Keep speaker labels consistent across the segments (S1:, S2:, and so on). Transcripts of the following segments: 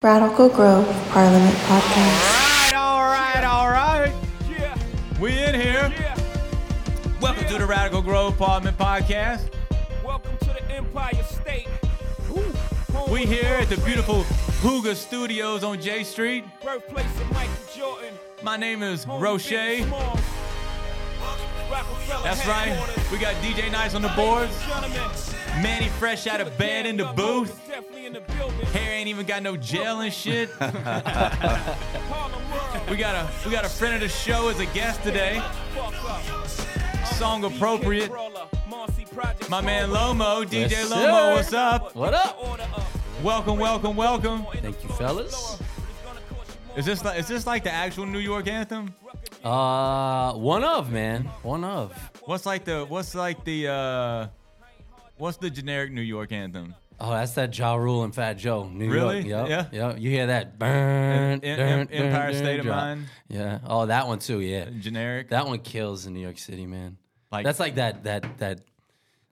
S1: Radical Grove Parliament Podcast.
S2: right, all right, all right.
S3: Yeah,
S2: We in here.
S3: yeah.
S2: Welcome to the Radical Grove Apartment Podcast.
S3: Welcome to the Empire State.
S2: We here at the beautiful Huga Studios on J Street.
S3: birthplace of Michael Jordan.
S2: My name is
S3: home of
S2: Roche.
S3: Biggie Smalls, Rockefeller
S2: That's right.
S3: headquarters.
S2: We got DJ Nice on the boards.
S3: Ladies and gentlemen,
S2: Manny Fresh out of bed in the
S3: Killer Cam
S2: booth.
S3: Love is definitely in the building.
S2: Hair ain't even got no gel and shit.
S3: Harlem World.
S2: We got a we got a friend of the show as a guest today.
S3: Fuck up.
S2: Song
S3: DJ
S2: appropriate.
S3: Brawler, Marcy Project
S2: My man
S3: Forward.
S2: Lomo, DJ Lomo,
S4: Yes, sir.
S2: what's up?
S4: What up?
S3: Order up.
S2: Welcome, welcome, welcome.
S4: Thank you, fellas.
S2: Is this like, is this like the actual New York anthem?
S4: Uh, one of man, one of.
S2: What's like the what's like the uh what's the generic New York anthem?
S4: Oh, that's that Ja Rule and Fat Joe. New
S2: Really?
S4: York.
S2: Yeah.
S4: Yep. Yep. You hear that?
S2: Em-
S4: Burn, dun,
S2: Em-
S4: dun,
S2: Empire
S4: dun,
S2: State of
S4: drop.
S2: Mind.
S4: Yeah. Oh, that one too. Yeah.
S2: Generic.
S4: That one kills in New York City, man.
S2: Like-
S4: that's like that that that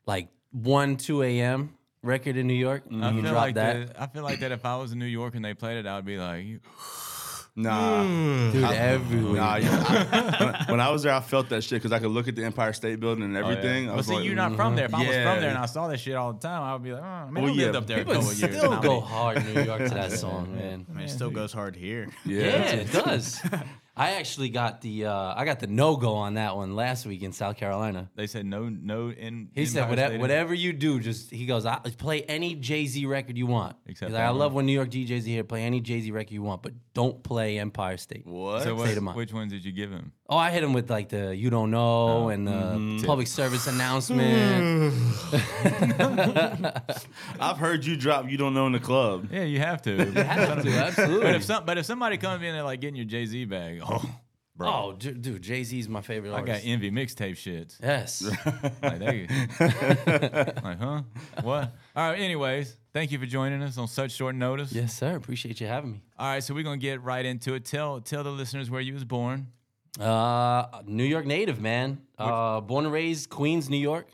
S4: like one two a.m. record in New York. You
S2: I
S4: can
S2: feel
S4: drop
S2: like
S4: that.
S2: that. I feel like that if I was in New York and they played it, I would be like,
S5: Nah,
S4: Dude, Hmm. everywhere.
S5: nah. yeah. when I was there, I felt that shit because I could look at the Empire State Building and
S2: oh, yeah.
S5: everything. I
S2: But
S5: was
S2: see,
S5: like,
S2: you're not from there. If I was
S5: Yeah.
S2: from there and I saw that shit all the time, I would be like, oh, I mean,
S5: Well,
S2: I
S5: yeah,
S2: lived up there a
S5: people
S2: couple years.
S4: Still
S2: and I
S4: go
S2: mean,
S4: hard in New York to that song, man.
S6: I mean, it still goes hard here.
S5: "Mm, yeah,
S4: Yeah, it does. I actually got the uh, I got the no go on that one last week in South Carolina.
S2: They said no, no. In
S4: He said,
S2: Empire State
S4: whatever,
S2: is-
S4: whatever you do, just he goes, I play any Jay Z record you want.
S2: Except
S4: He's like,
S2: that
S4: I love
S2: one.
S4: when New York DJs are here, play any Jay Z record you want, but don't play Empire State.
S5: What?
S2: So
S4: State of
S2: what,
S4: Mind.
S2: which Oh, ones did you give him?
S4: Oh, I hit him with like the you don't know and the
S2: mm-hmm.
S4: public service announcement.
S5: I've heard you drop. You don't know in the club.
S2: Yeah, you have to. you
S4: Have to,
S2: But
S4: absolutely.
S2: if some, but if somebody comes in there like getting your Jay Z bag, oh, bro,
S4: oh, ju- dude, Jay Z's my favorite
S2: I
S4: artist.
S2: got envy mixtape shits.
S4: yes.
S2: Like, they, like, huh? What? All right. Anyways, thank you for joining us on such short notice.
S4: yes, sir. Appreciate you having me.
S2: All right, so we're gonna get right into it. Tell tell the listeners where you was born.
S4: Uh, New York native, man. Uh, born and raised Queens, New York.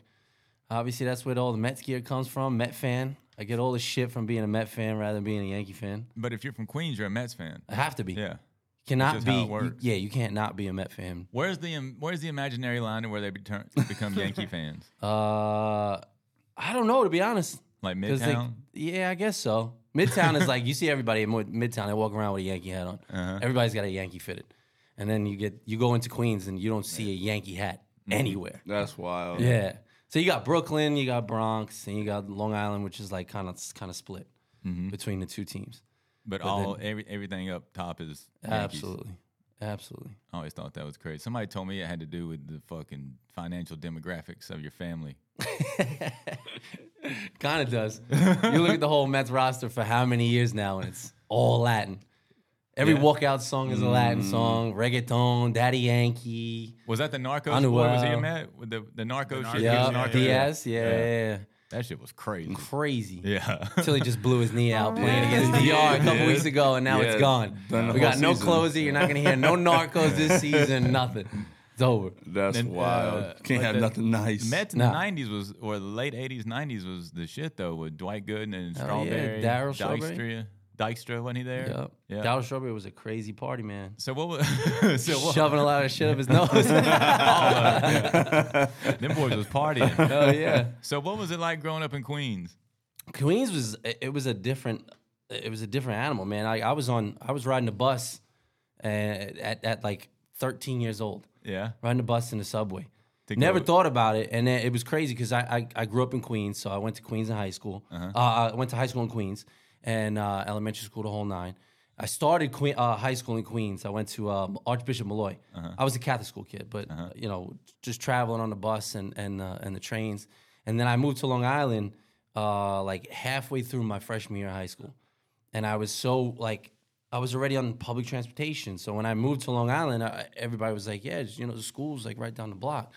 S4: Obviously, that's where all the Mets gear comes from. Met fan. I get all the shit from being a Met fan rather than being a Yankee fan.
S2: But if you're from Queens, you're a Mets fan.
S4: I have to be.
S2: Yeah.
S4: Cannot
S2: is
S4: be.
S2: how it
S4: you-
S2: works.
S4: yeah, you can't not be a Met fan.
S2: Where's the im- where's the imaginary line to where they become become Yankee fans?
S4: Uh, I don't know to be honest.
S2: Like
S4: 'Cause they-
S2: Midtown.
S4: yeah, I guess so. Midtown is like you see everybody in Mid- Midtown. They walk around with a Yankee hat on.
S2: Uh-huh.
S4: Everybody's got a Yankee fitted, and then you get you go into Queens and you don't see a Yankee hat
S2: Mm-hmm.
S4: anywhere.
S5: That's wild.
S4: Yeah. So you got Brooklyn, you got Bronx, and you got Long Island, which is like kind of kind of split between the two teams.
S2: But, all every, everything up top is Yankees.
S4: Absolutely, absolutely.
S2: I always thought that was crazy. Somebody told me it had to do with the fucking financial demographics of your family.
S4: Kind of does. you look at the whole Mets roster for how many years now, and it's all Latin. Every walkout song is a Latin song. Reggaeton, Daddy Yankee,
S2: Was that the Narcos?
S4: I knew
S2: boy? was he a
S4: well.
S2: Met? With the the Narcos shit. he was
S4: yeah,
S2: a narco?
S4: Diaz, yeah,
S2: Yeah.
S4: yeah. yeah.
S2: That shit was crazy.
S4: crazy.
S2: Yeah.
S4: Until he just blew his knee out playing against DR a couple
S5: Yeah.
S4: weeks ago, and now it's
S5: Yeah.
S4: gone.
S5: Done the
S4: We got
S5: whole
S4: no
S5: season.
S4: closer. You're not gonna hear no Narcos this season. Nothing. It's over.
S5: That's
S2: And,
S5: wild.
S2: uh,
S5: Can't
S2: like
S5: have
S2: the
S5: nothing nice.
S2: Mets in
S4: Nah.
S2: the '90s was, or the late '80s, '90s was the shit though with Dwight Gooden and
S4: Hell yeah,
S2: Strawberry,
S4: Darryl
S2: Dykstra,
S4: Strawberry.
S2: Dykstra wasn't he there?
S4: Yep.
S2: Yeah.
S4: Dallas Strawberry was a crazy party, man.
S2: so what was so what,
S4: Shoving a lot of shit up his nose. Hell
S2: them boys was partying.
S5: Oh,
S4: yeah.
S2: so what was it like growing up in Queens?
S4: Queens was it it was a different it was a different animal, man. I, I was on I was riding a bus uh, at at like 13 years old.
S2: Yeah.
S4: riding the bus in the subway.
S2: To
S4: Never
S2: go-
S4: thought about it, and then it was crazy because I, I I grew up in Queens, so I went to Queens in high school. uh I went to high school in Queens and uh, elementary school the whole nine. I started que- uh, high school in Queens. I went to um, Archbishop Malloy. I was a Catholic school kid, but you know, just traveling on the bus and and uh, and the trains. And then I moved to Long Island, uh, like halfway through my freshman year of high school and I was so like I was already on public transportation. So when I moved to Long Island, I, everybody was like, "Yeah, you know, the school's like right down the block."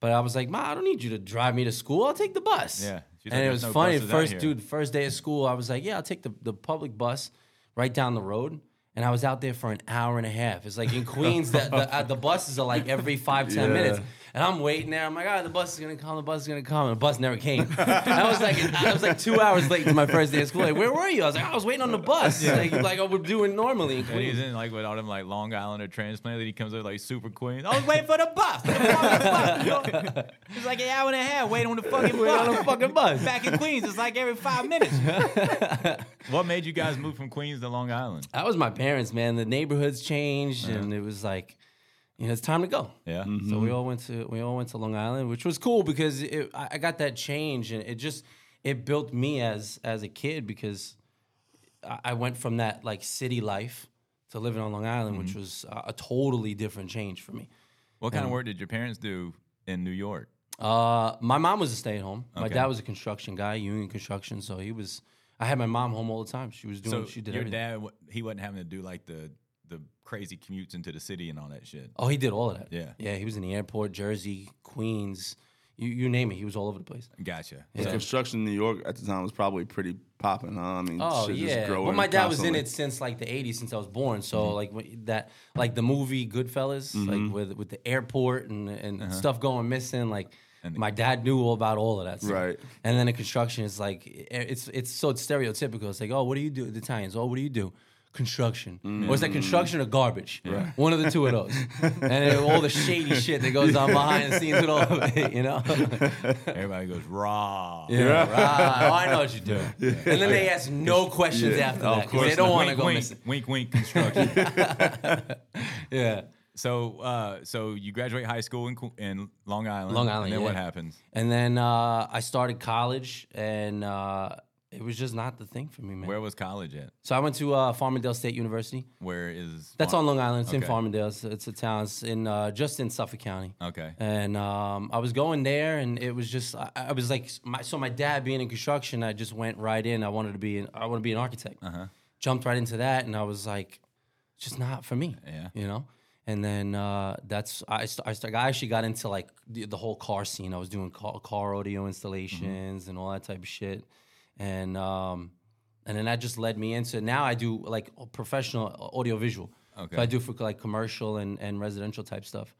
S4: But I was like, "Ma, I don't need you to drive me to school. I'll take the bus."
S2: Yeah. She's like,
S4: and it
S2: "There's
S4: was
S2: no
S4: funny.
S2: buses out
S4: First,
S2: here."
S4: dude, first day of school, I was like, "Yeah, I'll take the the public bus right down the road." and I was out there for an hour and a half. It's like in Queens, the, the, uh, the buses are like every five ten
S5: Yeah.
S4: minutes, and I'm waiting there. I'm like, ah, the bus is gonna come, the bus is gonna come, and the bus never came. And I was like, I was like two hours late to my first day of school. Like, where were you? I was like, I was waiting on the bus, like, like I would do it normally in
S2: And
S4: Queens.
S2: he's in like with all them like Long Islander transplant that he comes up like super queen. I was waiting for the bus. The fucking bus. It's like an hour and a half waiting on the fucking
S4: Waiting on
S2: bus.
S4: the fucking bus.
S2: Back in Queens, it's like every five minutes. what made you guys move from Queens to Long Island?
S4: That was my parents, man. The neighborhoods changed, and it was like, you know, it's time to go.
S2: Yeah.
S4: So we all went to we all went to Long Island, which was cool because it, I I got that change, and it just it built me as as a kid because I I went from that like city life to living on Long Island, which
S2: Mm-hmm.
S4: was a, a totally different change for me.
S2: What
S4: Um,
S2: kind of work did your parents do in New York?
S4: Uh, my mom was a stay at home. My
S2: Okay.
S4: dad was a construction guy, union construction, so he was. I had my mom home all the time. She was doing.
S2: So
S4: she did
S2: your
S4: everything.
S2: dad, wa- he wasn't having to do like the the crazy commutes into the city and all that shit.
S4: Oh, he did all of that.
S2: Yeah.
S4: Yeah, he was in the airport, Jersey, Queens, you, you name it. He was all over the place.
S2: Gotcha.
S5: The
S2: So-
S5: Construction in New York at the time was probably pretty popping, huh? I mean,
S4: Oh
S5: shit
S4: yeah.
S5: just growing.
S4: Well, my dad was in
S5: constantly. Mm-hmm.
S4: it since like the '80s, since I was born. So like when- that, like the movie Goodfellas, like with with the airport and and
S5: Uh-huh.
S4: stuff going missing. Like my dad knew all about all of that. stuff.
S5: Right.
S4: And then the construction is like i- it's it's so stereotypical. It's like oh, what do you do? The Italians. Oh, what do you do? Construction,
S5: Mm.
S4: or is that construction or garbage? One of the two of those, and it- all the shady shit that goes on behind the scenes with all of it, you know.
S2: Everybody goes raw.
S4: Yeah, right. Oh, I know what you do. And then they ask no questions
S5: Yeah.
S4: after
S5: Oh, of
S4: that 'cause
S5: course
S4: they don't
S5: not.
S4: want to
S2: Wink,
S4: go
S2: wink,
S4: missing.
S2: wink, wink, construction.
S4: Yeah.
S2: So, uh, so you graduate high school in Qu- in Long Island.
S4: Long Island,
S2: And then what
S4: yeah.
S2: happens?
S4: And then uh, I started college, and uh, it was just not the thing for me, man.
S2: Where was college at?
S4: so I went to uh, Farmingdale State University.
S2: Where is
S4: That's on Long Island. It's in
S2: Okay.
S4: Farmingdale. It's, it's a town. It's in uh, just in Suffolk County.
S2: Okay.
S4: And um, I was going there, and it was just I, I was like, my, so my dad being in construction, I just went right in. I wanted to be an, I want to be an architect.
S2: Uh-huh.
S4: Jumped right into that, and I was like, it's just not for me.
S2: Yeah.
S4: you know. And then uh, that's I st- I, st- I actually got into like the, the whole car scene. I was doing car, car audio installations and all that type of shit, and um, and then that just led me into now I do like professional audio visual.
S2: Okay.
S4: So I do for like commercial and, and residential type stuff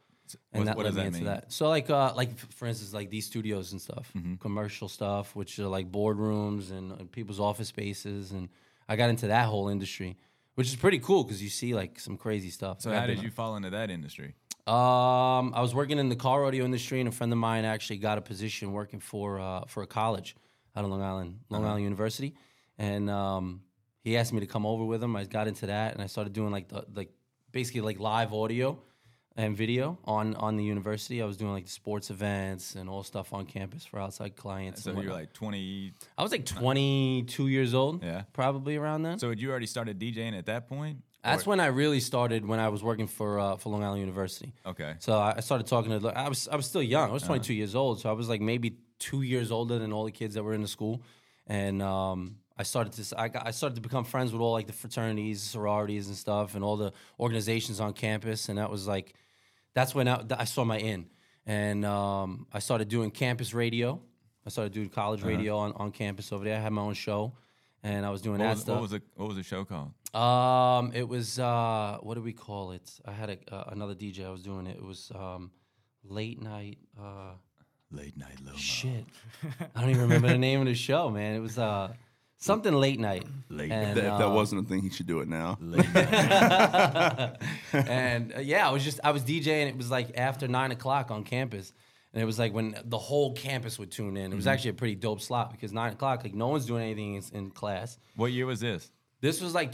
S4: and
S2: What-
S4: that
S2: what
S4: led
S2: does
S4: me
S2: that
S4: into
S2: mean?
S4: that. So like uh like f- for instance like these studios and stuff,
S2: Mm-hmm.
S4: commercial stuff, which are like boardrooms and uh, people's office spaces, and I got into that whole industry, which is pretty cool because you see like some crazy stuff.
S2: So how did you fall into that industry?
S4: Um, I was working in the car audio industry, and a friend of mine actually got a position working for uh, for a college out of Long Island, Long
S2: Uh-huh.
S4: Island University, and um, he asked me to come over with him. I got into that, and I started doing like the like basically like live audio and video on on the university. I was doing like the sports events and all stuff on campus for outside clients.
S2: So
S4: and
S2: you're
S4: whatnot.
S2: like 20.
S4: I was like 22 years old,
S2: Yeah.
S4: probably around then.
S2: So had you already started DJing at that point?
S4: That's when I really started when I was working for uh, for Long Island University.
S2: Okay.
S4: So I I started talking to. I was I was still young. I was 22 years old, so I was like maybe two years older than all the kids that were in the school, and um, I started to s- I, got, I started to become friends with all like the fraternities, sororities, and stuff, and all the organizations on campus, and that was like that's when I, th- I saw my in, and um, I started doing campus radio. I started doing college
S2: Uh-huh.
S4: radio on, on campus over there. I had my own show, and I was doing
S2: What
S4: that
S2: was,
S4: stuff.
S2: what was the what was the show called?
S4: Um, it was uh, what do we call it? I had a, uh, another DJ. I was doing it. It was um, late night. Uh,
S2: Late Night Low.
S4: shit, I don't even remember the name of the show, man. It was uh, something late night. Late.
S5: If
S4: And,
S5: that, if that
S4: uh,
S5: wasn't a thing, he should do it now.
S4: and uh, yeah, I was just I was DJing. It was like after nine o'clock on campus, and it was like when the whole campus would tune in. It was actually a pretty dope slot because nine o'clock, like no one's doing anything in, in class.
S2: What year was this?
S4: This was like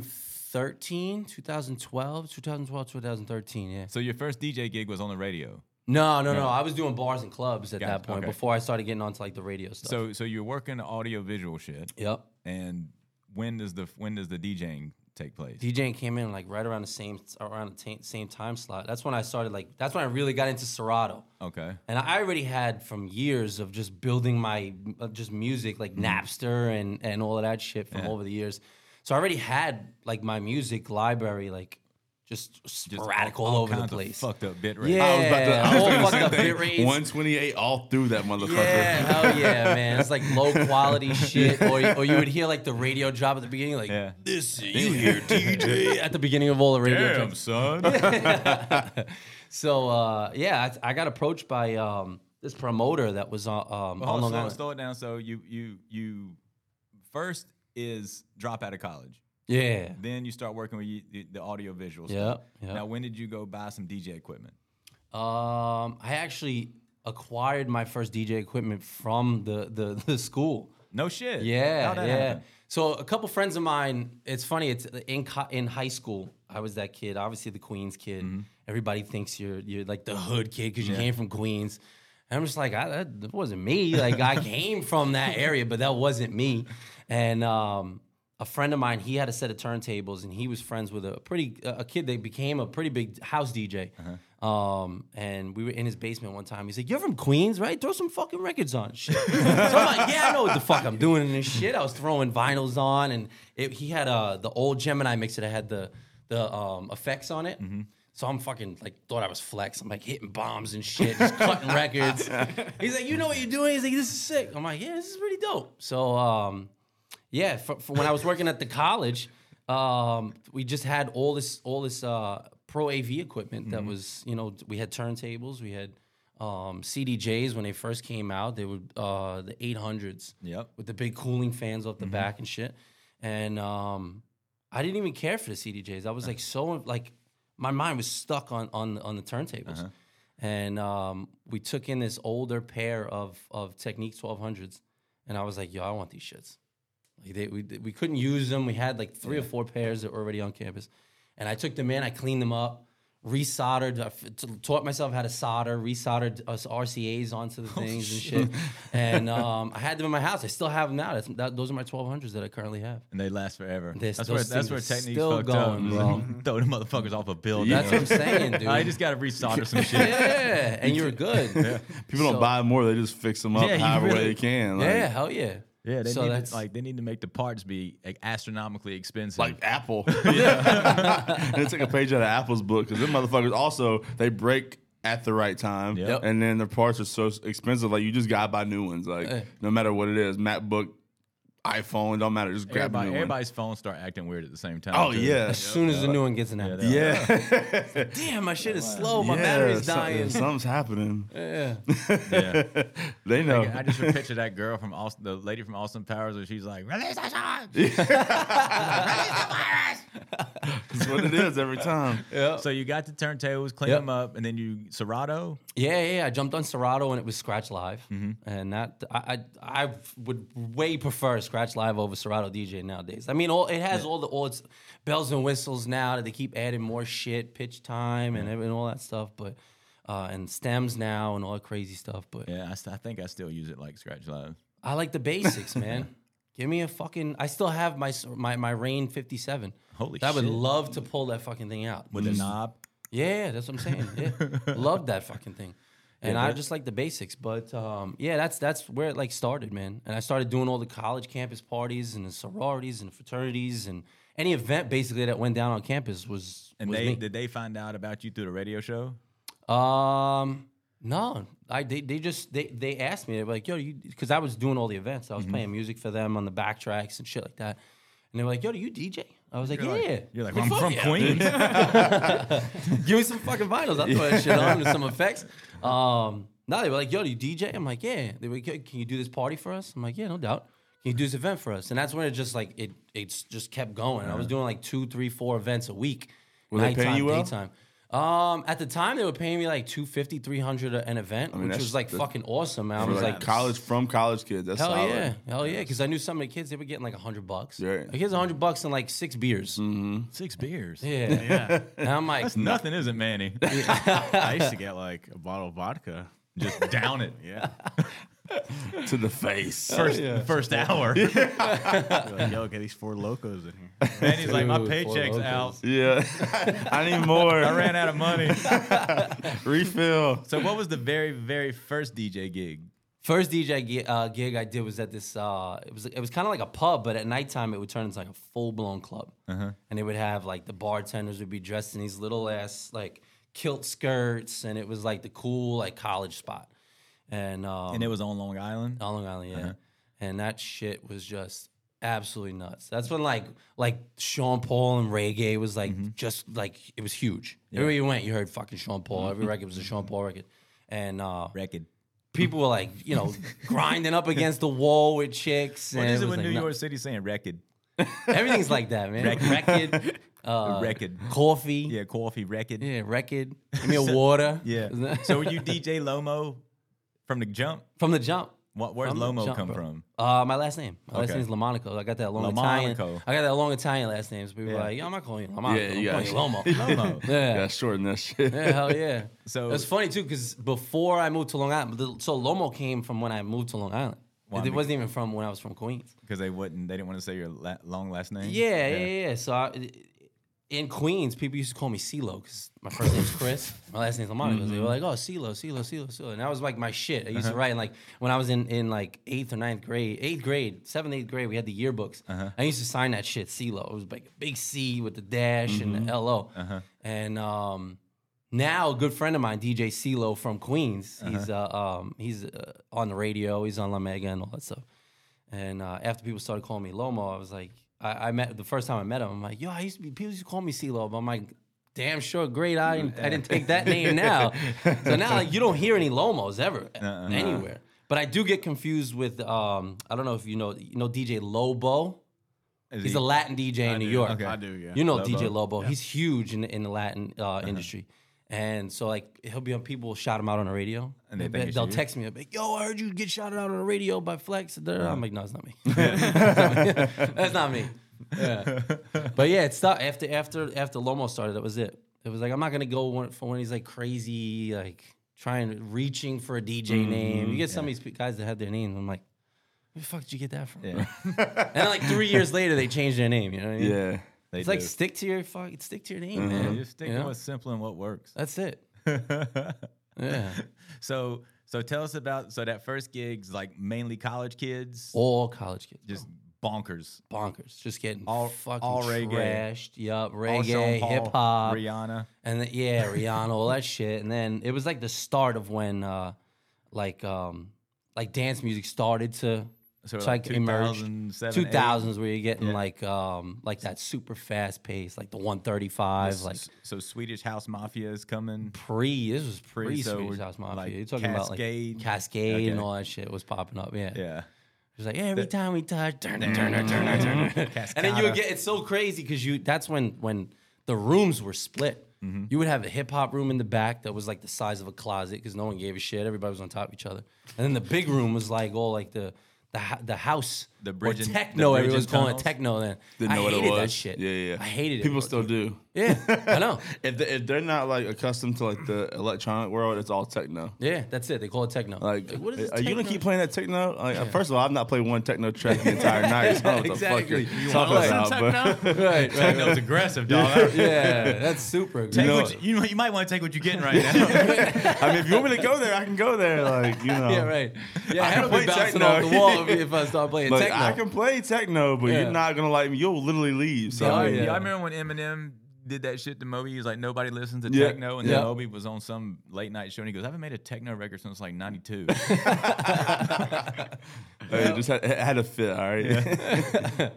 S4: 2013, 2012, 2012, 2013. Yeah.
S2: So your first DJ gig was on the radio.
S4: No, no, no. I was doing bars and clubs at
S2: Gotcha,
S4: that point
S2: okay.
S4: before I started getting onto like the radio stuff.
S2: So so you're working audio visual shit.
S4: yep.
S2: And when does the when does the DJing take place?
S4: DJing came in like right around the same around the t- same time slot. That's when I started like that's when I really got into Serato.
S2: okay.
S4: And I already had from years of just building my uh, just music like
S2: Mm-hmm.
S4: Napster and and all of that shit from over the years. So I already had like my music library like just
S2: Just
S4: sporadic all, over the
S2: kinds of
S4: place.
S2: Fucked up bit rate.
S4: yeah,
S5: I was about to, I was
S4: all
S5: thinking the
S4: fucked
S5: same
S4: up
S5: thing.
S4: bit rates.
S5: 128 all through that motherfucker.
S4: Yeah, hell yeah, man. It's like low quality shit. Or, or you would hear like the radio drop at the beginning, like
S2: Yeah.
S4: this you hear DJ at the beginning of all the radio
S2: Damn,
S4: drops.
S2: son.
S4: So uh, yeah, I, I got approached by um, this promoter that was on, um,
S2: Well,
S4: on
S2: hold
S4: Long
S2: on, slow,
S4: Island.
S2: slow it down. So you you you first is drop out of college.
S4: Yeah.
S2: Then you start working with you, the, the audio visual
S4: Yeah,
S2: stuff.
S4: yeah.
S2: Now, when did you go buy some DJ equipment?
S4: Um, I actually acquired my first DJ equipment from the the, the school.
S2: No shit.
S4: Yeah,
S2: How'd that
S4: yeah.
S2: happen?
S4: So a couple friends of mine. It's funny. It's in co- in high school. I was that kid. Obviously the Queens kid.
S2: Mm-hmm.
S4: Everybody thinks you're you're like the hood kid because you came from Queens. And I'm just like I, that that wasn't me. Like I came from that area, but that wasn't me. And um, a friend of mine, he had a set of turntables, and he was friends with a pretty a kid that became a pretty big house DJ. Um, and we were in his basement one time. He's like, "You're from Queens, right? Throw some fucking records on." Shit. so I'm like, "Yeah, I know what the fuck I'm doing and this shit." I was throwing vinyls on, and it, he had uh the old Gemini mixer that had the the um effects on it. So I'm fucking like thought I was flex. I'm like hitting bombs and shit, just cutting records. He's like, "You know what you're doing?" He's like, "This is sick." I'm like, "Yeah, this is pretty dope." So um. Yeah, for, for when I was working at the college, um, we just had all this all this uh, pro AV equipment that was you know we had turntables, we had um, CDJs when they first came out. They were uh, the 800s
S2: Yep.
S4: with the big cooling fans off the back and shit. And um, I didn't even care for the CDJs. I was like so like my mind was stuck on on on the turntables. And um, we took in this older pair of of Technique 1200s, and I was like, "Yo, I want these shits." Like they, we, we couldn't use them. We had like three or four pairs that were already on campus. And I took them in, I cleaned them up, resoldered, I f- t- taught myself how to solder, resoldered us RCAs onto the things and shit. And um, I had them in my house. I still have them now. That's, that, those are my 1200s that I currently have.
S2: And they last forever.
S4: This-
S2: that's where
S4: those
S2: that's
S4: things
S2: where
S4: are
S2: techniques
S4: still
S2: fucked
S4: going,
S2: up.
S4: bro.
S2: Throw the motherfuckers off a building.
S4: That's what I'm saying, dude.
S2: I just gotta resolder some shit.
S4: yeah, and you're good. Yeah,
S5: People don't
S4: So-
S5: buy more; they just fix them up
S2: Yeah, you
S5: however way
S2: really-
S5: they can. Like,
S4: hell yeah.
S2: Yeah, they
S4: so
S2: need
S4: that's
S2: to, like they need to make the parts be like, astronomically expensive.
S5: like Apple. and it took a page out of Apple's book because them motherfuckers also they break at the right time,
S2: Yep.
S5: and then their parts are so expensive. Like you just gotta buy new ones. Like no matter what it is, MacBook, iPhone, don't matter. Just grab
S2: Everybody,
S5: a new one.
S2: everybody's phones start acting weird at the same time.
S5: Oh
S2: too.
S5: yeah,
S4: as soon as the new one gets an app,
S5: yeah.
S4: damn, my shit is
S2: Oh,
S4: slow. My
S5: Yeah,
S4: battery's
S5: something-
S4: dying.
S5: Something's happening.
S2: yeah.
S5: They know.
S2: I just picture that girl from Austin, the lady from Austin Powers, where she's like, "Release the shark!"
S5: That's what it is every time.
S2: So you got the turntables, clean
S4: Yep.
S2: them up, and then you Serato.
S4: Yeah, yeah, yeah. I jumped on Serato and it was Scratch Live,
S2: Mm-hmm.
S4: and that I, I I would way prefer Scratch Live over Serato DJ nowadays. I mean, all it has all the all its bells and whistles now that they keep adding more shit, pitch time and, every- and all that stuff, but uh, and stems now and all that crazy stuff. But
S2: Yeah, I, st- I think I still use it like Scratch Live.
S4: I like the basics, man. Give me a fucking. I still have my s- my my Rain fifty seven.
S2: Holy
S4: I would
S2: shit.
S4: love to pull that fucking thing out.
S2: with a knob.
S4: Yeah, that's what I'm saying. Yeah. Love that fucking thing. And I just like the basics. But um, yeah, that's that's where it like started, man. And I started doing all the college campus parties and the sororities and the fraternities and any event basically that went down on campus was
S2: And
S4: was
S2: they
S4: me.
S2: did they find out about you through the radio show?
S4: Um, no, I they, they just they they asked me they were like, yo, you because I was doing all the events, I was
S2: Mm-hmm.
S4: playing music for them on the backtracks and shit like that, and they were like, yo, do you DJ? I was like, yeah.
S2: You're like,
S4: Like,
S2: I'm
S4: fuck
S2: from
S4: yeah.
S2: Queens.
S4: Give me some fucking vinyls. I'll throw that shit on with some effects. Um, now they were like, yo, do you DJ? I'm like, yeah. They were like, "Yo, can you do this party for us? I'm like, yeah, no doubt. Can you do this event for us? And that's when it just like, it it's just kept going. I was doing like two, three, four events a week.
S5: Were they paying you well?
S4: daytime. Um, at the time, they were paying me like 250, 300 an event, which
S5: that's-
S4: was like
S5: that's-
S4: fucking awesome. man. I
S5: For
S4: was
S5: like,
S4: like,
S5: college from college kids. That's
S4: Hell
S5: solid.
S4: yeah, hell yeah, because I knew some of the kids they were getting like hundred bucks.
S5: Right.
S4: Like, here's hundred bucks and like six beers.
S5: Mm-hmm.
S2: Six beers.
S4: Yeah, And I'm like,
S2: Nothing isn't Manny.
S6: I used to get like a bottle of vodka.
S2: Just down it.
S6: Yeah.
S5: To the face.
S2: First first hour.
S6: Be like, Yo, get these four locos in here.
S2: Manny's like, my
S4: Dude, four
S2: paycheck's
S4: locals.
S2: out.
S5: Yeah. I need more.
S2: I ran out of money.
S5: Refill.
S2: so what was the very very first DJ gig?
S4: First DJ gi- uh, gig I did was at this. Uh, it was it was kind of like a pub, but at nighttime it would turn into like a full blown club,
S2: Uh-huh.
S4: and they would have like the bartenders would be dressed in these little ass like kilt skirts, and it was like the cool like college spot, and um,
S2: And it Uh-huh. was on Long Island.
S4: on Long Island, yeah. And that shit was just absolutely nuts. That's when like like Sean Paul and reggae was like
S2: Mm-hmm.
S4: just like it was huge. Everywhere you went, you heard fucking Sean
S2: Mm-hmm.
S4: Paul. Every record was a Sean Paul record, and uh,
S2: Record.
S4: people were like you know grinding up against the wall with chicks.
S2: What
S4: and
S2: is
S4: it
S2: it
S4: was
S2: with
S4: like
S2: New
S4: nu-
S2: York City saying? Record.
S4: Everything's like that, man.
S2: Record.
S4: Record, uh,
S2: Record.
S4: coffee, yeah,
S2: Yeah, coffee. Record.
S4: yeah, record. Give me a water,
S2: Yeah. so were you DJ Lomo from the jump?
S4: from the jump.
S2: What, where's
S4: From the
S2: Lomo
S4: jump,
S2: come
S4: bro.
S2: from?
S4: Uh, my last name. My last
S2: Okay.
S4: name is Lomonico. I got that long
S2: Lomonico.
S4: Italian. I got that long Italian last name. So people
S2: Yeah.
S4: were like, "Yo, I'm not calling you Lomonico.
S5: Yeah,
S4: I'm
S5: you
S4: calling you Lomo."
S5: got-
S2: Lomo.
S4: yeah.
S5: Yeah, shorten that shit.
S4: yeah, hell yeah.
S2: So-
S4: So it's funny too because before I moved to Long Island, the- so Lomo came from when I moved to Long Island.
S2: Why?
S4: it, wasn't even from when I was from Queens.
S2: Because they wouldn't. They didn't want to say your la- long last name.
S4: Yeah, yeah, yeah. So I, in Queens, people used to call me CeeLo because my first name's Chris, my last name's Lamont. They were like, "Oh, CeeLo, CeeLo, CeeLo, CeeLo," and that was like my shit. I used to write and like when I was in in like eighth or ninth grade, eighth grade, seventh, eighth grade, we had the yearbooks. I used to sign that shit CeeLo. It was like a big C with the dash and the LO, and um. Now, a good friend of mine, DJ CeeLo from Queens, he's uh, um, he's uh, on the radio, he's on La Mega and all that stuff. And uh, after people started calling me Lomo, I was like, I, I met the first time I met him. I'm like, yo, I used to be people used to call me CeeLo, but I'm like, damn sure, great. I didn't, I didn't take that name now. so now like you don't hear any Lomos ever anywhere. But I do get confused with um, I don't know if you know you know DJ Lobo.
S2: Is
S4: He's
S2: he-
S4: a Latin DJ in New York.
S2: Okay.
S6: I do, yeah.
S4: You know
S2: Lobo.
S4: DJ Lobo. He's huge in the, in the Latin uh, industry. And so like he'll be on people will shout him out on the radio.
S2: And they
S4: They'll-
S2: think it's
S4: they'll
S2: you?
S4: text me like, "Yo, I heard you get shouted out on the radio by Flex." Da- da- da. I'm like, "No, it's not me. That's not me." Yeah. But yeah, it stopped after after after Lomo started. That was it. It was like I'm not gonna go one, for when he's like crazy, like trying reaching for a DJ
S2: Mm-hmm.
S4: name. You get some of these guys that have their name. I'm like, where the fuck did you get that from?
S2: Yeah.
S4: And then, like three years later, they changed their name. You know what I mean?
S5: Yeah.
S2: They
S4: It's like
S2: do. Mm-hmm.
S4: stick to your fucking stick to your name,
S2: Yeah,
S4: man.
S2: Just stick
S4: You
S2: to
S4: know?
S2: what's simple and what works.
S4: That's it. Yeah.
S2: so so tell us about so that first gig's like mainly college kids,
S4: All college kids. Just
S2: just bonkers.
S4: bonkers. Just getting
S2: All-
S4: all fucking
S2: all reggae.
S4: trashed. Yup.
S2: All Sean
S4: Reggae,
S2: Paul,
S4: hip hop.
S2: Rihanna.
S4: And then, yeah, Rihanna, all that shit. And then it was like the start of when uh like um like dance music started to
S2: So
S4: to,
S2: like
S4: like emerge.
S2: 2007,
S4: Two thousands where you're getting
S2: Yeah.
S4: like um like that super fast pace, like the one thirty five, like
S2: S- so Swedish House Mafia is coming.
S4: pre. This was pre,
S2: Pre,
S4: pre
S2: so
S4: Swedish
S2: we're-
S4: House Mafia.
S2: like
S4: You're talking
S2: Cascade.
S4: about like Cascade and
S2: Okay.
S4: all that shit was popping up. Yeah,
S2: Yeah.
S4: It was like every time we touch, turn, turn, turn, turn, turn, and then you would get it's so crazy because you that's when when the rooms were split.
S5: Mm-hmm.
S4: You would have a hip hop room in the back that was like the size of a closet because no one gave a shit. Everybody was on top of each other, and then the big room was like all like the. The, ho- the house,
S2: The bridge
S4: or
S2: and- the
S4: techno.
S2: bridge
S4: Everyone
S2: and
S4: was calling it
S2: tunnels?
S4: techno. Then
S5: Didn't know
S4: I
S5: what
S4: hated
S5: it was.
S4: that shit.
S5: Yeah, yeah.
S4: I hated it.
S5: People still do.
S4: Yeah, I know.
S5: If, they, if they're not like accustomed to like the electronic world, it's all techno.
S4: Yeah, that's it. They call it techno.
S5: Like, uh,
S4: what is this
S5: are you gonna
S4: techno?
S5: keep playing that techno? Like, First of all, I've not played one techno track the entire night. So I don't know what the fuck you're
S4: Exactly. You
S5: talking about, but-
S4: Right, right.
S2: That was aggressive, dog.
S4: Yeah, that's super.
S2: Take
S4: aggressive.
S2: what you, you, you might want to take what you're getting right now.
S5: I mean, if you want me to go there, I can go there. Like, you know.
S4: Yeah, right. Yeah,
S5: I
S4: I
S5: can
S4: have
S5: play
S4: be bouncing
S5: techno.
S4: off the wall if, if I start playing
S5: Like,
S4: techno.
S5: I can play techno, but
S4: Yeah.
S5: you're not gonna like me. You'll literally leave. So
S4: Yeah,
S5: I
S4: oh,
S5: mean,
S2: Yeah,
S4: Yeah.
S2: I remember when Eminem did that shit to Moby. He was like, nobody listens to
S5: Yeah.
S2: techno. And then
S4: Yeah.
S2: Moby was on some late night show and he goes, I haven't made a techno record since like 92.
S5: hey, it just had, it had a fit. All right.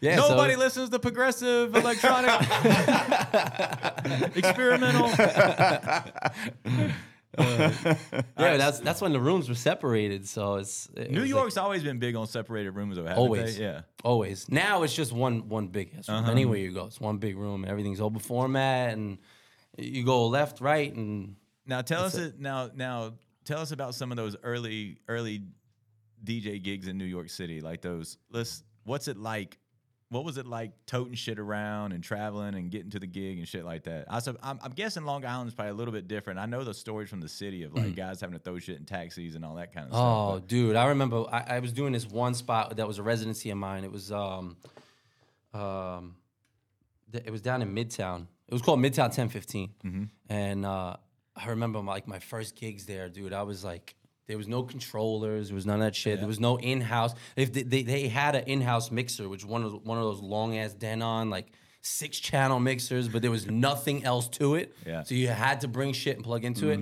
S4: yeah, so-
S2: nobody listens to progressive, electronic, experimental.
S4: yeah, that's that's when the rooms were separated. So it's it
S2: New
S4: was like-
S2: York's always been big on separated rooms, though. haven't
S4: always,
S2: they? Yeah. Uh-huh.
S4: always. Now it's just one one big ass room. Anywhere you go, it's one big room. and Everything's open format, and you go left, right, and
S2: Now tell us it. Now, now tell us about some of those early, early DJ gigs in New York City. Like those. Let's. What's it like? What was it like toting shit around and traveling and getting to the gig and shit like that? I sub, I'm, I'm guessing Long Island's probably a little bit different. I know the stories from the city of like guys having to throw shit in taxis and all that kind of
S4: Mm. Oh,
S2: stuff.
S4: dude, I remember I, I was doing this one spot that was a residency of mine. It was um, um, th- it was down in Midtown. It was called Midtown Ten Fifteen, and uh, I remember my, like my first gigs there, dude. I was like There was no controllers. There was none of that shit. There was no in house. They, they, they had an in house mixer, which one of those- one of those long ass Denon like six channel mixers, but there was nothing else to it.
S2: Yeah.
S4: So you had to bring shit and plug into it.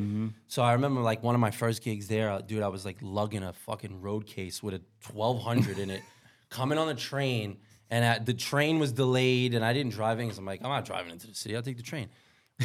S4: So I remember like one of my first gigs there, uh, dude. I was like lugging a fucking road case with a twelve hundred in it, coming on the train, and I, the train was delayed, and I didn't drive in because I'm like, I'm not driving into the city. I'll take the train.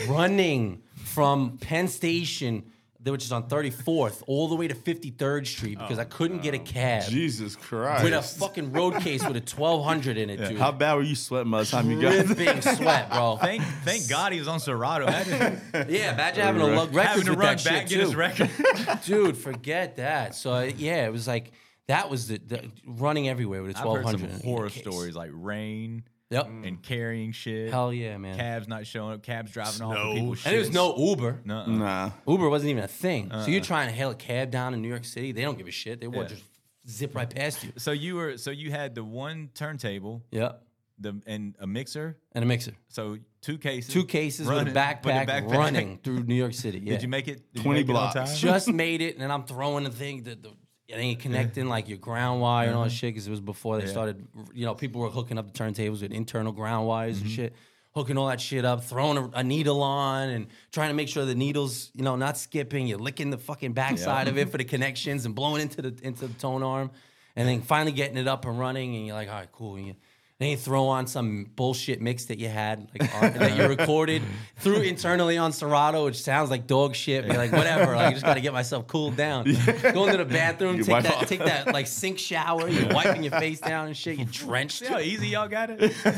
S4: Running from Penn Station. th- Which is on 34th, all the way to 53rd Street because I couldn't get a cab
S5: Jesus Christ.
S4: with a fucking road case with a 1200 in it, dude.
S5: How bad were you sweating by the time you got there?
S4: Dripping sweat, bro.
S2: Thank, thank God he was on Serato. Imagine
S4: Yeah, imagine having to
S5: Right.
S4: lug records
S2: having to
S4: with
S2: run
S4: that
S2: back
S4: shit
S2: get his
S4: too.
S2: record.
S4: dude. Forget that. So uh, yeah, it was like that was the, the running everywhere with a
S2: I've heard
S4: twelve
S2: some
S4: hundred.
S2: horror stories Mm. like rain
S4: Yep.
S2: and carrying shit.
S4: Hell yeah, man.
S2: Cabs not showing up. Cabs driving off
S5: Snow.
S2: of people's shit.
S4: and there was no Uber.
S2: Nuh-uh.
S5: Nah.
S4: Uber wasn't even a thing. So you're trying to hail a cab down in New York City. They don't give a shit. They will
S2: Uh-uh. Yeah. Mm.
S4: just zip right past you.
S2: So you were so you had the one turntable,
S4: Yep.
S2: the and a mixer.
S4: And a mixer.
S2: So two cases.
S4: Two cases
S2: running,
S4: with a backpack, running through New York City. Yeah.
S2: Did you make it? did you
S5: 20
S2: make it on
S5: blocks.
S2: time?
S4: just made it, and then I'm throwing the thing that the, it ain't connecting like your ground wire and all that shit because it was before they started. You know, people were hooking up the turntables with internal ground wires and shit, hooking all that shit up, throwing a, a needle on and trying to make sure the needles, you know, not skipping. You're licking the fucking backside of it for the connections and blowing into the into the tone arm, and then finally getting it up and running. And you're like, all right, cool. And you, then you throw on some bullshit mix that you had, like on- that you recorded through internally on Serato, which sounds like dog shit. But like whatever, like I just gotta get myself cooled down. Go into the bathroom,
S5: You
S4: take
S5: wipe
S4: that,
S5: off.
S4: take that like sink shower. You're wiping your face down and shit. You're drenched,
S2: See how Oh, easy y'all got it?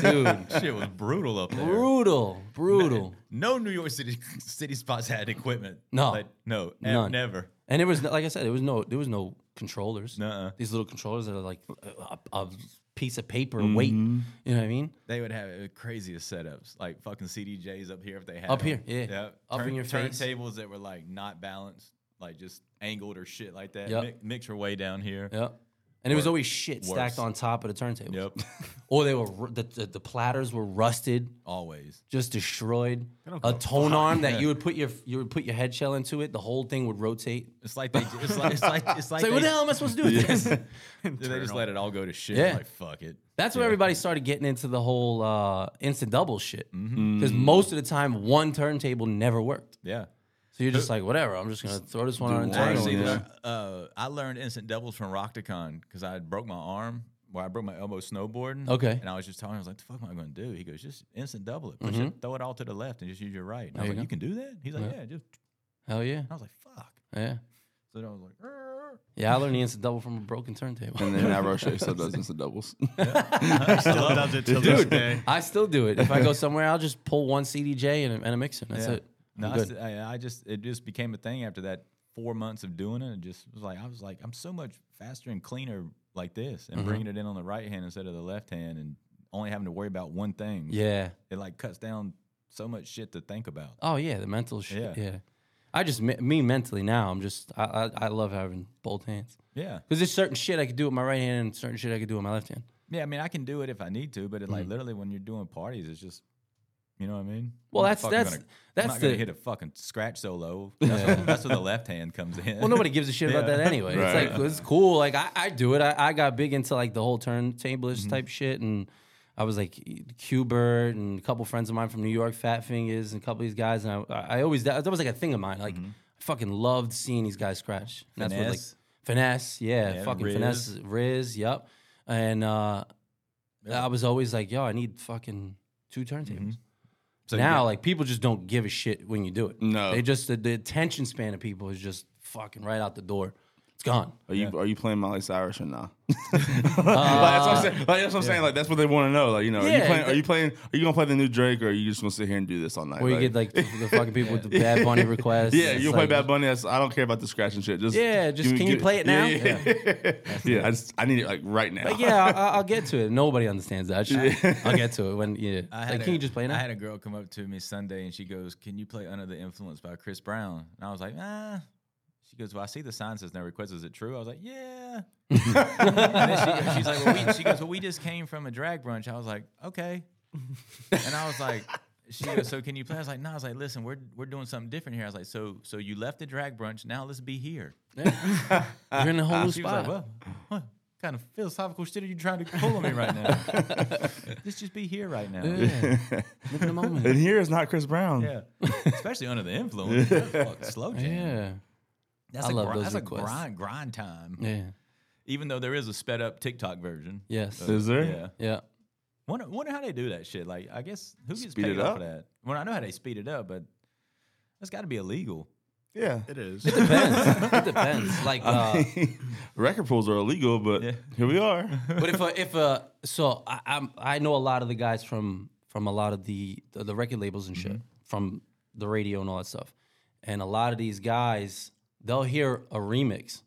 S4: dude.
S2: Shit was brutal up there.
S4: Brutal, brutal.
S2: No New York City city spots had equipment.
S4: No.
S2: Like, no, e-
S4: None.
S2: never.
S4: And it was like I said, there was no there was no controllers.
S2: Nuh-uh.
S4: These little controllers that are like a, a- a piece of paper
S2: Mm-hmm.
S4: weight. You know what I mean?
S2: They would have the craziest setups, like fucking CDJs up here if they had
S4: Up
S2: them.
S4: here, yeah.
S2: Yep.
S4: Up in your face.
S2: Turntables that were like not balanced, like just angled or shit like that.
S4: Yep.
S2: Mi- mixer way down here.
S4: Yep. And it was always shit
S2: Worse.
S4: stacked on top of the turntables.
S2: Yep.
S4: or they were ru- the, the, the platters were rusted,
S2: Always.
S4: just destroyed. A tone arm that you would put your you would put your head shell into it. The whole thing would rotate.
S2: It's like they. It's like. It's like. It's like.
S4: It's like,
S2: they,
S4: what the hell am I supposed to do with this?
S2: They just let it all go to shit.
S4: Yeah.
S2: Like fuck it.
S4: That's when everybody started getting into the whole uh, instant double shit. Because
S2: Mm-hmm.
S4: most of the time, one turntable never worked.
S2: Yeah.
S4: So you're just like, whatever. I'm just gonna throw this one on
S5: one.
S4: internal.
S2: Actually,
S5: yeah.
S2: lear- uh, I learned instant doubles from Rocticon because I broke my arm where I broke my elbow snowboarding.
S4: Okay.
S2: And I was just telling him, I was like, the fuck am I going to do? He goes, just instant double it. Push it, throw it all to the left and just use your right. And I was like,
S4: Mm-hmm. There you
S2: you can do that? He's like, yeah, just.
S4: Hell yeah,
S2: I was like, fuck.
S4: yeah,
S2: So then I was like, "Err."
S4: yeah. I learned the instant double from a broken turntable.
S5: And
S2: uh,
S5: then Nat Roche still does instant doubles.
S6: Still does it till this day.
S4: I still do it. If I go somewhere, I'll just pull one CDJ and a, and a mixer. and That's
S2: Yeah.
S4: it.
S2: no,
S4: I'm
S2: I,
S4: good.
S2: st- I, I just, it just became a thing after that four months of doing it. It just was like, I was like, I'm so much faster and cleaner like this
S4: Mm-hmm.
S2: and bringing it in on the right hand instead of the left hand and only having to worry about one thing.
S4: yeah.
S2: It like cuts down so much shit to think about.
S4: Oh yeah, the mental shit.
S2: Yeah.
S4: Yeah. I just me- me mentally now. I'm just I I, I love having both hands
S2: Yeah.
S4: because there's certain shit I could do with my right hand and certain shit I could do with my left hand.
S2: Yeah, I mean, I can do it if I need to, but it,
S4: Mm-hmm.
S2: like literally when you're doing parties, it's just, you know what I mean?
S4: Well,
S2: I'm
S4: that's-
S2: fucking
S4: that's-
S2: gonna,
S4: that's
S2: I'm not gonna
S4: the-
S2: hit a fucking scratch solo. That's, when, that's where the left hand comes in.
S4: Well, nobody gives a shit about
S2: Yeah.
S4: that anyway.
S5: Right.
S4: It's like it's cool. Like I, I do it. I, I got big into like the whole turntablish type shit, and I was like Qbert and a couple friends of mine from New York, Fat Fingers, and a couple of these guys. And I, I always that, that was like a thing of mine. Like I fucking loved seeing these guys scratch. And That's what like
S2: Finesse.
S4: finesse, yeah,
S2: Yeah,
S4: fucking
S2: Riz.
S4: finesse, Riz, yep. And uh, I was always like, yo, I need fucking two turntables
S2: So you
S4: now,
S2: got-
S4: like people just don't give a shit when you do it.
S5: No.
S4: they just the, the attention span of people is just fucking right out the door. It's gone.
S5: Are you are you playing Miley Cyrus or
S4: Uh,
S5: not? Nah? Like, that's what I'm saying. Like, that's what I'm saying. Like that's what they want to know. Like you know, are you
S4: Yeah,
S5: playing? Are
S4: that-
S5: you playing? Are you gonna play the new Drake or are you just gonna sit here and do this all night?
S4: Or you get like the, the fucking people with the Bad Bunny requests.
S5: yeah,
S4: It's
S5: you
S4: like-
S5: play Bad Bunny. That's, I don't care about the scratching shit. Just
S4: Yeah, just
S5: give me-
S4: can you
S5: give-
S4: play it now?
S5: Yeah, yeah, yeah. Yeah, I just I need it like right now.
S4: Like, yeah, I'll, I'll get to it. Nobody understands that. shit. I'll get to it when yeah.
S2: I
S4: Like,
S2: had
S4: can
S2: a-
S4: you just play
S2: I
S4: now?
S2: had a girl come up to me Sunday and she goes, Can you play Under the Influence by Chris Brown? And I was like, Ah. She goes, Well, I see the sign says no requests. Is it true? I was like, Yeah. and then she, she's like, well, we, She goes, Well, we just came from a drag brunch. I was like, Okay. And I was like, she goes, so can you play? I was like, no. I was like, listen, we're we're doing something different here. I was like, so so you left the drag brunch. Now let's be here.
S4: You're in a whole new
S2: She was like,
S4: spot.
S2: well, what kind of philosophical shit are you trying to pull on me right now? let's just be here right now. Yeah.
S4: yeah. Live in the
S5: And
S4: moment.
S5: here is not Chris Brown.
S2: Especially under the influence. Fuck, slow jam.
S4: Yeah.
S2: That's
S4: I
S2: a
S4: love
S2: grind,
S4: those
S2: that's
S4: requests.
S2: a grind grind time.
S4: Yeah.
S2: Even though there is a sped up TikTok version.
S4: Yes.
S5: Is there?
S2: Yeah.
S4: yeah.
S2: Wonder, wonder how they do that shit. Like, I guess who gets
S5: Speed
S2: paid
S5: it
S2: off
S5: up?
S2: for that? Well, I know how they speed it up, but that's got to be illegal.
S5: Yeah.
S6: It is.
S4: Depends. it depends. Like, uh,
S5: Record pools are illegal, but
S2: Yeah.
S5: here we are.
S4: but if a, if a, so I, I'm I know a lot of the guys from from a lot of the the, the record labels and shit from the radio and all that stuff, and a lot of these guys they'll hear a remix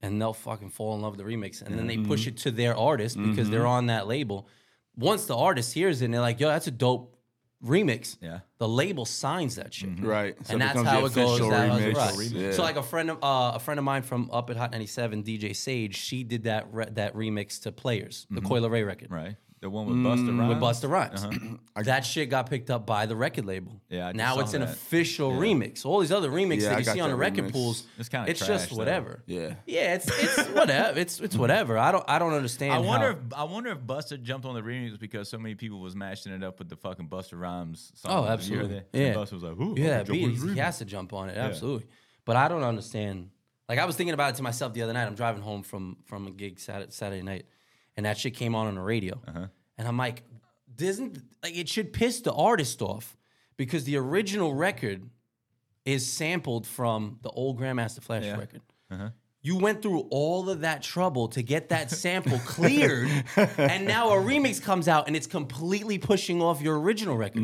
S4: and they'll fucking fall in love with the remix and then they push it to their artist because they're on that label. Once the artist hears it, and they're like, "Yo, that's a dope remix."
S2: Yeah.
S4: the label signs that shit.
S5: right. So
S4: and that's
S5: becomes
S4: how
S5: the
S4: it goes.
S5: official
S4: That was
S5: remix.
S4: right.
S5: Yeah.
S4: So like a friend of uh, a friend of mine from up at Hot 97, DJ Sage, she did that re- that remix to Players, the Coil Ray record
S2: Right. The one with Buster Rhymes.
S4: Mm, with Busta Rhymes. that shit got picked up by the record label.
S2: Yeah, I just
S4: now
S2: saw
S4: it's an
S2: that.
S4: official remix. All these other remixes
S5: Yeah,
S4: that
S5: I
S4: you
S5: got
S4: see on
S5: that
S4: the record
S5: remix.
S4: pools,
S2: It's kinda
S4: it's
S2: trash,
S4: just
S2: though.
S4: whatever.
S5: yeah.
S4: Yeah, it's it's whatever. It's it's whatever. I don't I don't understand.
S2: I wonder
S4: how-
S2: if I wonder if Buster jumped on the remix because so many people was matching it up with the fucking Buster Rhymes song.
S4: Oh,
S2: You heard
S4: absolutely.
S2: that?
S4: Yeah.
S2: And Buster Mm-hmm. was like, "Ooh,
S4: Yeah,
S2: I'm gonna jump
S4: that beat,
S2: on this
S4: he's- he
S2: remix."
S4: has to jump on it. Absolutely. But I don't understand. Like I was thinking about it to myself the other night. I'm driving home from from a gig Saturday, Saturday night, and that shit came on on the radio, and I'm like, doesn't like it should piss the artist off because the original record is sampled from the old Grandmaster Flash record. You went through all of that trouble to get that sample cleared, and now a remix comes out and it's completely pushing off your original record.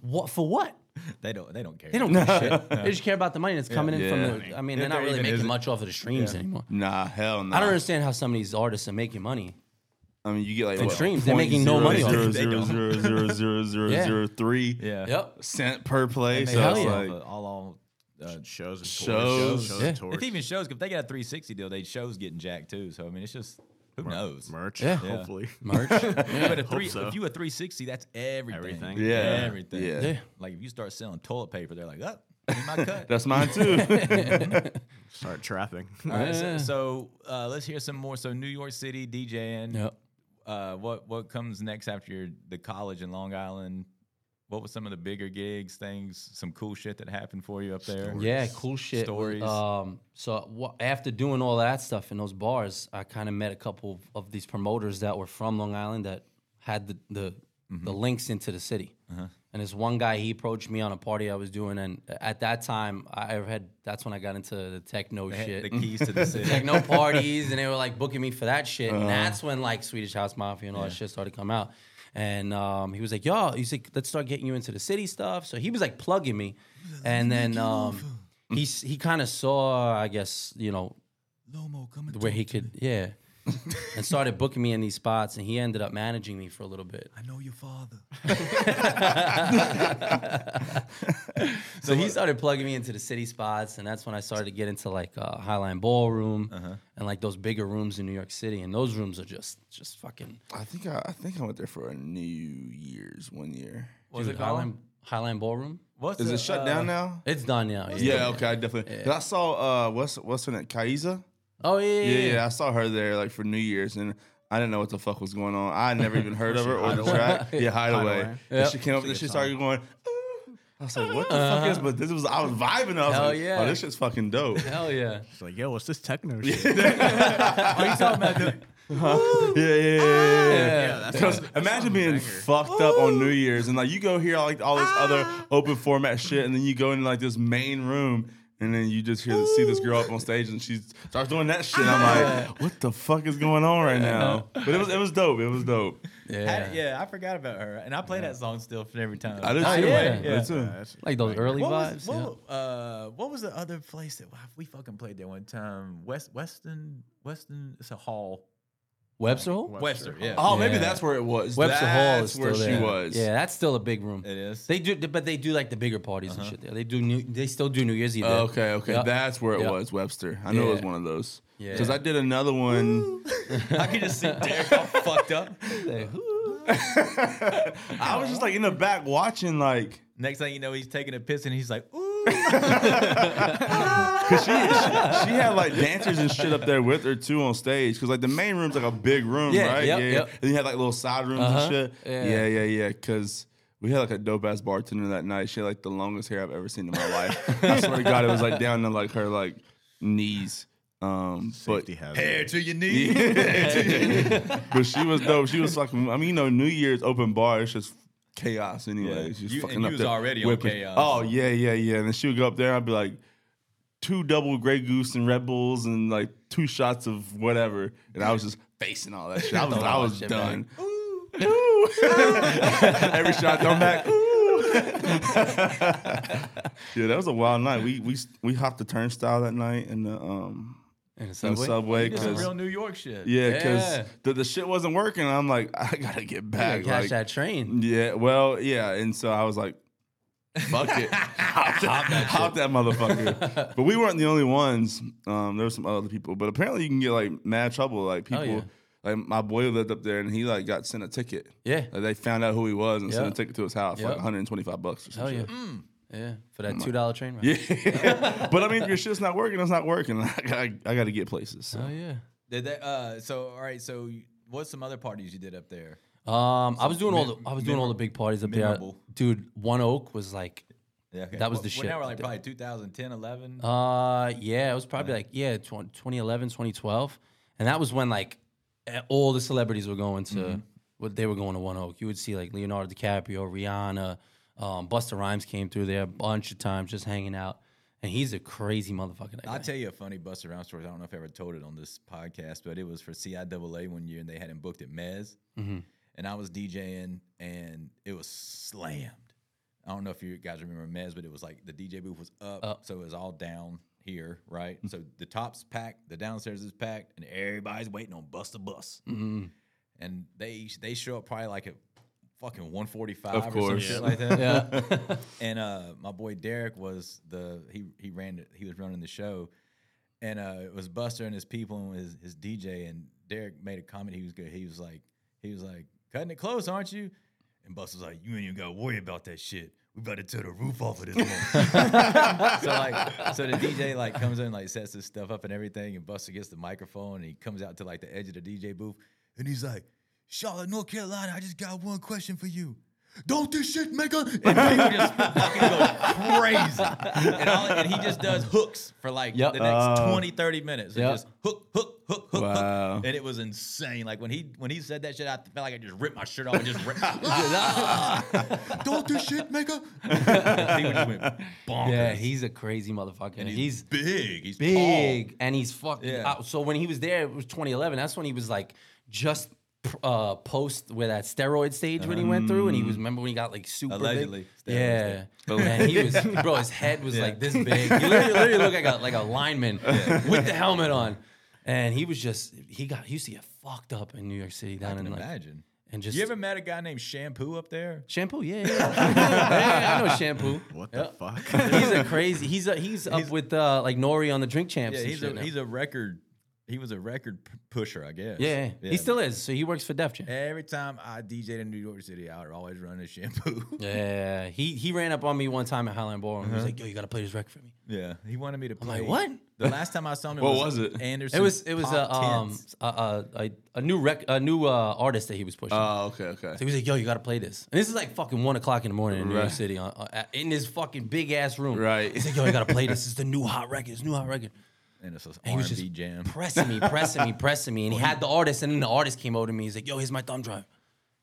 S4: What for what?
S2: They don't. They don't care.
S4: They don't give a shit. They just care about the money that's coming in
S5: Yeah.
S4: from the. I mean, they're
S2: If
S4: not
S2: there
S4: really
S2: even
S4: making
S2: is it.
S4: much off of the streams anymore.
S5: Nah, hell no.
S4: I don't understand how some of these artists are making money.
S5: I mean, you get like what,
S4: streams, they're making no money off
S2: They
S4: it.
S5: Zero zero
S2: don't.
S5: zero zero zero zero zero three
S2: Yeah.
S4: Yep.
S5: cent per play.
S2: They
S5: So
S4: hell
S5: it's
S4: yeah.
S5: like,
S2: all, all uh,
S6: shows and
S5: Shows.
S6: tours. Shows
S4: Yeah.
S6: and tours.
S2: If even shows, if they got a 360 deal, they shows getting jacked too. So I mean, it's just who knows.
S6: Merch.
S4: Yeah.
S6: Hopefully.
S4: Merch.
S2: But a three,
S6: so.
S2: if you a 360, that's everything.
S6: Everything.
S5: yeah,
S2: Everything.
S5: Yeah.
S4: Yeah.
S2: Like if you start selling toilet paper, they're like, oh, give me my cut.
S5: That's mine too.
S6: Start trapping.
S2: All right, so
S4: Yeah.
S2: so, uh, let's hear some more. So New York City DJing.
S4: Yep.
S2: Uh, what what comes next after your, the college in Long Island? What were some of the bigger gigs, things, some cool shit that happened for you up there?
S4: Yeah, cool shit.
S2: Stories.
S4: Um, so wha- after doing all that stuff in those bars, I kind of met a couple of these promoters that were from Long Island that had the the,
S2: Mm-hmm.
S4: the links into the city.
S2: Uh-huh.
S4: And this one guy, he approached me on a party I was doing, and at that time, I had that's when I got into the techno shit.
S2: The keys to the city.
S4: techno parties, and they were like booking me for that shit. and that's when like Swedish House Mafia and all that shit started to come out. And um, he was like, "Yo," he's like, "Let's start getting you into the city stuff." So he was like plugging me, and then um, he s- he kind of saw, I guess, you know,
S2: Lomo coming.
S4: where he could, yeah, and started booking me in these spots. And he ended up managing me for a little bit.
S2: I know your father.
S4: So he started plugging me into the city spots, and that's when I started to get into like uh, Highline Ballroom and like those bigger rooms in New York City. And those rooms are just just fucking
S5: I think I, I think I went there for a New Year's one year.
S2: What's
S4: Dude,
S2: it called?
S4: Highline, Highline Ballroom.
S2: What's
S5: Is
S2: the,
S5: it shut
S2: uh,
S5: down now?
S4: It's done now. Yeah.
S5: Yeah, okay, I definitely. 'cause I saw uh, what's what's her name, Kaiza.
S4: Oh yeah.
S5: Yeah,
S4: Yeah.
S5: yeah,
S4: yeah.
S5: I saw her there like for New Year's, and I didn't know what the fuck was going on. I had never even heard of her or the track. Yeah, Hideaway. And
S4: Yeah.
S5: she came up and she started going. "Ooh." I was like, "What the fuck is?" But this was I was vibing. I was
S4: Hell
S5: like,
S4: yeah.
S5: "Oh, this shit's fucking dope."
S4: Hell yeah.
S6: It's like, yo, what's this techno shit?
S2: Are you talking about the,
S5: Yeah, yeah, yeah, yeah, yeah.
S4: Ah.
S6: that's
S5: Because imagine being fucked up on New Year's and like you go hear like all this
S4: Ah.
S5: other open format shit, and then you go into like this main room. And then you just hear see this girl up on stage and she starts doing that shit. I'm
S4: Ah.
S5: like, what the fuck is going on right now? But it was it was dope. It was dope.
S4: Yeah.
S2: yeah. I forgot about her, and I play that song still for every time.
S5: I did
S4: Oh,
S5: too.
S4: yeah.
S5: Yeah. Me
S6: uh,
S5: too.
S4: Like those early
S2: What was,
S4: vibes.
S2: what,
S4: yeah.
S2: wa- uh, what was the other place that wow, we fucking played there one time? West Weston Weston. It's a hall.
S4: Webster Hall.
S2: Webster. Yeah.
S5: Oh,
S4: Yeah.
S5: maybe that's where it was.
S4: Webster Hall
S5: that's
S4: is
S5: where
S4: still
S5: she
S4: there.
S5: was.
S4: Yeah, that's still a big room.
S2: It is.
S4: They do, but they do like the bigger parties and shit there. They do new. They still do New Year's Eve. there.
S5: Oh, Okay, okay.
S4: Yeah.
S5: That's where it
S4: Yeah.
S5: was, Webster. I knew it was
S4: Yeah.
S5: one of those.
S4: Yeah.
S5: Because I did another one.
S2: I could just sit there all fucked up.
S4: They-
S5: I was just like in the back watching, like,
S2: Next thing you know, he's taking a piss and he's like, ooh.
S5: cause she, she she had like dancers and shit up there with her too on stage, cause like the main room's like a big room,
S4: Yeah,
S5: right?
S4: yep,
S5: yeah,
S4: yep.
S5: And you had like little side rooms
S4: Uh-huh.
S5: and shit.
S4: Yeah.
S5: yeah, yeah, yeah. Cause we had like a dope ass bartender that night. She had like the longest hair I've ever seen in my life. I swear to God, it was like down to like her like knees. Um, but
S6: Safety hazard.
S2: Hair to your knee.
S5: Yeah. but she was dope. She was fucking. I mean, you know, New Year's open bar. It's just chaos anyway.
S2: Yeah.
S5: It's just
S2: You-
S5: fucking
S2: and
S5: up
S2: you was
S5: there
S2: already on
S5: whipping.
S2: chaos.
S5: Oh yeah, yeah, yeah. And then she would go up there. I'd be like, two double Grey Goose and Red Bulls and like two shots of whatever. And I was just facing all that shit. I was, I was
S4: Shit,
S5: done.
S4: man.
S5: Ooh. Every shot I'm back. Ooh. yeah, that was a wild night. We we we hopped the turnstile that night in the um
S4: In the
S5: in the
S4: subway.
S5: subway
S2: It's some
S5: because
S2: real New York shit.
S5: yeah, because
S4: Yeah.
S5: the, the shit wasn't working. I'm like, I gotta get
S4: Yeah,
S5: back.
S4: catch
S5: like,
S4: that train.
S5: yeah, well, yeah. And so I was like, fuck it. Hop that, hop that motherfucker. but we weren't the only ones. Um, there were some other people. But apparently you can get like mad trouble. Like people
S4: Oh, yeah.
S5: like my boy lived up there and he like got sent a ticket.
S4: Yeah.
S5: Like, they found out who he was and sent a
S4: Yeah.
S5: ticket to his house,
S4: Yeah.
S5: like 125 bucks or
S4: Oh
S5: something.
S4: yeah. Yeah. For that two dollar train ride.
S5: Yeah. yeah. but I mean if your shit's not working, it's not working. I gotta, I gotta get places. So.
S4: Oh yeah.
S2: Did that, uh, so, all right. So, you- what's some other parties you did up there?
S4: Um, I was doing all the I was doing all the big parties up there.
S2: memorable.
S4: Dude, One Oak was like,
S2: Yeah, okay.
S4: That was
S2: Well-
S4: the
S2: Well, now
S4: shit.
S2: we're like probably 2010, 11.
S4: uh, yeah, it was probably like yeah, tw- 2011, 2012, and that was when like eh, all the celebrities were going to what they were going to One Oak. You would see like Leonardo DiCaprio, Rihanna, um, Busta Rhymes came through there a bunch of times just hanging out, and he's a crazy motherfucker. That
S2: I'll
S4: guy.
S2: tell you a funny bust around story. I don't know if I ever told it on this podcast, but it was for CIAA one year and they had him booked at Mez. And I was DJing and it was slammed. I don't know if you guys remember Mez, but it was like the DJ booth was up. So it was all down here, right? So the top's packed, the downstairs is packed, and everybody's waiting on bus to bus. And they they show up probably like at fucking 145 or
S5: Of
S2: some
S5: course.
S2: shit like that.
S4: yeah,
S2: And uh, my boy Derek was the he he ran it- he was running the show, and uh, it was Buster and his people and his his DJ. And Derek made a comment. He was good. He was like he was like cutting it close, aren't you? And Buster's like, you ain't even gotta worry about that shit. We about to tear the roof off of this one. so like, so the DJ like comes in, like sets his stuff up and everything, and Buster gets the microphone and he comes out to like the edge of the DJ booth, and he's like, Charlotte, North Carolina, I just got one question for you. Don't this shit make a and people just fucking go crazy. And, all, and he just does hooks for like
S4: Yep.
S2: the next
S5: Oh.
S2: 20, 30 minutes. And
S4: Yep.
S2: just hook, hook, hook, hook,
S5: Wow.
S2: hook. And it was insane. Like when he when he said that shit, I felt like I just ripped my shirt off and just ripped. Don't do shit, maker. he just went bonkers.
S4: yeah, he's a crazy motherfucker. And he's
S2: big. He's
S4: big and he's fucking
S2: Yeah.
S4: out. So when he was there, it was 2011. That's when he was like just uh, post where that steroid stage when he went through, and he was remember when he got like super big?
S2: Mm. Allegedly, steroid
S4: Yeah, man, he was bro. His head was like this big. He literally, literally looked like a like a lineman with the helmet on, and he was just he got he used to get fucked up in New York City down
S2: I can
S4: in like
S2: imagine.
S4: and just
S2: You ever met a guy named Shampoo up there?
S4: shampoo. Yeah, yeah, yeah. Yeah, I know shampoo.
S6: What
S4: Yeah.
S6: the fuck?
S4: He's a crazy. He's a, he's up with uh, like Nori on the Drink Champs.
S2: Yeah,
S4: and
S2: he's
S4: shit
S2: a
S4: now.
S2: he's a record. He was a record p- pusher, I guess.
S4: Yeah, he still is. So he works for Def Jam.
S2: Every time I DJed in New York City, I would always run a shampoo.
S4: Yeah, he he ran up on me one time at Highland Ballroom. He was like, "Yo, you gotta play this record for me."
S2: yeah, he wanted me to play.
S4: like, "What?"
S2: The last time I saw him, it
S5: What
S2: was, uh,
S5: was it?
S2: Anderson.
S4: It was it was a
S2: Pop
S4: um
S2: Tents.
S4: a a, a, a new rec a new uh, artist that he was pushing.
S5: Oh, okay, okay.
S4: so he was like, "Yo, you gotta play this." And this is like fucking one o'clock in the morning in New York
S5: Right.
S4: City, on, uh, in his fucking big ass room.
S5: Right.
S4: He's like, "Yo, you gotta play this. It's the new hot record. It's the new hot record."
S2: and it's an
S4: he
S2: R
S4: was
S2: and B
S4: just
S2: jam.
S4: Pressing me, pressing me, pressing me, and he had the artist, and then the artist came over to me. He's like, "Yo, here's my thumb drive."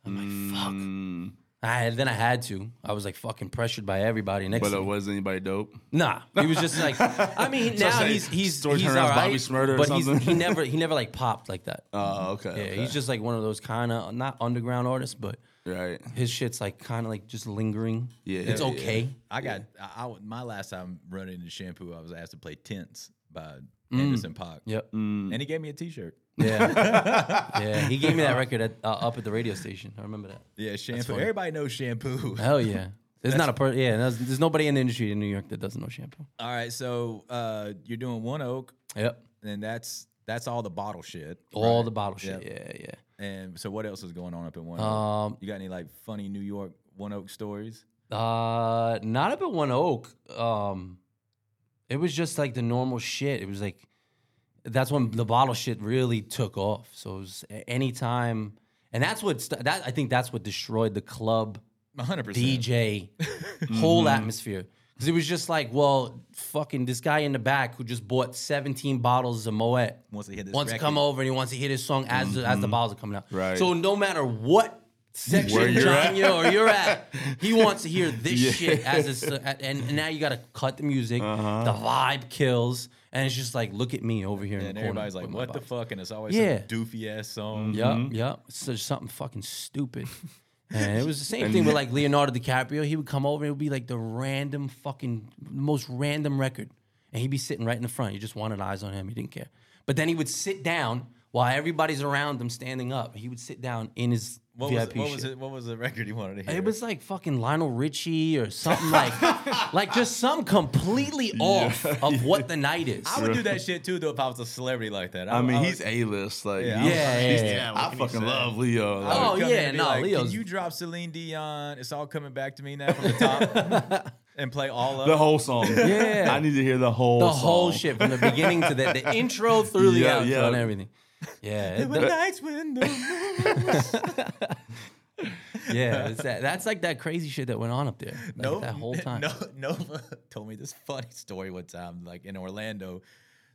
S4: I'm like, "Fuck."
S5: Mm.
S4: I then I had to. I was like fucking pressured by everybody. Next,
S5: But
S4: thing-
S5: uh, was anybody dope?
S4: Nah, he was just like. I mean, now
S5: like
S4: he's he's he's all
S5: story turnaround's
S4: right,
S5: Bobby Smurda or
S4: but he's,
S5: something.
S4: he never he never like popped like that.
S5: Oh, okay.
S4: yeah,
S5: okay.
S4: he's just like one of those kind of not underground artists, but
S5: right.
S4: his shit's like kind of like just lingering.
S5: Yeah,
S4: it's
S5: yeah.
S4: okay.
S2: I got I, I w- my last time running into shampoo, I was asked to play Tense by Anderson Pop.
S4: Mm. Yep.
S5: Mm.
S2: and he gave me a T-shirt.
S4: Yeah, yeah. He gave me that record at, uh, up at the radio station. I remember that.
S2: Yeah, shampoo.
S4: funny.
S2: Everybody knows shampoo.
S4: Hell yeah. There's not a per- yeah. There's, there's nobody in the industry in New York that doesn't know shampoo.
S2: All right, so uh, you're doing One Oak,
S4: Yep.
S2: and that's That's all the bottle shit.
S4: All
S2: right?
S4: the bottle
S2: Yep.
S4: shit. Yeah, yeah.
S2: And so, what else is going on up in One Oak?
S4: Um,
S2: you got any like funny New York One Oak stories?
S4: Uh, not up at One Oak. Um, it was just like the normal shit. It was like that's when the bottle shit really took off. So it was a- anytime, and that's what st- that I think that's what destroyed the club
S2: One hundred percent.
S4: DJ
S2: Mm-hmm.
S4: whole atmosphere. Because it was just like, well, fucking this guy in the back who just bought 17 bottles of Moet
S2: Once they hit this,
S4: wants to
S2: record. Mm-hmm.
S4: come over and he wants to hear his song as the, as the bottles are coming out.
S5: Right.
S4: So no matter what
S5: Where
S4: section
S5: you're
S4: John
S5: at.
S4: you or you're at, he wants to hear this shit as it's uh, and, and now you got to cut the music.
S2: Uh-huh.
S4: The vibe kills, and it's just like, look at me over here. in
S2: and
S4: the corner
S2: everybody's like,
S4: with my
S2: "What the
S4: bottles."
S2: fuck?" And it's always
S4: Yeah. Mm-hmm.
S2: some doofy ass song.
S4: Yep, yep. It's just something fucking stupid. And it was the same thing with like Leonardo DiCaprio. He would come over and it would be like the random fucking most random record. And he'd be sitting right in the front. You just wanted eyes on him. He didn't care. But then he would sit down while everybody's around him standing up. He would sit down in his
S2: What was
S4: VIP
S2: what
S4: shit.
S2: was it? What was the record you wanted to hear?
S4: It was like fucking Lionel Richie or something like, like just some completely off of what the night is.
S2: I would do that shit too, though, if I was a celebrity like that.
S5: I mean,
S2: would-
S5: he's a list. Like,
S2: uh, Yeah,
S4: yeah,
S5: he's-
S4: yeah,
S5: he's-
S4: yeah,
S6: what
S5: I
S6: can you
S5: fucking
S6: say?
S5: love Leo. Like,
S2: I would
S4: Oh,
S2: come in
S4: yeah,
S2: and be
S4: nah,
S2: like, Can
S4: Leo's-
S2: you drop Celine Dion? It's all coming back to me now from the top, and play all of
S5: the
S2: it.
S5: whole song.
S4: Yeah.
S5: I need to hear the whole.
S4: the whole
S5: song.
S4: shit from the beginning to the, the intro through the
S5: Yeah,
S4: outro
S5: yeah.
S4: and everything. Yeah, it-
S2: There were nights when the moon was-
S4: yeah, it's that, that's like that crazy shit that went on up there. Like,
S2: No,
S4: that whole time.
S2: No, Nova told me this funny story one time. Like in Orlando,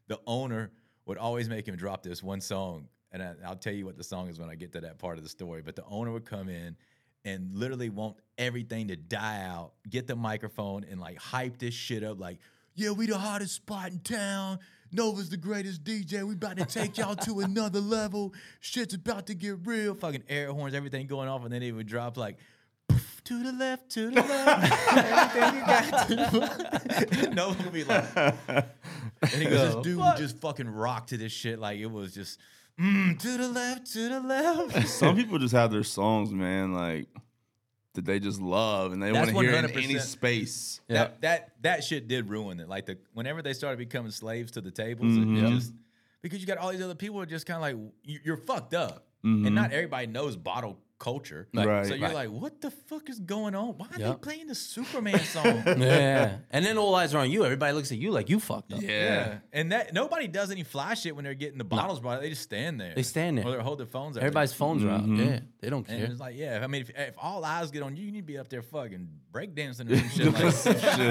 S2: the owner would always make him drop this one song, and I, I'll tell you what the song is when I get to that part of the story. But the owner would come in and literally want everything to die out, get the microphone, and like hype this shit up. Like, yeah, we the hottest spot in town. Nova's the greatest DJ. We about to take y'all to another level. Shit's about to get real. Fucking air horns, everything going off, and then they would drop like poof, to the left, to the left. Everything you got to the left. No one would be like, and he goes, this dude just fucking rocked to this shit. Like it was just mm, to the left, to the left.
S5: Some people just have their songs, man. Like that they just love and they want
S2: That's
S5: to hear it in
S2: 100%.
S5: any space.
S2: That that that shit did ruin it. Like the whenever they started becoming slaves to the tables, it- it,
S4: Mm-hmm.
S2: just because you got all these other people who are just kind of like you- you're fucked up,
S4: Mm-hmm.
S2: and not everybody knows bottle culture.
S5: Right.
S2: So you're like, what the fuck is going on? Why are they
S4: Yep.
S2: playing the Superman song?
S4: Yeah, and then all eyes are on you. Everybody looks at you like you fucked up.
S5: Yeah.
S2: Yeah. And that nobody does any fly shit when they're getting the bottles brought. They just stand there.
S4: They stand there.
S2: Or they hold their phones. out.
S4: Everybody's phones are out. Yeah, they don't
S2: And
S4: care.
S2: it's like, yeah. I mean, if, if all eyes get on you, you need to be up there fucking breakdancing or some shit.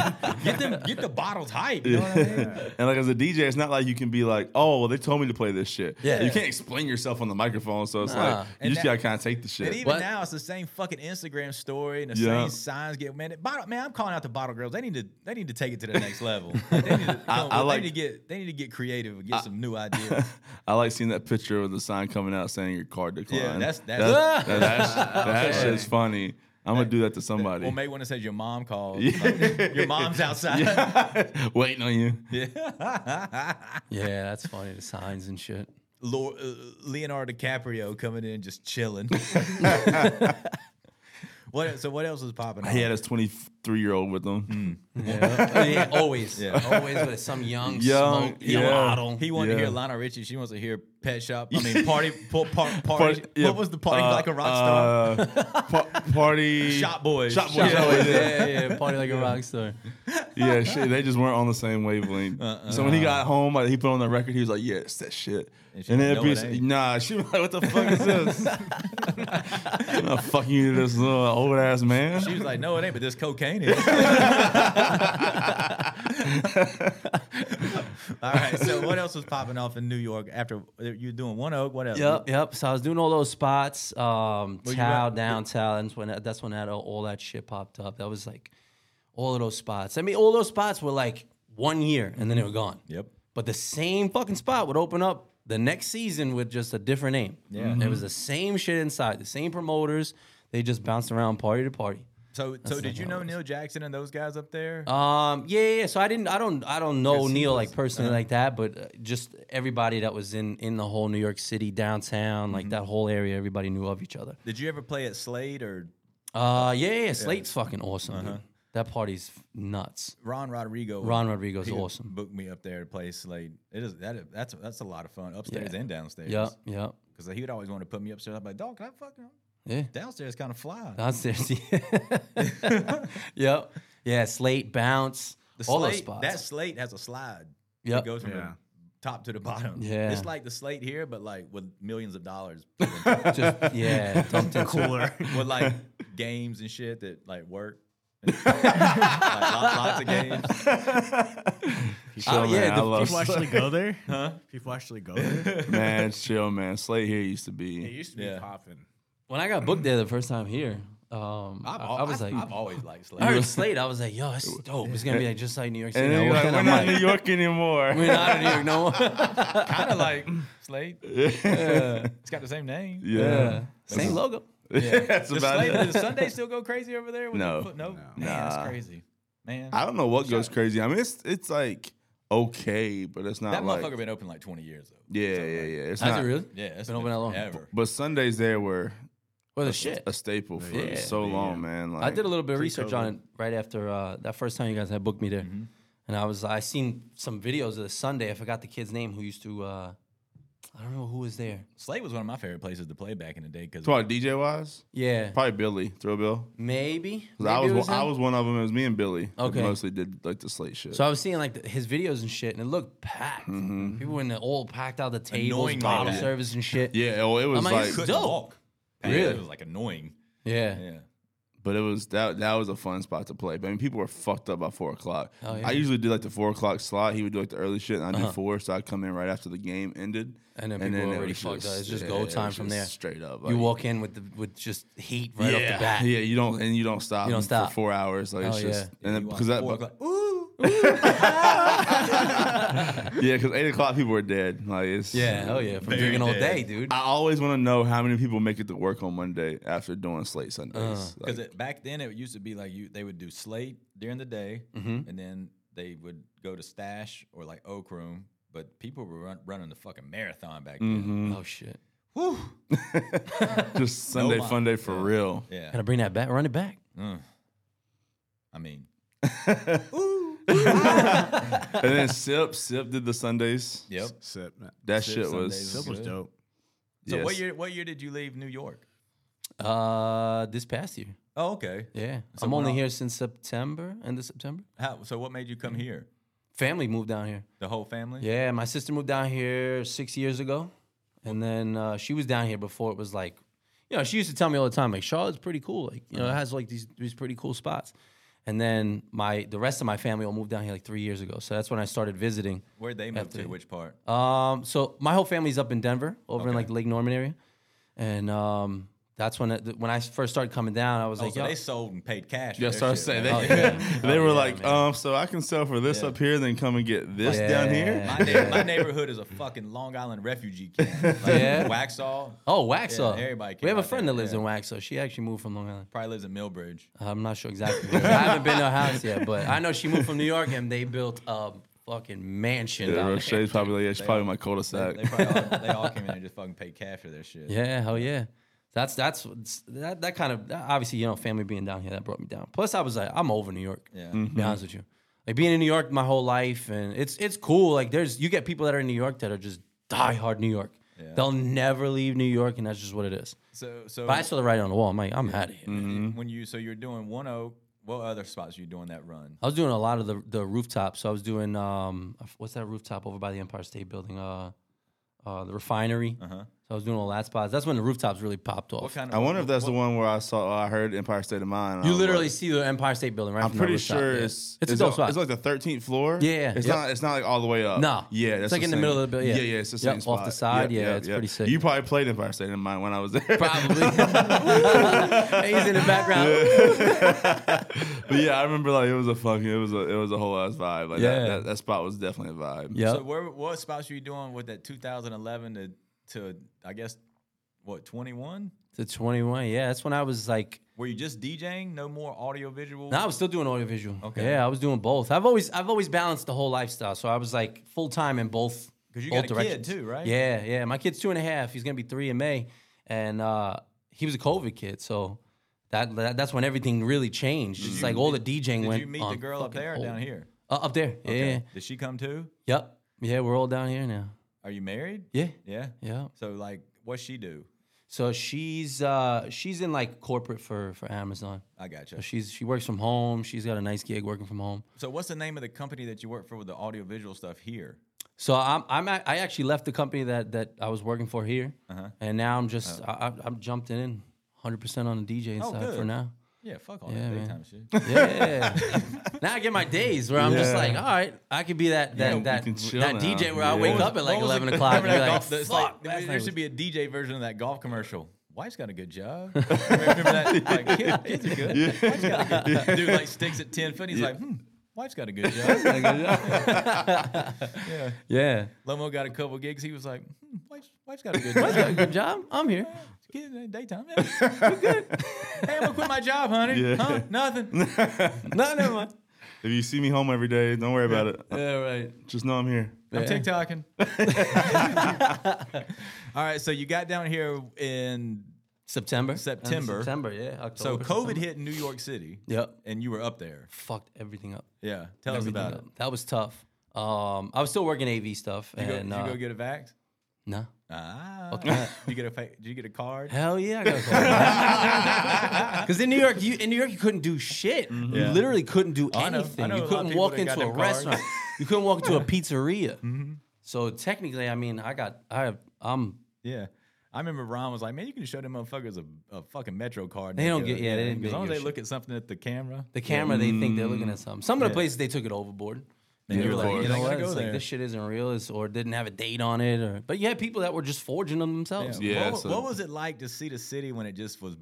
S2: Oh, Like, get them, get the bottles hype. You know what I mean?
S5: And like as a DJ, it's not like you can be like, oh, well, they told me to play this shit.
S4: Yeah.
S5: You can't explain yourself on the microphone, so it's
S4: Nah.
S5: like you
S2: And
S5: just
S2: that-
S5: gotta kind of take the shit.
S2: And even
S4: What?
S2: now, it's the same fucking Instagram story and the
S5: Yeah.
S2: same signs get man. it- Bottle, man, I'm calling out the bottle girls. They need to they need to take it to the next level. Like, they need to, no,
S5: I
S2: they
S5: like-
S2: need to get they need to get creative and get some new ideas.
S5: I like seeing that picture with the sign coming out saying your card declined.
S2: Yeah, that's- that's-
S5: that, that's- that shit's funny. I'm gonna do that to somebody.
S2: Well, maybe when it says your mom called, your mom's outside.
S5: Waiting on you.
S4: Yeah, that's funny. The signs and shit.
S2: Lor- uh, Leonardo DiCaprio coming in just chilling. what? So what else was popping?
S5: He
S2: off?
S5: had his 23 year old with him.
S2: Hmm.
S4: Yeah, yeah always,
S2: Yeah.
S4: always with some young,
S5: Young,
S4: smoke, young
S5: yeah.
S4: model.
S2: He wanted to hear
S5: Yeah.
S2: Lionel Richie. She wants to hear Pet Shop. I mean, party, po- par- party.
S5: Party- yeah,
S2: What was the party
S5: uh,
S2: like a rock star?
S5: uh, pa- party.
S2: Shop Boys.
S5: Shop Boys.
S4: yeah,
S5: Shop Boys, yeah.
S4: yeah, yeah, party like a rock star.
S5: Yeah, shit, they just weren't on the same wavelength.
S2: Uh-uh.
S5: So when he got home, like he put on the record, he was like, "Yeah, it's that shit."
S2: And
S5: And,
S2: she
S5: then
S2: was like, "No, it ain't."
S5: Beast, nah, she was like, "What the fuck is this?" I'm not fucking you, to this little old ass man.
S2: She was like, "No, it ain't." But this cocaine is. All right. So what else was popping off in New York after uh, you were doing One Oak? What else?
S4: Yep, yep. So I was doing all those spots, um,
S2: you
S4: Tao,
S2: went-
S4: downtown. That's when that's when that all that shit popped up. That was like all of those spots. I mean, all those spots were like one year and then they were gone.
S2: Yep.
S4: But the same fucking spot would open up the next season with just a different name. Yeah.
S2: Mm-hmm.
S4: It was the same shit inside, the same promoters. They just bounced around party to party.
S2: So so did
S4: not
S2: you
S4: how
S2: know
S4: it is.
S2: Neil Jackson and those guys up there?
S4: Um, yeah, yeah. yeah. So I didn't, I don't, I don't know
S2: Yes, he
S4: Neil
S2: was- Uh-huh.
S4: like personally like that, but uh, just everybody that was in in the whole New York City downtown,
S2: Mm-hmm.
S4: like that whole area, everybody knew of each other.
S2: did you ever play at Slade or?
S4: Uh, yeah, yeah. Slate's fucking awesome. dude. That party's nuts.
S2: Ron Rodrigo. would-
S4: Ron Rodrigo's
S2: he would
S4: awesome.
S2: Book me up there to play Slade. It is that. That's that's a lot of fun upstairs
S4: Yeah.
S2: and downstairs.
S4: Yep, yep,
S2: Because he would always want to put me upstairs. I'm like, dog, can I fucking
S4: yeah.
S2: downstairs? Kind of fly.
S4: Downstairs, yeah. yep, yeah. Slate bounce,
S2: The
S4: all
S2: slate,
S4: those spots.
S2: That slate has a slide.
S4: Yep.
S2: It goes from
S6: Yeah.
S2: the top to the bottom.
S4: Yeah.
S2: It's like the slate here, but like with millions of dollars.
S4: Just, yeah, dumped into it.
S6: Cooler.
S2: with like games and shit that like work. like, lots, lots of games. Oh,
S5: Chill,
S4: yeah,
S5: man. I
S4: the
S5: love
S6: People
S5: Slate.
S6: actually go there? Huh? People actually go there?
S5: man, chill, man. Slate here used to
S6: It
S5: be.
S6: used to be
S2: Yeah.
S6: popping.
S4: When I got booked there the first time here, um, I,
S2: I've,
S4: I was like,
S2: I've always liked slate.
S4: I heard Slate. I was like, yo, it's dope. It's gonna be like just like New York City.
S5: And then
S4: I
S5: you're
S4: walked
S5: like,
S4: in,
S5: we're
S4: I'm
S5: not in
S4: like,
S5: New York anymore.
S4: We're not in New York no more.
S2: kind of like slate.
S5: yeah.
S2: It's got the same name.
S5: yeah.
S4: Same logo.
S5: That's
S2: Does,
S5: about
S2: slate,
S5: it.
S2: does Sunday still go crazy over there? With
S5: No.
S2: The foot? no, Man, that's crazy. Man,
S5: I don't know what goes crazy. I mean, it's it's like okay, but it's not
S2: that
S5: like
S2: motherfucker been open like 20 years though.
S5: yeah, yeah, yeah. It's
S4: Has
S5: not.
S4: it really?
S2: Yeah, it's
S4: Been open that long?
S2: Ever.
S5: But Sundays there were
S4: Well, the shit.
S5: a staple for
S4: Yeah.
S5: so long, man. Like
S4: I did a little bit of research on it right after uh, that first time you guys had booked me there,
S5: Mm-hmm.
S4: and I was I seen some videos of the Sunday. I forgot the kid's name who used to. Uh, I don't know who was there.
S2: Slate was one of my favorite places to play back in the day because
S5: Talking DJ wise,
S4: Yeah,
S5: probably Billy Thrill Bill.
S4: maybe.
S5: 'Cause I
S4: Maybe
S5: was,
S4: it
S5: one-
S4: him.
S5: I was one of them. It was me and Billy. that
S4: Okay.
S5: mostly did like the slate shit.
S4: So I was seeing like the, his videos and shit, and it looked packed.
S5: Mm-hmm.
S4: People were in the all packed out the tables,
S2: Annoyingly
S4: bottle
S2: packed.
S4: service and shit.
S5: yeah, oh, it was
S4: I'm like,
S5: like,
S4: it's
S2: couldn't
S4: dope.
S2: walk.
S4: Really?
S2: it was like annoying.
S4: Yeah.
S2: Yeah,
S5: but it was that that was a fun spot to play. But I mean, people were fucked up by four o'clock.
S4: Oh, yeah. Uh-huh.
S5: I usually did like the four o'clock slot. He would do like the early shit, and I would do four. So I'd come in right after the game ended,
S4: And then people were
S5: it
S4: already
S5: was
S4: fucked up. It's just
S5: yeah,
S4: go
S5: it was
S4: time from
S5: just
S4: there.
S5: Straight up,
S4: You
S5: like-
S4: walk in with the with just heat right off the bat.
S5: Yeah, you don't and you don't stop.
S4: You don't stop.
S5: for four hours. Like it's
S4: Oh,
S5: just
S4: yeah.
S5: and then,
S2: You watch
S5: because that
S2: four
S5: but-
S2: o'clock, Ooh,
S5: yeah because eight o'clock people are dead. Like it's
S4: Yeah, oh yeah, from
S2: Very
S4: drinking all
S2: dead.
S4: day, dude.
S5: I always want to know how many people make it to work on Monday after doing slate
S4: Uh,
S5: Sundays.
S2: Because
S5: Like,
S2: back then it used to be like you, they would do slate during the day,
S4: Mm-hmm.
S2: and then they would go to stash or like oak room. But people were run, running the fucking marathon back then.
S4: Oh shit.
S5: just Sunday
S2: lie.
S5: fun day for real.
S2: Yeah,
S4: Gotta bring that back, run it back.
S2: I mean,
S5: And then Sip Sip did the Sundays.
S2: yep.
S6: Sip. man.
S5: That
S2: Sip
S5: shit
S2: Sundays
S5: was
S6: Sip was
S2: Good.
S6: dope.
S2: So what
S5: yes.
S2: year? What year did you leave New York?
S4: Uh, this past year.
S2: Oh, okay.
S4: Yeah,
S2: So
S4: I'm
S2: we're
S4: only
S2: all-
S4: here since September, end of September.
S2: How, so what made you come here?
S4: Family moved down here.
S2: The whole family?
S4: Mm-hmm. Yeah, my sister moved down here six years ago, and then uh, she was down here before it was like, you know, she used to tell me all the time like Charlotte's pretty cool, like you know, it has like these these pretty cool spots. And then my the rest of my family all moved down here like three years ago, so that's when I started visiting.
S2: Where'd they move to?
S4: After-
S2: Which part?
S4: Um, so my whole family's up in Denver, over in
S2: Okay.
S4: like the Lake Norman area, and um, that's when it, when I first started coming down, I was
S2: oh,
S4: like,
S2: so
S4: yo,
S2: they sold and paid cash. for
S5: Yeah,
S2: their
S5: so I
S2: shit,
S5: was saying
S2: right?
S5: they,
S4: Oh, yeah.
S5: they
S4: Oh,
S5: were
S4: yeah,
S5: like,
S2: uh,
S4: man.
S5: um, so I can sell for this up here, then come and get this
S4: Yeah.
S5: down here.
S2: My, neigh- my neighborhood is a fucking Long Island refugee camp. Like,
S4: Yeah.
S2: Waxall
S4: oh Waxhaw.
S2: Yeah, everybody
S4: we
S2: came
S4: have a
S2: out
S4: friend
S2: there,
S4: that lives
S2: yeah.
S4: in Waxhaw. She actually moved from Long Island. Uh,
S2: probably lives in Millbridge.
S4: I'm not sure exactly. Where. I haven't been to her house yet, but I know she moved from New York and they built a fucking mansion.
S5: Yeah,
S4: down there.
S5: Roche's probably like, yeah, it's probably my cul-de-sac.
S2: They, probably all, they all came in and just fucking paid cash for their shit.
S4: Uh, Yeah, hell yeah. That's that's that that kind of obviously you know family being down here that brought me down. Plus I was like I'm over New York.
S2: Yeah. Mm-hmm.
S4: to be honest with you, like being in New York my whole life and it's it's cool. Like there's you get people that are in New York that are just diehard New York. They'll never leave New York and that's just what it is.
S2: So so
S4: But I Mm-hmm. saw the writing on the wall. I'm like I'm out of here.
S2: Mm-hmm. when you so you're doing one oak, what other spots are you doing that run?
S4: I was doing a lot of the the rooftop. So I was doing um what's that rooftop over by the Empire State Building? Uh, uh the refinery. Uh-huh. So I was doing all that spots. That's when the rooftops really popped off.
S2: What kind of
S5: I wonder if that's the one where I saw, oh, I heard Empire State of Mind. and
S4: you
S5: I was
S4: literally
S5: like-
S4: see the Empire State Building right
S5: I'm
S4: from
S5: pretty
S4: the rooftop.
S5: sure
S4: yeah.
S5: it's
S4: it's a dope spot.
S5: It's like the 13th floor.
S4: Yeah,
S5: it's
S4: yeah.
S5: not. It's not like all the way up.
S4: No.
S5: yeah,
S4: It's
S5: that's
S4: like in the
S5: same-
S4: middle of the building, yeah.
S5: Yeah, yeah, it's the
S4: Yep,
S5: same
S4: off
S5: spot.
S4: the side, yeah, it's pretty sick.
S5: You probably played Empire State in mine when I was there.
S4: Probably. And he's in the background.
S5: but yeah, I remember like it was a fucking, it was a, it was a whole ass vibe. Like
S4: Yeah.
S5: that, that, that spot was definitely a vibe.
S4: Yeah.
S2: so where what spots are you doing with that 2011 to to I guess what 21?
S4: To 21. Yeah, that's when I was like,
S2: Were you just DJing? No more audio visual.
S4: no, I was still doing audiovisual.
S2: Okay.
S4: Yeah, I was doing both. I've always I've always balanced the whole lifestyle. So I was like full time in both.
S2: 'Cause you
S4: both
S2: got a kid
S4: directions.
S2: too, right?
S4: Yeah, yeah. My kid's two and a half. He's gonna be three in May, and uh, he was a COVID kid, so. that, that that's when everything really changed. It's like all the DJing
S2: Did
S4: went.
S2: you meet the
S4: on
S2: girl up
S4: fucking
S2: there or
S4: hold.
S2: down here?
S4: Uh, up there. Yeah.
S2: Did she come too?
S4: Yep. Yeah, we're all down here now.
S2: Are you married?
S4: Yeah.
S2: Yeah.
S4: Yeah.
S2: So like, what's she do?
S4: So she's uh she's in like corporate for for Amazon.
S2: I got
S4: So
S2: you.
S4: she's she works from home. She's got a nice gig working from home.
S2: So what's the name of the company that you work for with the audiovisual stuff here?
S4: So I'm I'm ac- I actually left the company that that I was working for here,
S2: Uh-huh.
S4: and now I'm just I, I, I'm jumped in 100 percent on the DJ
S2: Oh,
S4: side for
S2: good.
S4: now.
S2: Yeah, fuck all
S4: Yeah,
S2: that big
S4: man.
S2: time shit.
S4: Yeah. now I get my days where I'm just
S5: Yeah.
S4: like, all right, I could be that
S5: Yeah,
S4: that
S5: we
S4: that,
S5: can chill
S4: that
S5: now.
S4: DJ where I
S5: Yeah.
S4: wake up at like
S2: What was
S4: 11
S2: it-
S4: o'clock and
S2: remember
S4: be
S2: that
S4: like,
S2: golf- it's
S4: fuck.
S2: like,
S4: last
S2: there
S4: night
S2: should be
S4: was-
S2: a DJ version of that golf commercial. Wife's got a good job. remember that? Like, kid, kids are good. Wife's got a good Dude like sticks at ten foot. He's like, hmm, wife's got a good job.
S4: yeah.
S2: Lomo got a couple gigs. He was like, hmm, wife's, wife's got a good job.
S4: Good job. I'm here.
S2: Kid, uh, daytime. Yeah, we're good. hey, I'm gonna quit my job, honey.
S5: Yeah.
S2: Huh? Nothing.
S4: No, never mind.
S5: If you see me home every day, don't worry about it.
S4: Yeah, right.
S5: Just know I'm here.
S2: I'm TikToking. All right, so you got down here in
S4: September. End of
S2: September.
S4: September, yeah.
S2: so
S4: October,
S2: COVID
S4: September.
S2: hit in New York City,
S4: Yep.
S2: and you were up there.
S4: Fucked everything up.
S2: Yeah, tell
S4: Everything
S2: us about
S4: up. That was tough. Um, I was still working AV stuff.
S2: it. You go,
S4: and
S2: did you
S4: uh,
S2: go get a vax?
S4: no.
S2: Ah,
S4: Okay.
S2: you get a fa- did you get a card?
S4: Hell yeah, I got COVID. Because in New York, you in New York you couldn't do shit. You
S2: Mm-hmm. Yeah. Oh,
S4: literally couldn't do
S2: I know- I
S4: anything.
S2: know a lot
S4: you
S2: of
S4: couldn't
S2: people
S4: walk
S2: that got
S4: into a
S2: them Mm-hmm. cards.
S4: restaurant. you couldn't walk into a pizzeria. So technically, I mean, I got I have I'm
S2: Yeah. I remember Ron was like, "Man, you can show them motherfuckers a, a fucking Metro card."
S4: They don't get- yeah, they didn't
S2: As
S4: get
S2: long as
S4: your
S2: they
S4: shit.
S2: look at something at the camera,
S4: the camera. They think they're
S2: Mm.
S4: looking at something. Some of the places they took it overboard.
S2: And
S4: They
S2: you
S4: were
S2: were
S4: like,
S2: like,
S4: you
S2: "You're
S4: know
S2: not
S4: what?
S2: gonna
S4: It's
S2: go
S4: like
S2: there."
S4: this shit isn't real, it's, or didn't have a date on it, or but you had people that were just forging them themselves.
S5: Yeah,
S2: what, wa-
S5: so-
S2: what was it like to see the city when it just was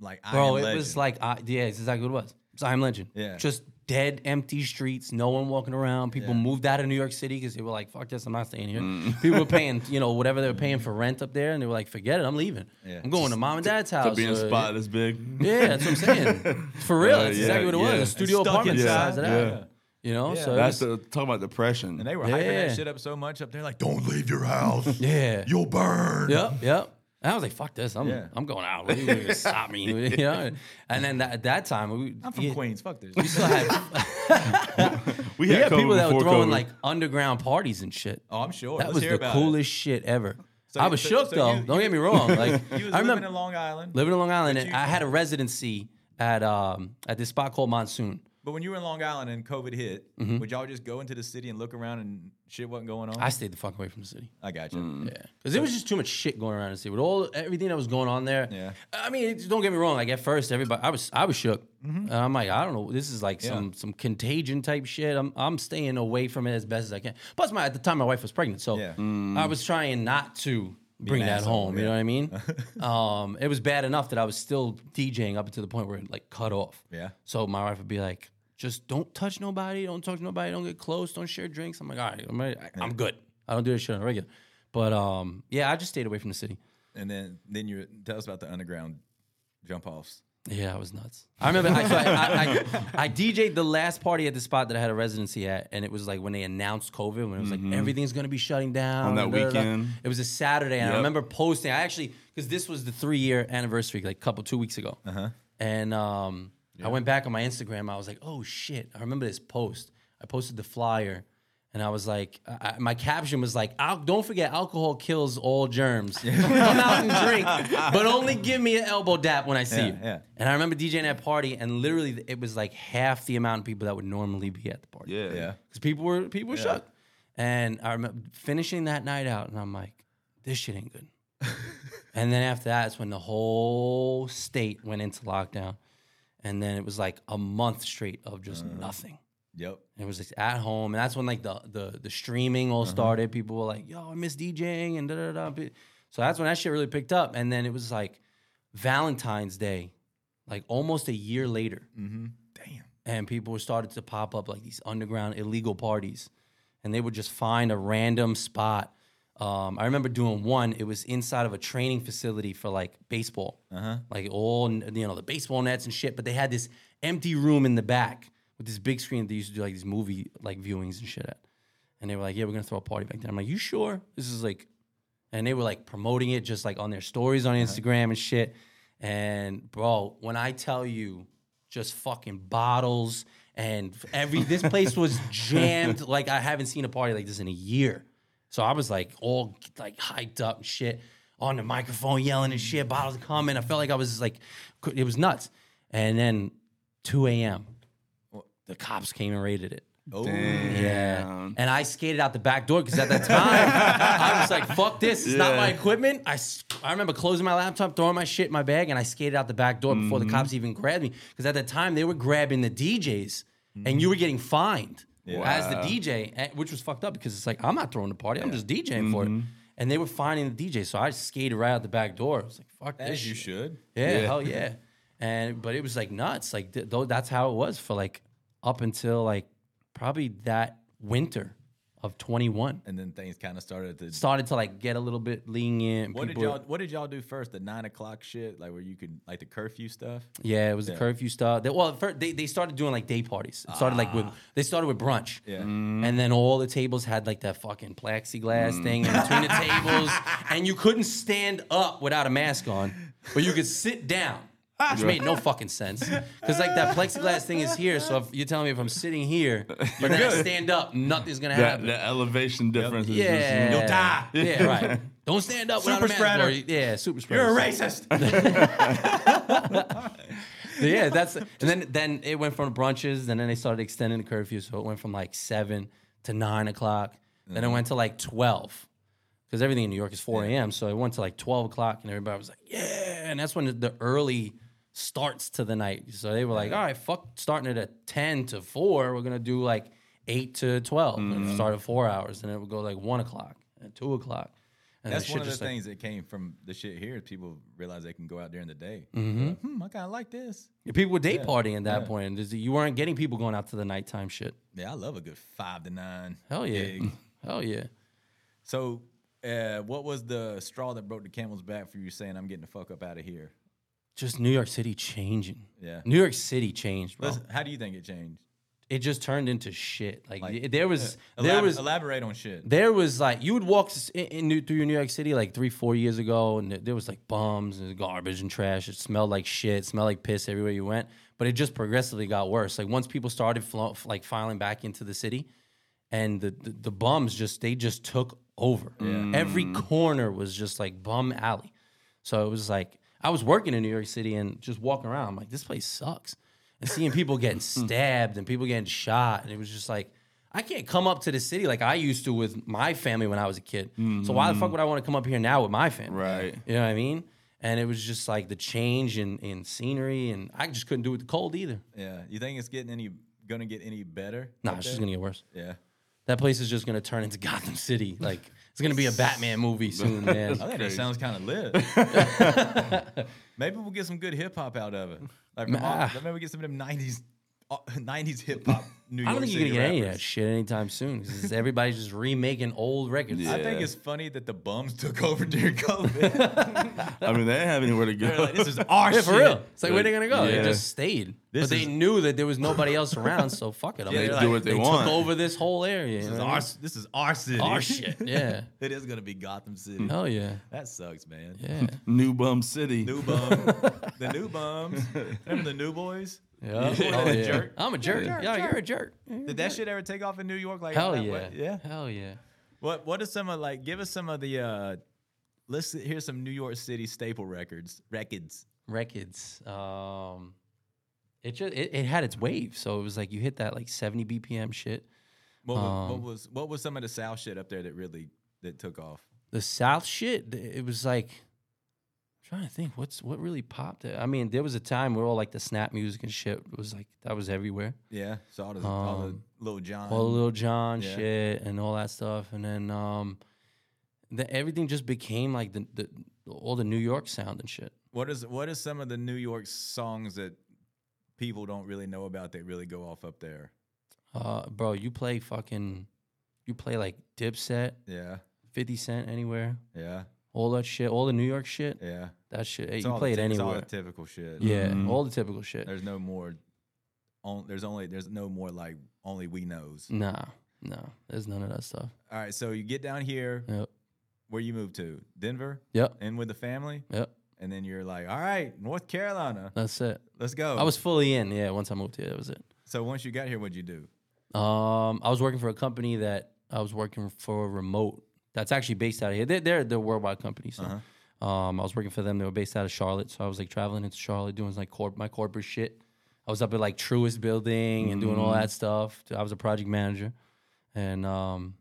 S2: like, I am
S4: Bro, it
S2: legend?
S4: was like, I, yeah, it's exactly what it was. It's I Am Legend.
S2: Yeah.
S4: Just dead, empty streets, no one walking around. People
S2: Yeah. Mm.
S4: moved out of New York City because they were like, fuck this, I'm not staying here. People were paying, you know, whatever they were paying for rent up there, and they were like, forget it, I'm leaving.
S2: Yeah.
S4: I'm going to mom and dad's house.
S5: To be in a
S4: or-
S5: spot this big.
S4: Yeah, that's what I'm saying. For real,
S5: Uh,
S4: that's
S5: yeah,
S4: exactly what it was.
S5: yeah.
S4: A studio
S2: Stuck
S4: apartment
S2: inside,
S4: size of that. You know, so it
S5: That's
S4: was-
S5: the, talking about depression.
S2: And they were hyping
S4: Yeah.
S2: that shit up so much up there, like, don't leave your house.
S4: yeah.
S2: You'll burn.
S4: Yep, yep. And I was like, "Fuck this! I'm
S2: Yeah.
S4: I'm going out. What are you gonna stop me?" You know. And then that, at that time, we,
S2: I'm from
S4: yeah,
S2: Queens. Fuck this.
S4: We still had we
S5: we had
S4: had
S5: COVID
S4: people that were
S5: before
S4: throwing
S5: COVID.
S4: like underground parties and shit.
S2: Oh, I'm sure.
S4: that
S2: Let's
S4: was
S2: hear
S4: the
S2: about it.
S4: coolest shit ever.
S2: So
S4: I
S2: you-
S4: was
S2: so-
S4: shook
S2: so
S4: though.
S2: you-
S4: Don't
S2: you-
S4: get me wrong.
S2: You
S4: Like
S2: was
S4: I
S2: living
S4: remember
S2: in Long Island.
S4: living in Long Island,
S2: But
S4: and
S2: you-
S4: I had a residency at um at this spot called Monsoon.
S2: But when you were in Long Island and COVID hit, would y'all just go into the city and look around and shit wasn't going on?
S4: Mm-hmm. I stayed the fuck away from the city.
S2: I got you.
S4: Yeah, because it was just too much shit going around in the city with all everything that was going on there.
S2: Yeah.
S4: I mean, it's- don't get me wrong. Like at first, everybody, I was, I was shook.
S2: Mm-hmm.
S4: And I'm like, I don't know. This is like some some contagion type shit. I'm, I'm staying away from it as best as I can. Plus, my at the time, my wife was pregnant, so
S2: Yeah.
S4: I was trying not to bring
S2: an
S4: that
S2: asshole,
S4: home. You know
S2: yeah.
S4: what I mean? um, it was bad enough that I was still DJing up until the point where it like cut off.
S2: Yeah.
S4: So my wife would be like, just don't touch nobody, don't talk to nobody, don't get close, don't share drinks. I'm like, all right, I'm, ready. I, I'm good. I don't do this shit on the regular. But um, yeah, I just stayed away from the city.
S2: And then then you tell us about the underground jump offs.
S4: Yeah, I was nuts. I remember I, so I, I, I, I DJ'd the last party at the spot that I had a residency at, and it was like when they announced COVID, when it was like everything's gonna be shutting down.
S5: On that
S4: da, da, da.
S5: weekend.
S4: It was a Saturday, and I
S5: Yep.
S4: remember posting. I actually, because this was the three year anniversary, like a couple, two weeks ago.
S5: Uh-huh.
S4: And um, I went back on my Instagram. I was like, oh shit, I remember this post. I posted the flyer. And I was like, I, I- my caption was like, Al- "Don't forget, alcohol kills all germs. Come out and drink, but only give me an elbow dap when I see
S2: Yeah,
S4: you."
S2: yeah.
S4: And I remember DJing at a party, and literally it was like half the amount of people that would normally be at the party.
S5: yeah.
S2: Yeah.
S4: because people were people were shook. And I remember finishing that night out, and I'm like, this shit ain't good. and then after that, it's when the whole state went into lockdown, and then it was like a month straight of just nothing.
S2: Yep.
S4: And it was just at home, and that's when like the the the streaming all started. People were like, "Yo, I miss DJing," and da da da. Pe- So that's when that shit really picked up. And then it was like Valentine's Day, like almost a year later,
S2: Damn.
S4: and people were started to pop up like these underground illegal parties, and they would just find a random spot. Um, I remember doing one. It was inside of a training facility for like baseball, like all you know the baseball nets and shit. But they had this empty room in the back with this big screen that they used to do like these movie like viewings and shit at. And they were like, "Yeah, we're gonna throw a party back there." I'm like, "You sure?" This is like and they were like promoting it just like on their stories on Instagram and shit. And bro, when I tell you, just fucking bottles and every this place was jammed like I haven't seen a party like this in a year. So I was like all like hyped up and shit on the microphone yelling and shit. Bottles coming. I felt like I was like it was nuts. And then 2 a.m. The cops came and raided it. Oh, Yeah.
S2: Um,
S4: And I skated out the back door because at that time I was like, fuck this. It's not my equipment. I, s- I remember closing my laptop, throwing my shit in my bag, and I skated out the back door before
S2: Mm-hmm.
S4: the cops even grabbed me. Because at that time they were grabbing the DJs and you were getting fined as the DJ, eh, which was fucked up because it's like, I'm not throwing the party. I'm just DJing for it.
S2: Mm-hmm.
S4: And they were finding the DJ. So I skated right out the back door. I was like, fuck this.
S2: As you
S4: shit.
S2: should.
S4: Yeah, hell yeah. And but it was like nuts. Like th- though that's how it was for like up until like probably that winter of 21.
S2: And then things kind of started to.
S4: Started to like get a little bit lenient.
S2: What did
S4: People-
S2: y'all What did y'all do first? The nine o'clock shit, like where you could like the curfew stuff.
S4: Yeah, it was the curfew stuff. They, well, first, they, they started doing like day parties. It started like with they started with brunch.
S2: Ah. Yeah.
S4: And then all the tables had like that fucking plexiglass
S2: Mm.
S4: thing in between the tables, and you couldn't stand up without a mask on, but you could sit down, which
S2: Ah.
S4: made no fucking sense because like that plexiglass thing is here. So if you're telling me if I'm sitting here, but then I stand up, nothing's gonna
S5: That,
S4: happen.
S5: that elevation difference is
S4: yeah,
S5: just
S4: Yeah, right. Don't stand up without
S2: Super
S4: a mask. or-
S2: spreader.
S4: Yeah, super spreader.
S2: You're a racist.
S4: yeah, that's and then then it went from brunches, and then they started extending the curfew, so it went from like seven to nine o'clock. Then
S2: Mm-hmm.
S4: it went to like twelve, because everything in New York is four a.m. So it went to like twelve o'clock, and everybody was like, "Yeah!" And that's when the, the early starts to the night. So they were like, "All right, fuck, starting it at ten to four, we're gonna do like eight to 12 and
S2: Mm-hmm.
S4: start at four hours, and it would go like one o'clock and two o'clock." And
S2: That's
S4: the
S2: one of
S4: shit
S2: the
S4: just, like,
S2: things that came from the shit here. is People realize they can go out during the day.
S4: Mm-hmm.
S2: Like, hmm, I kind of like this.
S4: people were day partying at that point, and just- you weren't getting people going out to the nighttime shit.
S2: Yeah, I love a good five to nine.
S4: Hell yeah.
S2: gig.
S4: Hell yeah.
S2: So, uh, what was the straw that broke the camel's back for you saying I'm getting the fuck up out of here?
S4: Just New York City changing.
S2: Yeah.
S4: New York City changed, bro.
S2: Listen, how do you think it changed?
S4: it just turned into shit. Like,
S2: Like-
S4: y- there was there
S2: Elab-
S4: was
S2: elaborate on shit.
S4: there was like you would walk s- in, in New, through New York City like three four years ago, and th- there was like bums and garbage and trash. It smelled like shit. It smelled like piss everywhere you went. But it just progressively got worse. Like once people started flo- f- like filing back into the city, and the, the the bums just they just took over. Every
S2: Mm.
S4: corner was just like bum alley. So it was like I was working in New York City and just walking around. I'm like, this place sucks. And seeing people getting
S5: Hmm.
S4: stabbed and people getting shot. And it was just like, I can't come up to the city like I used to with my family when I was a kid. So why the fuck would I want to come up here now with my family?
S5: Mm-hmm. Right.
S4: You know what I mean? And it was just like the change in, in scenery, and I just couldn't do it with the cold either.
S2: Yeah, you think it's getting any gonna get any better?
S4: Nah,
S2: up
S4: it's just
S2: there?
S4: gonna get worse.
S2: Yeah,
S4: That place is just gonna turn into Gotham City. Like it's gonna be a Batman movie soon, man.
S2: I think that
S5: Crazy.
S2: sounds kind of lit. maybe we'll get some good hip hop out of it. Like from all,
S4: Nah.
S2: maybe we get some of them '90s, uh, '90s hip hop. New
S4: I don't
S2: York
S4: think you're gonna
S2: City
S4: get any of
S2: rappers.
S4: that shit anytime soon because everybody's just remaking old records.
S5: Yeah.
S2: I think it's funny that the bums took over during COVID.
S5: I mean, they didn't have anywhere to
S2: They're
S5: go.
S2: like, this is our
S4: Yeah,
S2: shit.
S4: for real. It's like, where they gonna go?
S5: Yeah.
S4: They just stayed.
S2: This
S4: but they
S2: is-
S4: knew that there was nobody else around, so fuck it. I
S2: Yeah,
S4: mean,
S2: they're
S5: do
S2: like,
S5: what they,
S4: they
S5: want.
S4: took over this whole area. You
S2: This is
S4: know what I
S2: our,
S4: mean?
S2: this is our city.
S4: Our shit. Yeah.
S2: It is gonna be Gotham City.
S4: Hell yeah.
S2: That sucks, man.
S4: Yeah.
S5: New Bum City.
S2: New bum, the new bums. Remember the new boys?
S4: Yeah.
S2: a jerk.
S4: I'm a jerk.
S2: jerk,
S4: yeah,
S2: jerk.
S4: you're a jerk. You're a
S2: Did that
S4: jerk.
S2: shit ever take off in New York? Like
S4: Hell
S2: that
S4: yeah.
S2: way? yeah.
S4: Hell yeah.
S2: What what is some of like give us some of the uh let's hear some New York City staple records. Records.
S4: Records. Um, it just it, it had its wave, so it was like you hit that like 70 BPM shit.
S2: What, wa- what
S4: Um,
S2: was what was some of the South shit up there that really that took off?
S4: the South shit, th- it was like I'm trying to think what's what really popped. It. I mean, there was a time where all like the snap music and shit was like that was everywhere.
S2: Yeah. So all the, all the
S4: Um,
S2: little John.
S4: All the Little John
S2: yeah.
S4: shit and all that stuff, and then um, the, everything just became like the, the all the New York sound and shit.
S2: what is what is some of the New York songs that people don't really know about that really go off up there?
S4: Uh, bro, you play fucking, you play like Dipset,
S2: Yeah.
S4: Fifty Cent anywhere,
S2: Yeah.
S4: all that shit, all the New York shit.
S2: Yeah.
S4: That shit, hey,
S2: It's
S4: you
S2: all
S4: play
S2: the,
S4: it
S2: ty- it's all
S4: anywhere.
S2: the typical shit.
S4: yeah, all the typical shit.
S2: There's no more on, there's only there's no more like only we knows.
S4: Nah, nah, there's none of that stuff.
S2: All right, so you get down here
S4: Yep,
S2: where you moved to, Denver,
S4: yep,
S2: and with the family.
S4: yep.
S2: and then you're like, all right, North Carolina,
S4: That's it.
S2: let's go.
S4: I was fully in. Yeah, once I moved here, that was it.
S2: so once you got here, what'd you do?
S4: Um, I was working for a company that I was working for remote. That's actually based out of here. They're they're, they're a worldwide company. So, um, I was working for them. They were based out of Charlotte. So I was like traveling into Charlotte, doing like corp my corporate shit. I was up at like Truist Building and doing all that stuff. I was a project manager, and um,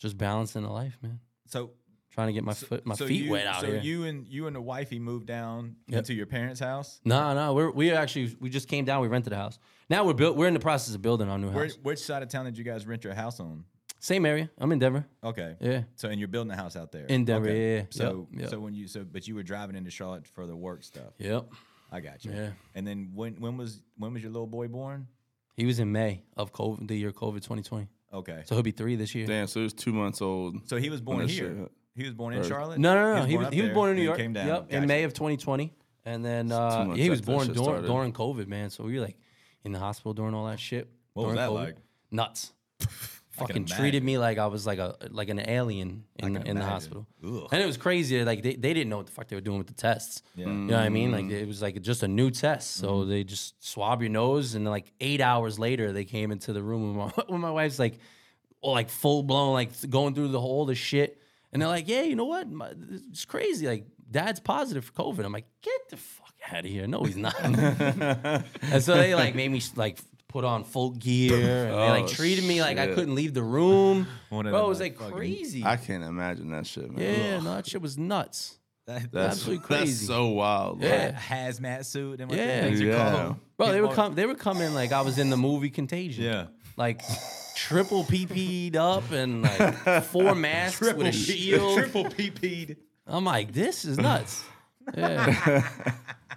S4: just balancing the life, man.
S2: So
S4: Trying to get my foot my
S2: so
S4: feet
S2: you,
S4: wet out
S2: so
S4: here.
S2: you and you and the wifey moved down into your parents' house.
S4: no, no, we're, we actually we just came down. We rented a house. Now we're built. We're in the process of building our new house.
S2: Where, which side of town did you guys rent your house on?
S4: Same area. I'm in Denver.
S2: Okay.
S4: Yeah.
S2: So and you're building a house out there
S4: In Denver, yeah, yeah, yeah.
S2: So
S4: Yep, yep.
S2: so when you so but you were driving into Charlotte for the work stuff.
S4: Yep.
S2: I got you.
S4: Yeah.
S2: And then when when was when was your little boy born?
S4: He was in May of COVID, the year COVID 2020.
S2: Okay.
S4: So he'll be three this year.
S5: Damn, so he was two months old.
S2: So he was born
S5: that
S2: here.
S5: shit.
S2: He was born in
S5: Or-
S2: Charlotte.
S4: No, no, no. He was,
S2: up
S4: he was
S2: there
S4: born
S2: and
S4: in New
S2: he
S4: York.
S2: Came down.
S4: Yep,
S2: Gotcha.
S4: in May of 2020. And then uh,
S5: months
S4: yeah, he was
S5: after that
S4: born
S5: shit
S4: during,
S5: started.
S4: during COVID, man. So we were like in the hospital during all that shit.
S2: What was that
S4: during COVID.
S2: like?
S4: Nuts.
S2: I can
S4: Fucking treated
S2: imagine.
S4: me like I was like a like an alien in,
S2: can
S4: the, in the
S2: imagine.
S4: hospital.
S2: Ugh.
S4: And it was crazy. Like they, they didn't know what the fuck they were doing with the tests.
S2: Yeah. Mm. Mm-hmm.
S4: You know what I mean? Like it was like just a new test. So they just swab your nose, and then like eight hours later, they came into the room with my, with my wife's like, all like full blown, like th- going through the whole the shit. And they're like, yeah, you know what? My, it's crazy. Like dad's positive for COVID. I'm like, get the fuck out of here. No, he's not. and so they like made me like put on full gear. And they
S5: Oh,
S4: like treated me like I
S5: shit.
S4: couldn't leave the room.
S2: One
S4: Bro,
S2: of
S4: it
S2: them,
S4: was
S2: like,
S4: like
S2: fucking-
S4: crazy.
S5: I can't imagine that shit, man.
S4: yeah,
S5: Ugh.
S4: no, that shit was nuts.
S2: That,
S5: that's
S4: absolutely
S5: That's
S4: crazy.
S5: so wild. bro.
S4: Yeah.
S2: hazmat suit and what
S4: Yeah.
S2: yeah. things you
S5: Yeah.
S2: call them.
S4: Bro, they
S2: People
S4: were
S2: are-
S4: come. They were coming like I was in the movie Contagion.
S2: Yeah.
S4: like triple PP'd up and like four masks with a shield.
S2: Triple PP'd.
S4: I'm like, this is nuts. Yeah.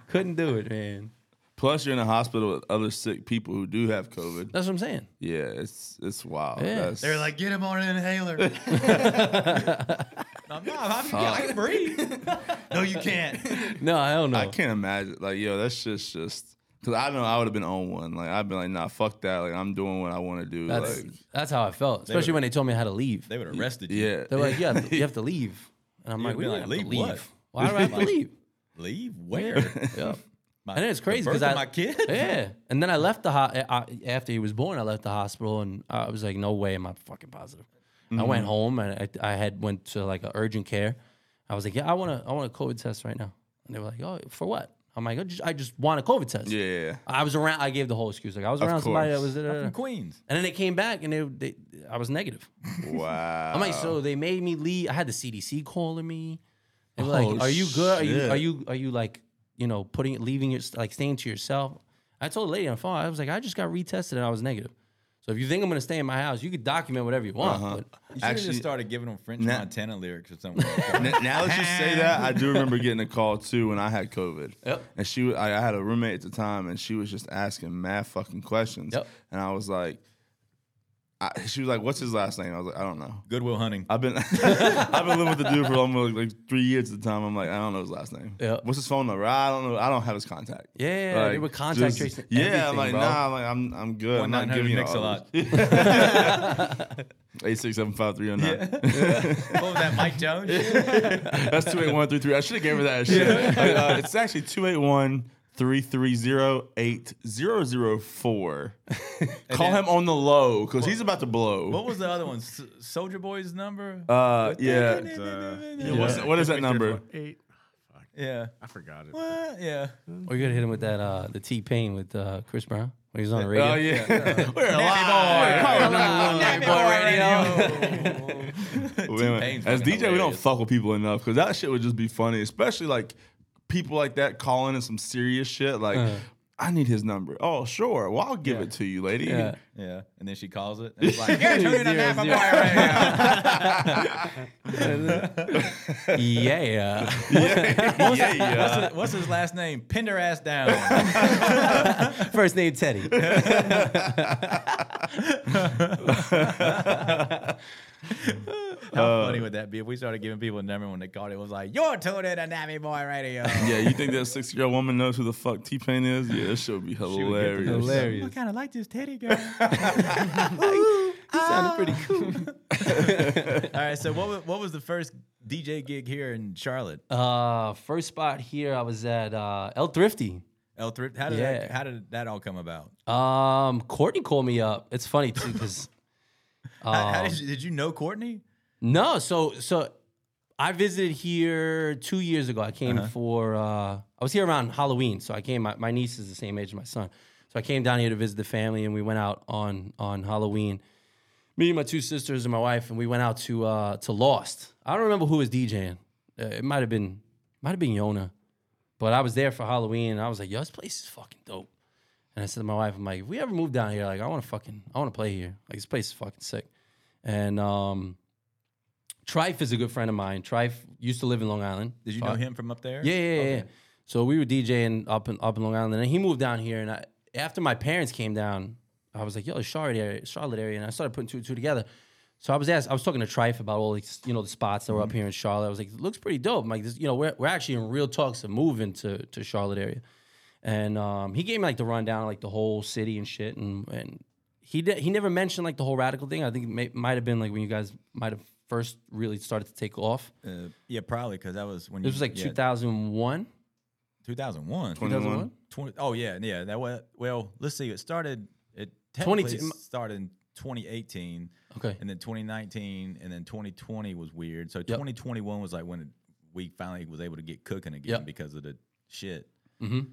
S4: Couldn't do it, man.
S5: Plus, you're in a hospital with other sick people who do have COVID.
S4: That's what I'm saying.
S5: Yeah, it's it's wild.
S4: Yeah.
S5: That's,
S2: They're like, get him on an inhaler. I'm not. I'm, I can breathe. no, you can't.
S4: No, I don't know.
S5: I can't imagine. Like, yo, that's just just because I know I would have been on one. Like, I've been like, nah, fuck that. Like, I'm doing what I want to do.
S4: that's
S5: like,
S4: that's how I felt, especially
S2: were-
S4: when they told me how to leave.
S2: They would have arrested you.
S5: yeah.
S4: They're like, yeah, you have to leave, and I'm
S2: You'd
S4: like, we
S2: be
S4: don't
S2: like,
S4: have to
S2: "Leave what?"
S4: leave. Why do I have to leave?
S2: Leave where?
S4: Yeah.
S2: My,
S4: And it's
S2: the
S4: crazy
S2: birth
S4: because
S2: of
S4: I
S2: my kid.
S4: Yeah, and then I left the ho- I, after he was born. I left the hospital, and I was like, "No way, am I fucking positive?"
S2: Mm-hmm.
S4: I went home, and I, I had went to like an urgent care. I was like, "Yeah, I want to, I want a COVID test right now," and they were like, "Oh, for what?" I'm like, "I just, I just want a COVID test."
S5: Yeah, yeah, yeah.
S4: I was around. I gave the whole excuse. Like I was around somebody that
S5: course.
S4: was.
S2: I'm
S4: there.
S2: from Queens.
S4: And then they came back, and they, they I was negative.
S5: Wow.
S4: I'm like, so
S5: Um,
S4: they made me leave. I had the CDC calling me. They were
S5: Oh,
S4: like, are you good? Are you
S5: shit.
S4: are you are you like you know putting leaving your like staying to yourself? I told the lady on the phone. I was like, I just got retested and I was negative. So if you think I'm gonna stay in my house, you could document whatever you want.
S5: Uh-huh.
S4: But
S2: You should have
S5: Actually-
S2: just started giving them French
S5: Nah.
S2: Montana lyrics or something.
S5: N- now that you say that, I do remember getting a call too when I had COVID.
S4: Yep.
S5: And she, wa- I, I had a roommate at the time, and she was just asking mad fucking questions.
S4: Yep.
S5: And I was like, I, she was like, "What's his last name?" I was like, "I don't know."
S2: Goodwill hunting.
S5: I've been, I've been living with the dude for almost like, like three years at the time. I'm like, I don't know his last name.
S4: Yep.
S5: What's his phone number? I don't know. I don't have his contact.
S4: Yeah, they were contact tracing
S5: Yeah, I'm
S4: everything,
S5: like,
S4: bro.
S5: nah, I'm like, I'm, I'm good. I'm
S2: One
S5: not
S2: nine
S5: giving
S2: hundred
S5: you
S2: mix a lot.
S5: Eight six seven five three zero nine.
S2: What was that, Mike Jones?
S5: That's two eight one three three. I should have gave her that shit. Like, uh, it's actually two eight one three three zero eight zero zero four. Call
S2: then-
S5: him on the low because he's about to blow.
S2: what was the other one? Soldier Boy's number?
S5: uh, yeah.
S6: uh,
S2: yeah.
S5: What's- what is that number?
S6: Eight. Ah,
S2: Yeah.
S6: I forgot it.
S2: Well, yeah.
S4: or you gotta hit him with that uh the T Pain with uh Chris Brown when he was on the radio.
S5: Oh yeah, we're alive.
S2: Boy.
S5: We're alive.
S2: Happy Boy Radio.
S5: Wait a minute.
S2: T-Pain's
S5: As
S2: fucking
S5: DJ, we don't
S2: hilarious.
S5: fuck with people enough because that shit would just be funny, especially like people like that calling in some serious shit. Like,
S2: Uh.
S5: I need his number. Oh, sure. Well, I'll give it to you, lady.
S4: Yeah.
S2: Yeah, and then she calls it. And it's like, yeah, turn it on
S4: Zero,
S2: Happy
S4: zero.
S2: Boy Radio.
S4: yeah.
S5: yeah, yeah.
S2: What's his- What's his last name? Pinder ass down.
S4: First name Teddy.
S2: How funny would that be if we started giving people a number when they called it? It was like, you're tuned in to Happy Boy Radio.
S5: Yeah, you think that six year old woman knows who the fuck T Pain is? Yeah, that should be hilarious.
S2: I kind of like this teddy girl.
S4: Sounded pretty cool.
S2: All right, so what was, what was the first DJ gig here in Charlotte?
S4: Uh, first spot here, I was at uh, El Thrifty.
S2: El Thrift. How did that,
S4: Yeah.
S2: how did that all come about?
S4: Um, Courtney called me up. It's funny too because
S2: How-
S4: Um,
S2: how did, you, did you know Courtney?
S4: no, so so I visited here two years ago. I came for uh, I was here around Halloween, so I came. My, my niece is the same age as my son, so I came down here to visit the family, and we went out on on Halloween. Me and my two sisters and my wife, and we went out to uh, to Lost. I don't remember who was DJing. Uh, it might have been might have been Yona, but I was there for Halloween, and I was like, "Yo, this place is fucking dope." And I said to my wife, "I'm like, if we ever move down here, like, I want to fucking, I want to play here. Like, this place is fucking sick." And um, Trife is a good friend of mine. Trife used to live in Long Island.
S2: Did you know
S4: Fuck.
S2: him from up there?
S4: Yeah, yeah, yeah, yeah. So we were DJing up in up in Long Island, and then he moved down here. And I, after my parents came down, I was like, "Yo, Charlotte area, Charlotte area," and I started putting two and two together. So I was asked, I was talking to Trife about all these, you know, the spots that were up here in Charlotte. I was like, it "Looks pretty dope." I'm like, this, you know, we're we're actually in real talks of moving to to Charlotte area, and um, he gave me like the rundown, of, like the whole city and shit, and and he did, he never mentioned like the whole radical thing. I think it may, might have been like when you guys might have first really started to take off.
S2: Uh, yeah, probably because that was when
S4: This was like 2001.
S2: 2001.
S5: 21.
S2: 20, oh yeah, yeah. That was well. Let's see. It started. It
S4: 22
S2: technically started in 2018,
S4: Okay.
S2: and then 2019, and then 2020 was weird. So 2021 was like when it, we finally was able to get cooking again
S4: Yep.
S2: because of the shit.
S4: Mhm.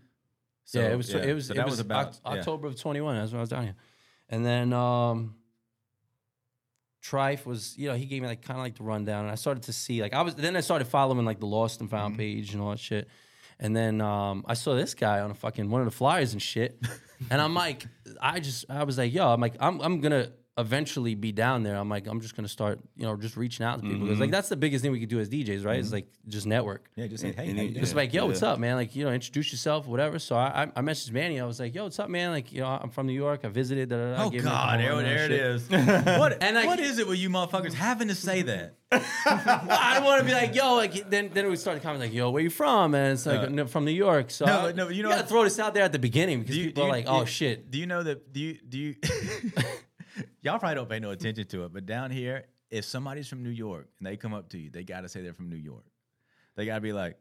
S2: So,
S4: yeah, it was. It was.
S2: so
S4: it
S2: that
S4: was,
S2: was, about
S4: Oct-
S2: yeah.
S4: October of twenty one. That's when I was down here, and then um, Trife was. You know, he gave me like kind of like the rundown, and I started to see like I was. Then I started following like the Lost and
S2: Mm-hmm.
S4: Found page and all that shit, and then um, I saw this guy on a fucking one of the flyers and shit, and I'm like, I just I was like, yo, I'm like, I'm I'm gonna eventually be down there. I'm like, I'm just gonna start, you know, just reaching out to people 'Cause, like that's the biggest thing we could do as DJs, right? Is like just network.
S2: Mm-hmm. Yeah, just say, hey,
S5: and
S2: how
S5: it-
S2: you doing?
S5: it's
S4: It's like, yo, what's up, man? Like, you know, introduce yourself, whatever. So I, I- I messaged Manny. I was like, yo, what's up, man? Like, you know, I'm from New York. I visited. Da, da, da. I
S2: Oh
S4: gave him,
S2: God,
S4: like, the whole
S2: there,
S4: rundown
S2: there it
S4: and shit.
S2: is. what
S4: And I-
S2: what is it with you motherfuckers having to say that?
S4: I don't want to be like, yo, like then then we started commenting like, yo, where you from? And it's like, "No, from New York. So
S2: No,
S4: I-
S2: no, you
S4: you
S2: know
S4: gotta
S2: what-
S4: throw this out there at the beginning because
S2: Do you-
S4: people
S2: do
S4: are
S2: you-
S4: like,
S2: do you-
S4: oh shit,
S2: Do you know that? Do you do you? y'all probably don't pay no attention to it, but down here, if somebody's from New York and they come up to you, they gotta say they're from New York. They gotta be like,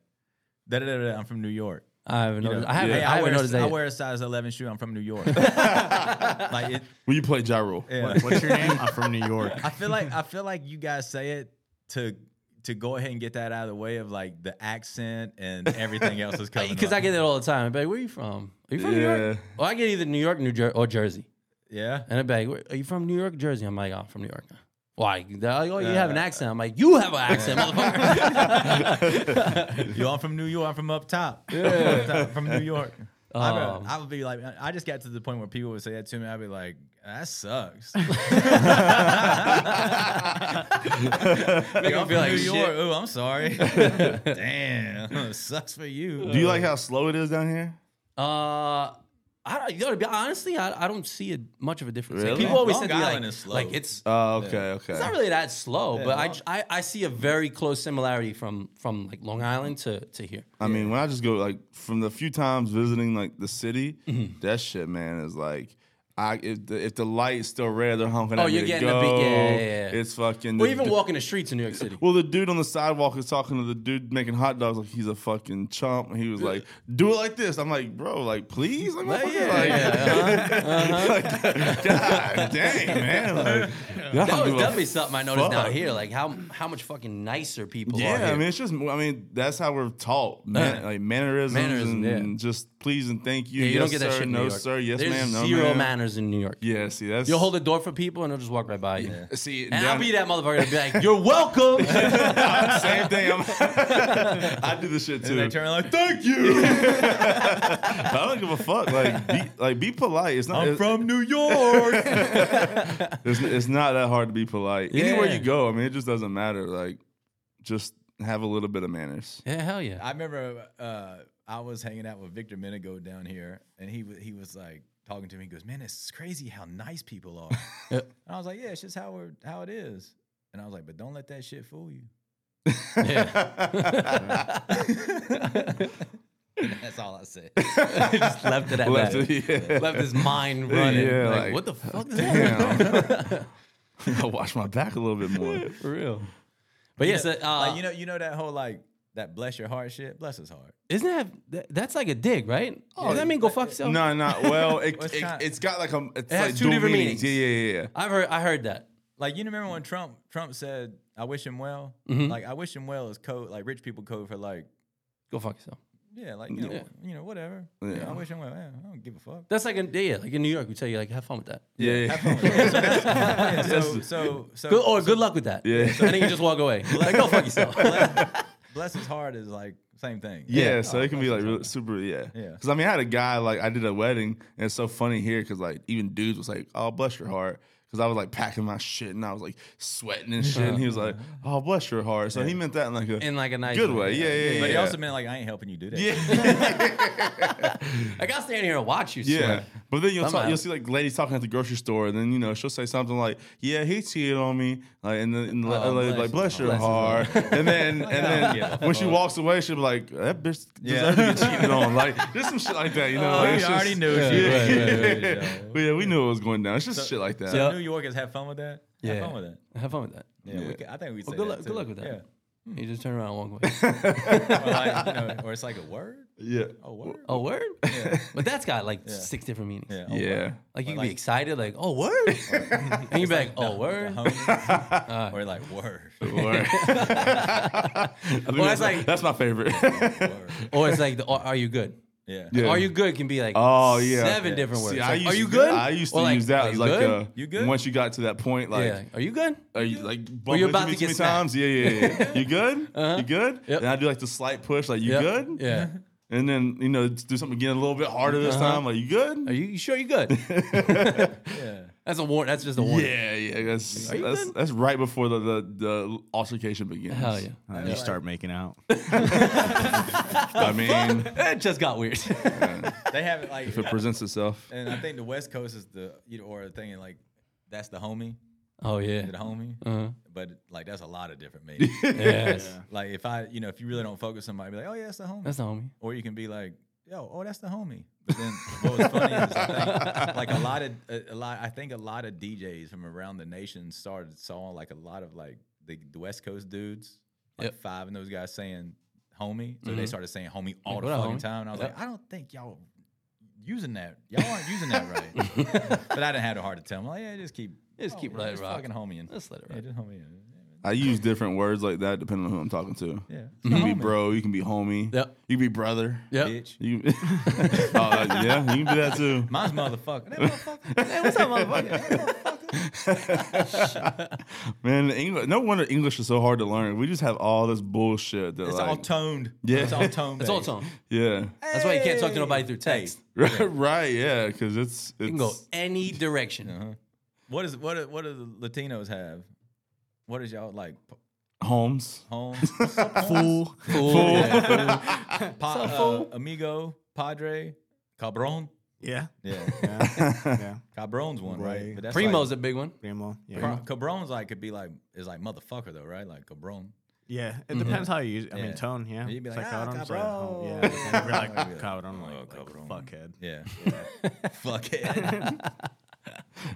S2: da da da da. I'm from New York.
S4: I haven't
S2: You know,
S4: noticed. I haven't,
S2: hey,
S4: I
S2: I,
S4: haven't
S2: wear, a-
S4: noticed that.
S2: I
S4: yet.
S2: wear a size 11 shoe. I'm from New York. like it,
S5: Will you play Ja Rule?
S2: yeah.
S6: What's your name? I'm from New York.
S2: I feel like I feel like you guys say it to to go ahead and get that out of the way of like the accent and everything else is coming.
S4: because I get that all the time. I'd be like, where you from? Are you from New York?
S5: Yeah.
S4: Well, I get either New York, New Jersey, or Jersey.
S2: yeah.
S4: And I'd be like, "Where- are you from New York, Jersey? I'm like, oh, I'm from New York. Why? They're like, oh, you have an accent. I'm like, you have an accent, motherfucker.
S2: Yo, I'm from New York. I'm from up top. Yeah. from New York. I would-
S4: Um,
S2: I would be like, I just got to the point where people would say that to me. I'd be like, that sucks. Yo,
S4: Make
S2: I'm
S4: them
S2: from
S4: feel like
S2: New
S4: shit.
S2: York. Oh, I'm sorry. Damn, sucks for you.
S5: Do you like how slow it is down here?
S4: Uh, I don't, yo, to be honestly, I, I don't see a, much of a difference. Like,
S5: Really?
S4: people always
S2: Long
S4: said to me,
S2: Island
S4: like,
S2: is slow.
S4: like it's
S5: Oh, okay, okay.
S4: it's not really that slow, but I,
S2: Long-
S4: j- I I see a very close similarity from from like Long Island to to here.
S5: I mean, when I just go like from the few times visiting like the city, that shit, man, is like. I, if, the, if the light's still red, they're honking
S4: Oh,
S5: at
S4: you're
S5: me to
S4: getting the
S5: go.
S4: beat- yeah, yeah, yeah.
S5: It's fucking.
S4: Well,
S5: the-
S4: even
S5: the-
S4: walking the streets in New York City.
S5: Well, the dude on the sidewalk is talking to the dude making hot dogs like he's a fucking chump. And he was like, do it like this. I'm like, bro, like, please? Like, motherfucker, like, like, God dang, man. Like, y'all
S4: uh-huh, Oh, That was
S5: give a
S4: definitely something I noticed down
S5: fuck.
S4: here. Like how how much fucking nicer people are.
S5: Yeah,
S4: here.
S5: I mean, it's just, I mean, that's how we're taught. Man, like, mannerisms
S4: Mannerism,
S5: and
S4: yeah.
S5: just please and thank you.
S4: Yeah, you
S5: yes,
S4: don't get that
S5: sir,
S4: shit in
S5: no,
S4: New York.
S5: sir. Yes,
S4: There's
S5: ma'am. No,
S4: zero
S5: ma'am.
S4: manners in New York.
S5: Yeah, see, that's.
S4: You'll hold the door for people and they'll just walk right by you.
S5: See,
S4: And I'll
S5: down-
S4: be that motherfucker to be like, "You're welcome."
S5: Same thing. I'm, I do this shit too.
S2: And they turn like,
S5: Thank you. I don't give a fuck. Like, be, like, be polite. It's not.
S2: I'm
S5: it's,
S2: from New York.
S5: It's, it's not that hard to be polite. Anywhere
S4: Yeah.
S5: you go, I mean, it just doesn't matter. Like, just have a little bit of manners.
S4: yeah, hell yeah.
S2: I remember uh, I was hanging out with Victor Minigo down here, and he wa- he was like talking to me. He goes, "Man, it's crazy how nice people are."
S4: Yep.
S2: And I was like, "Yeah, it's just how we're, how it is." And I was like, "But don't let that shit fool you." That's all I said.
S4: just left it at
S5: Left
S4: that.
S5: it- yeah.
S4: Left his mind running.
S5: Yeah,
S4: like,
S5: like,
S4: what the fuck is that?
S5: Damn. I wash my back a little bit more.
S4: For real. But yes,
S2: Yeah,
S4: uh,
S2: like, you know, you know that whole like that bless your heart shit. Bless his heart.
S4: isn't that, that that's like a dig, right? Oh, that mean go fuck yourself?
S5: No, not well. It,
S2: Well, it's
S5: it,
S2: not-
S5: has got like a. It's
S4: It has
S5: like
S4: two
S5: dual
S4: different
S5: meanings.
S4: meanings.
S5: Yeah, yeah, yeah, yeah.
S4: I've heard I heard that.
S2: Like you remember when Trump Trump said, "I wish him well." Like I wish him well is code like rich people code for like
S4: Go fuck yourself.
S2: yeah like you know you know whatever. Yeah.
S5: Yeah.
S2: I wish him well. Yeah, I don't give a fuck.
S4: That's like in yeah, like in New York, we tell you like have fun with that.
S5: Yeah, yeah.
S2: Yeah, so so so
S4: Good, or good luck with that.
S5: Yeah.
S4: And then you just walk away. Like go fuck yourself.
S2: bless, bless his heart is like same thing.
S5: Yeah, so it can be like real, super, yeah.
S2: Yeah.
S5: Because I mean, I had a guy like I did a wedding, and it's so funny here because like even dudes was like, "Oh, bless your heart," because I was like packing my shit and I was like sweating and shit, and he was like, "Oh, bless your heart." So he meant that in like a
S4: In like a nice
S5: good
S4: way,
S5: way,
S4: yeah.
S5: yeah, yeah, yeah.
S2: But he
S5: yeah.
S2: also meant like I ain't helping you do that.
S5: yeah.
S4: Like I'll stand here and watch you
S5: Yeah,
S4: sweat.
S5: but then you'll
S4: Somehow.
S5: talk, you'll see like ladies talking at the grocery store, and then you know she'll say something like, "Yeah, he cheated on me," like and then and the
S4: Oh,
S5: lady
S4: bless
S5: like, "Bless
S4: his
S5: your
S4: heart.
S5: heart," and then and then
S2: Yeah.
S5: when she walks away, she'll be like, "That bitch deserved to get cheated on," like just some shit like that, you know?
S2: Oh,
S5: like,
S2: we
S5: it's
S2: already
S5: just-
S2: knew
S5: yeah.
S2: she-
S5: Yeah.
S2: right, right, right, yeah.
S5: But yeah, we knew it was going down. It's just shit like that.
S2: So
S4: Yeah.
S2: New Yorkers have fun with that.
S4: Yeah.
S2: Have fun with that.
S4: Have fun with that.
S2: Yeah,
S5: Yeah.
S2: We could, I think we.
S4: Well,
S2: say
S4: good
S2: that
S4: luck- good
S2: too.
S4: luck with that.
S2: Yeah.
S4: You just turn around and walk away.
S2: Or like, you know, or it's like a word.
S5: Yeah,
S2: A word.
S4: Oh word? But that's got like six different meanings.
S2: Yeah.
S5: yeah.
S4: Like you can
S2: Like-
S4: be excited, like, oh word. and you'd be like, oh word.
S2: Homie. or like word.
S5: Or, I think that's,
S4: like-
S5: that's my favorite.
S2: word.
S4: Or it's like the are are you good?
S2: Yeah.
S5: Yeah.
S4: Are you good can be like
S5: Oh, yeah.
S4: seven
S5: Yeah.
S4: different words.
S5: See,
S4: Like,
S5: I used
S4: are you
S5: to-
S4: good?
S5: I used to
S4: Or like,
S5: use
S4: "Are
S5: that as
S4: you
S5: like
S4: good?"
S5: a
S2: You good?
S5: once you got to that point, like
S4: yeah. Are you good?
S5: Are you like bump
S4: you're
S5: into
S4: about
S5: me
S4: to get
S5: too many
S4: smacked.
S5: times? Yeah, yeah, yeah, yeah. You good? You good?
S4: Yep.
S5: And I do like the slight push, like you
S4: Yeah.
S5: good?
S4: Yeah.
S5: And then you know do something again a little bit harder this time, like you good?
S4: Uh-huh. Are you, you sure you good?
S2: Yeah.
S4: That's a war. That's just a warning.
S5: yeah, yeah. That's
S4: Are you
S5: that's,
S4: good?
S5: that's right before the the, the altercation begins.
S4: Hell yeah.
S6: And you start making out.
S5: I mean,
S4: It just got weird.
S2: They have it like.
S5: if it presents itself,
S2: and I think the West Coast is the you know, or the thing like that's the homie,
S4: oh yeah.
S2: the homie. But like that's a lot of different meanings.
S4: Yes.
S2: like if I, you know, if you really don't focus on somebody, be like, oh yeah, that's the homie.
S4: That's the homie.
S2: or you can be like, yo, oh that's the homie. But then what was funny is I think, like a lot of a, a lot. I think a lot of DJs from around the nation started sawing like a lot of like the, the West Coast dudes, like
S4: Yep. Mm-hmm.
S2: five and those guys saying homie. So they started saying homie all
S4: Like,
S2: the
S4: what up,
S2: fucking
S4: homie?
S2: time. And I was
S4: Yep.
S2: like, I don't think y'all using that. Y'all aren't using that right. but I didn't have the heart to tell them. Like, yeah, just keep
S4: Just keep
S2: yeah,
S4: letting it
S2: just
S4: rock.
S2: fucking homie in.
S4: Let's let it
S2: Yeah,
S4: ride.
S2: just homie in.
S5: I use different words like that depending on who I'm talking to.
S2: Yeah.
S5: You can be bro, you can be homie,
S4: Yep.
S5: you can be brother.
S4: Yep.
S2: Bitch.
S5: You, oh, yeah, you can do that too.
S2: Mine's motherfucker. That motherfucker.
S4: Hey, what's up, motherfucker?
S5: Man, English, no wonder English is so hard to learn. We just have all this bullshit. That
S2: It's
S5: like,
S2: all toned.
S5: Yeah.
S2: It's all toned.
S4: It's all
S2: babe.
S4: tone.
S5: yeah,
S4: That's why you can't talk to nobody through text.
S5: right, right, yeah, because it's it's
S4: You can go any direction.
S2: Uh-huh. What is what? Do, what do the Latinos have? What is y'all like? p-
S5: Holmes.
S2: Home,
S6: Fool.
S4: Fool.
S2: pa, uh, amigo, padre, cabron.
S6: Yeah.
S2: Yeah,
S6: Yeah. yeah.
S2: cabron's one, right?
S6: Right.
S2: that's
S4: Primo's
S2: like,
S4: a big one.
S6: Grandma. Yeah.
S2: Ca- cabron's like could be like is like motherfucker though, right? Like cabron.
S6: yeah. It depends how you use it. I
S2: Yeah.
S6: mean, tone. Yeah.
S2: You'd be
S6: It's
S2: like, "Ah,
S6: "Cabrón," so,
S2: cabrón.
S6: oh, Yeah. and We're like,
S2: Yeah.
S6: cabrón.
S2: Oh,
S6: Like, like,
S2: cabrón.
S6: fuckhead.
S2: Yeah, fuck it.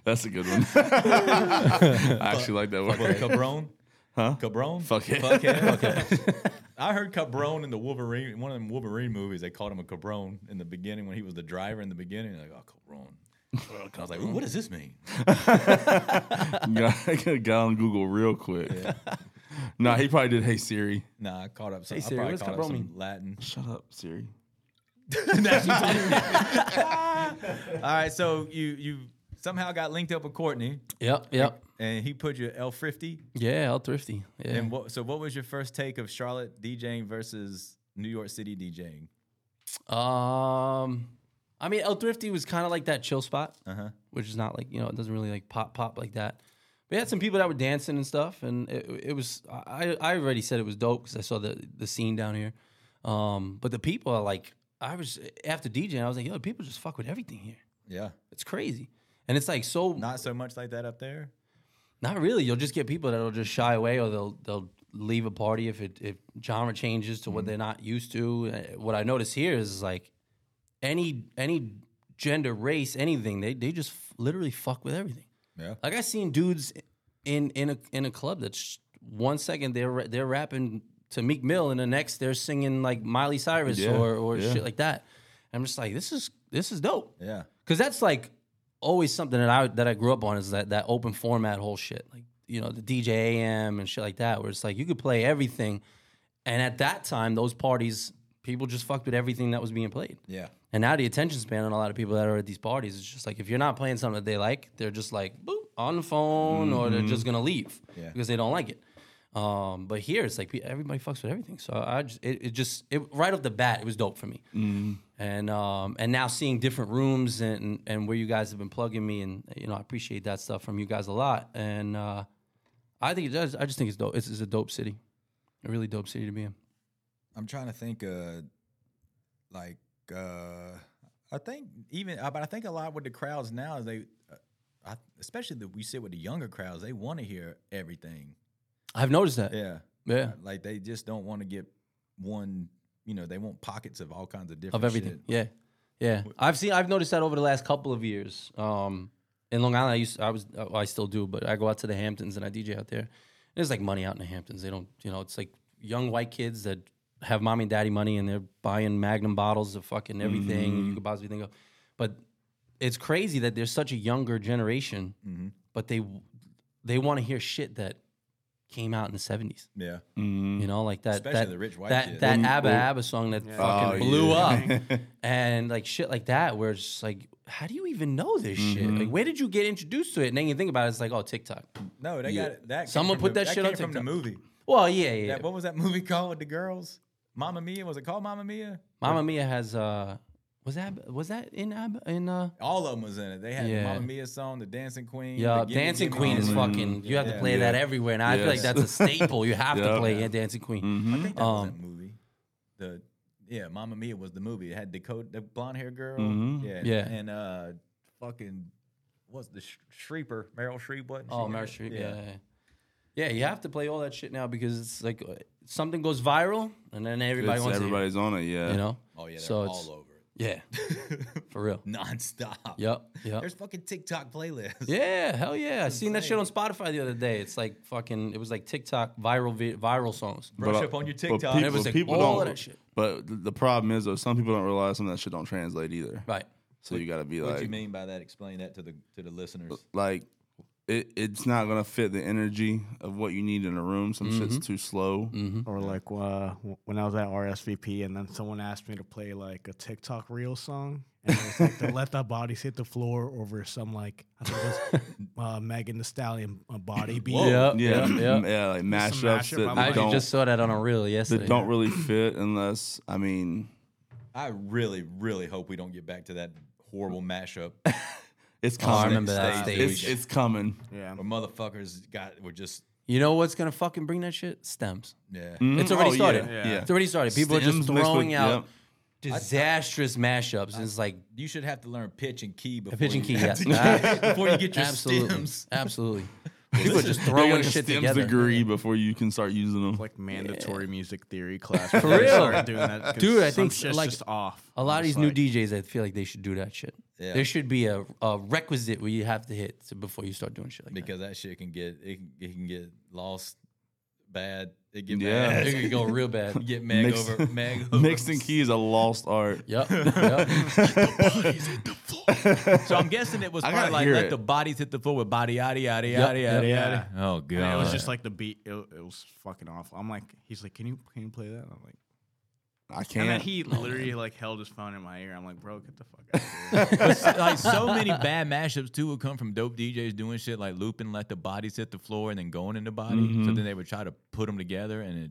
S5: That's a good one. I actually like that
S2: What,
S5: word.
S2: cabron. Huh? Cabron?
S5: Fuck it.
S2: Fuck it. Fuck it. I heard Cabron in the Wolverine, in one of them Wolverine movies. They called him a Cabron in the beginning when he was the driver in the beginning. Like, oh, Cabron. I was like, "Ooh, what does this mean?
S5: Got, got on Google real quick. Nah, he probably did. Hey Siri,
S2: Nah, I caught up. Some,
S4: Hey,
S2: I
S4: Siri,
S2: probably
S4: what does
S2: caught up
S4: Cabron
S2: some
S4: mean?
S2: Latin.
S5: shut up, Siri.
S2: All right, so you you somehow got linked up with Courtney,
S4: Yep. Yep.
S2: and he put you at L Thrifty.
S4: Yeah. All thrifty. Yeah.
S2: And what, so, what was your first take of Charlotte DJing versus New York City DJing?
S4: Um, I mean, El Thrifty was kind of like that chill spot, which is not like you know it doesn't really like pop pop like that. We had some people that were dancing and stuff, and it, it was I I already said it was dope because I saw the the scene down here. Um, but the people are like I was after DJing, I was like, yo, people just fuck with everything here.
S2: Yeah,
S4: It's crazy, and it's like so
S2: not so much like that up there.
S4: not really. You'll just get people that'll just shy away, or they'll they'll leave a party if it if genre changes to
S5: Mm-hmm.
S4: what they're not used to. Uh, What I notice here is like any any gender, race, anything they they just f- literally fuck with everything.
S2: Yeah.
S4: Like I seen dudes in in a in a club that's one second they're ra- they're rapping to Meek Mill, and the next they're singing like Miley Cyrus
S5: Yeah,
S4: or or
S5: yeah.
S4: shit like that. I'm just like, this is this is dope
S2: Yeah.
S4: because that's like always something that I that I grew up on is that that open format whole shit, like you know the DJ AM and shit like that, where it's like you could play everything, and at that time those parties people just fucked with everything that was being played.
S2: Yeah.
S4: And now the attention span on a lot of people that are at these parties is just like if you're not playing something that they like, they're just like boop on the phone or they're just gonna leave
S2: Mm-hmm. Yeah.
S4: because they don't like it. Um, but here it's like pe- everybody fucks with everything, so I just, it, it just it, right off the bat it was dope for me.
S2: Mm-hmm.
S4: And um, and now seeing different rooms and and where you guys have been plugging me and you know I appreciate that stuff from you guys a lot. And uh, I think it does. I just think it's dope. It's, it's a dope city, a really dope city to be in.
S2: I'm trying to think uh like uh I think even uh, but I think a lot with the crowds now is they uh, I, especially that we sit with the younger crowds they want to hear everything.
S4: I've noticed that.
S2: Yeah.
S4: yeah.
S2: Like they just don't want to get one, you know, they want pockets of all kinds of different
S4: of everything.
S2: shit.
S4: Yeah, yeah. I've seen. I've noticed that over the last couple of years. Um, in Long Island, I used. I was. well, I still do, but I go out to the Hamptons and I DJ out there. And there's like money out in the Hamptons. They don't. You know, it's like young white kids that have mommy and daddy money and they're buying Magnum bottles of fucking everything.
S2: Mm-hmm.
S4: You could possibly think of, but it's crazy that there's such a younger generation,
S2: Mm-hmm.
S4: but they they want to hear shit that came out in the 70s.
S2: Yeah.
S5: Mm-hmm.
S4: You know, like that,
S2: Especially
S4: that
S2: the rich white
S4: that
S2: kids.
S4: that ABBA ABBA song that fucking
S5: Oh,
S4: blew
S5: yeah.
S4: up, and like shit like that, where it's just like, how do you even know this shit?
S5: Mm-hmm.
S4: Like, where did you get introduced to it? And then you think about it, it's like, oh, TikTok.
S2: No, they got it. That came
S4: Someone
S2: from
S4: put
S2: the-
S4: that shit
S2: came
S4: on
S2: from the
S4: TikTok.
S2: movie.
S4: Well, yeah, yeah.
S2: That, what was that movie called with the girls? Mama Mia was it called Mama Mia?
S4: Mamma Mia has uh, was that was that in ABBA in uh,
S2: All of them was in it. They had the
S4: Yeah.
S2: Mama Mia song, the Dancing Queen. the
S4: yeah,
S2: Gimme,
S4: Dancing
S2: Gimme
S4: Queen
S2: All
S4: is
S2: That.
S4: fucking. You have to
S2: Yeah.
S4: play that everywhere, and I feel like
S5: Mm-hmm. Yes.
S4: that's a staple. You have to
S5: Yeah. Mm-hmm.
S4: play yeah. Dancing Queen.
S2: I think that was
S4: Um,
S2: that movie. The yeah, Mamma Mia was the movie. It had Dakota, the blonde hair girl. Yeah,
S4: Mm-hmm. Yeah.
S2: and uh, fucking what's the sh- Shreeper Meryl Streep? What?
S4: Oh, Meryl Streep. Yeah. yeah, yeah. you have to play all that shit now because it's like uh, something goes viral, and then everybody
S5: It's-
S4: wants to hear it,
S5: everybody's on it. Yeah.
S4: you know.
S2: Oh yeah, they're
S4: So it's-
S2: all over it,
S4: Yeah, for real.
S2: nonstop.
S4: Yep, yep.
S2: There's fucking TikTok playlists.
S4: Yeah, hell yeah! I seen that shit on Spotify the other day. It's like fucking. It was like TikTok viral vi- viral songs.
S2: Brush
S5: I-
S2: up on your TikTok.
S5: peop-
S4: It was
S5: but
S4: like
S5: people
S4: all
S5: don't-
S4: that shit.
S5: But th- the problem is though, some people don't realize some of that shit don't translate either.
S4: Right.
S5: So you got to be
S2: What
S5: like,
S2: do you mean by that? Explain that to the to the listeners.
S5: like it, it's not gonna fit the energy of what you need in a room. Some
S4: Mm-hmm.
S5: shit's too slow.
S6: Or like uh, w- when I was at RSVP, and then someone asked me to play like a TikTok reel song, and it's like the "Let That Body Hit the Floor" over some like I think it was uh, Megan Thee Stallion uh, body beat.
S4: Yeah,
S5: Yeah,
S4: yeah, yeah.
S5: yeah, like
S6: Just some
S5: mashups
S6: mashup,
S5: that
S6: I'm
S4: I
S6: like-
S5: don't
S4: actually just saw that on a reel yesterday.
S5: that don't really fit unless I mean
S2: I really, really hope we don't get back to that horrible mashup
S5: it's
S4: Oh,
S5: coming.
S4: I remember that
S2: Stage.
S4: stage.
S5: It's it's coming.
S6: Yeah.
S2: where motherfuckers got were just
S4: you know what's gonna fucking bring that shit? Stems.
S2: yeah.
S4: It's already
S5: Oh, yeah,
S4: started.
S5: yeah.
S4: It's already started. People are
S5: Stems
S4: just
S5: mixed with-
S4: throwing out
S5: yep.
S4: disastrous mashups. it's like
S2: You should have to learn pitch and key before
S4: pitch and
S2: you
S4: key.
S2: have
S4: Yes.
S2: to- before you get your
S4: absolutely,
S2: stems.
S4: absolutely. People are just
S5: They got
S4: throwing
S5: a
S4: shit
S5: stems
S4: together.
S5: degree before you can start using them.
S6: Like mandatory music theory class. For real,
S4: real.
S6: doing that 'cause
S4: Dude, I
S6: some
S4: think,
S6: shit's
S4: like,
S6: just off.
S4: A lot of these
S6: Just like-
S4: new DJs, I feel like they should do that shit.
S2: Yeah.
S4: There should be a, a requisite where you have to hit to- before you start doing shit like
S2: because that shit can get it can, it can get lost bad. It get
S5: Yeah.
S4: that.
S2: bad.
S4: It could go real
S2: You
S4: bad.
S2: get mag
S5: Mixed-
S2: over mag over.
S5: Mixing key is a lost art.
S4: Yep. yep.
S2: So I'm guessing it was
S5: I
S2: probably
S5: gotta
S2: like
S5: hear
S2: let
S5: it.
S2: the bodies hit the floor with body yada yada
S4: Yep,
S2: yada
S4: yep.
S2: yada
S6: Yeah.
S2: yada. Oh god.
S6: And it was just like the beat. It, it was fucking awful. I'm like, he's like, can you can you play that? I'm like,
S5: I
S6: and then
S5: can't.
S6: he literally like held his phone in my ear. I'm like, bro, get the fuck out of here.
S2: like so many bad mashups too would come from dope DJs doing shit like looping, let the bodies hit the floor, and then going in the body. So
S5: Mm-hmm.
S2: then they would try to put them together, and it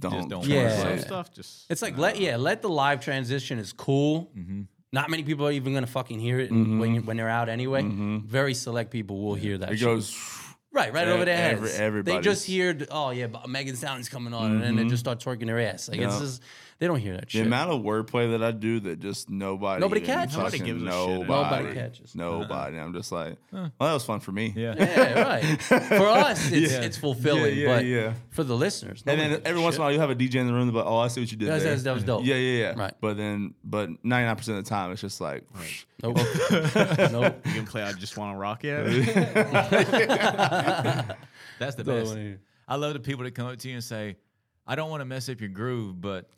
S5: don't.
S2: don't
S5: translate.
S4: Yeah.
S6: Some stuff just.
S4: It's like let yeah, let the live transition is cool.
S5: Mm-hmm.
S4: Not many people are even gonna fucking hear it and when you, when they're out anyway.
S5: Mm-hmm.
S4: Very select people will hear that.
S5: It
S4: shit.
S5: goes.
S4: right, right over their heads.
S5: every-
S4: they
S5: everybody's- Mm-hmm.
S4: just hear, oh yeah, but Megan Stallionn's coming on, and then they just start twerking their ass. Like it's
S5: Yeah.
S4: just they don't hear that
S5: The
S4: shit.
S5: amount of wordplay that I do that just nobody
S4: Nobody
S5: even
S4: catches.
S6: Nobody
S5: fucking
S6: gives a shit.
S5: nobody,
S4: Nobody catches.
S5: nobody. I'm just like, well, that was fun for me. Yeah.
S4: yeah, right. For us, it's,
S5: Yeah.
S4: it's fulfilling,
S5: Yeah, yeah,
S4: but
S5: yeah.
S4: for the listeners,
S5: And
S4: nobody
S5: then
S4: gives a
S5: every once
S4: shit.
S5: in a while you have a DJ in the room that, oh, I see what you did
S4: That was-
S5: there.
S4: that was dope.
S5: Yeah, yeah, yeah.
S4: Right.
S5: But then, but 99 percent of the time it's just like,
S4: Nope. nope.
S6: You can play. I just want to rock it.
S2: that's the
S4: That's
S2: best.
S4: what I hear.
S2: I, I love the people that come up to you and say, "I don't want to mess up your groove, but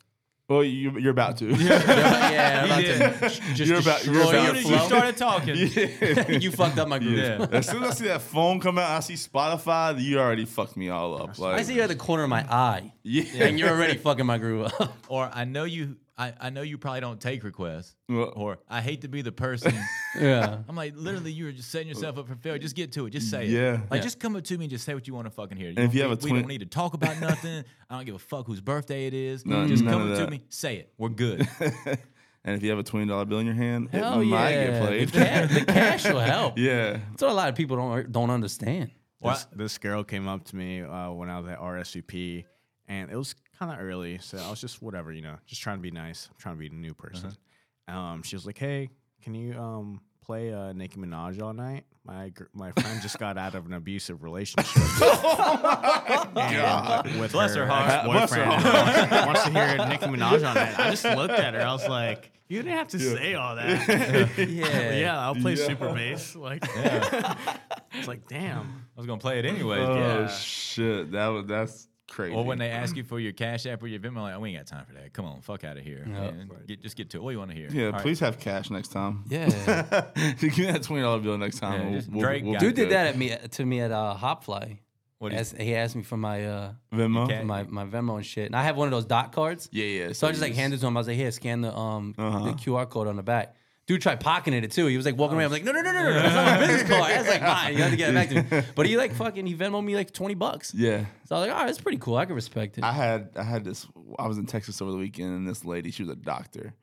S5: Well, you, you're about to.
S4: yeah,
S2: he
S4: I'm about
S2: did.
S4: to just
S5: You're about- you're
S4: destroy
S5: about
S4: your
S5: to-
S2: you
S4: flow.
S2: started talking."
S4: you fucked up my groove.
S2: Yeah.
S5: As soon as I see that phone come out, I see Spotify. You already fucked me all up. Like,
S4: I see you at the corner of my eye,
S5: Yeah.
S4: and you're already fucking my groove up.
S2: Or I know you. I, I know you probably don't take requests.
S5: Well-
S2: Or I hate to be the person.
S4: Yeah.
S2: I'm like, literally, you were just setting yourself up for failure. Just get to it. Just say it.
S5: Yeah.
S2: Like,
S4: Yeah.
S2: just come up to me and just say what you want to fucking hear.
S5: if you
S2: don't-
S5: have a
S2: we don't
S5: twin-
S2: need to talk about nothing. I don't give a fuck whose birthday it is.
S5: None-
S2: just
S5: none
S2: come
S5: of
S2: up to
S5: that.
S2: me. Say it. We're good.
S5: and if you have a twenty dollar bill in your hand,
S4: Hell
S5: it
S4: yeah.
S5: might get played.
S4: The, cash, the cash will help.
S5: yeah.
S4: That's what a lot of people don't don't understand.
S2: Or I-
S6: this, this girl came up to me uh, when I was at RSVP, and it was kind of early, so I was just whatever, you know, just trying to be nice. I'm trying to be a new person. Um, she was like, "Hey, can you um play uh, Nicki Minaj all night? My gr- my friend just got out of an abusive relationship. And with
S2: Bless her heart.
S5: Bless her
S6: boyfriend wants to hear Nicki Minaj all night. I just looked at her. I was like, you didn't have to say all that.
S4: Yeah.
S6: yeah, I'll play
S5: Yeah.
S6: super bass. Like, it's like, damn."
S2: I was gonna play it anyway.
S5: Oh
S2: yeah.
S5: shit. That was that's crazy.
S2: Or when they ask you for your Cash App or your Venmo, like, oh, we ain't got time for that. Come on, fuck out of here. man. Get, just get to it. What do you want to hear?
S5: yeah,
S2: All right.
S5: please have cash next time.
S4: Yeah.
S5: Give me that twenty dollar bill next time.
S2: Yeah,
S5: we'll-
S2: just
S5: we'll-
S2: Drake
S5: we'll
S2: got
S5: be
S2: it.
S4: Dude did
S5: good.
S4: that at me to me at uh, Hopfly.
S2: What do you-
S4: As, he asked me for my uh,
S5: Venmo.
S2: Okay.
S4: my my Venmo and shit, and I have one of those dot cards.
S5: Yeah, yeah.
S4: So I just like handed it to him. I was like, "Here, scan the um
S5: Uh-huh.
S4: the QR code on the back." Dude tried pocketing it too. He was like walking around. I was like, "No, no, no, no, no, that's not my business card." I was like, "Fine, you have to get it back to me." But he like fucking he Venmo me like twenty bucks.
S5: Yeah.
S4: So I was like, "All right, that's pretty cool. I can respect it."
S5: I had I had this. I was in Texas over the weekend, and this lady, she was a doctor,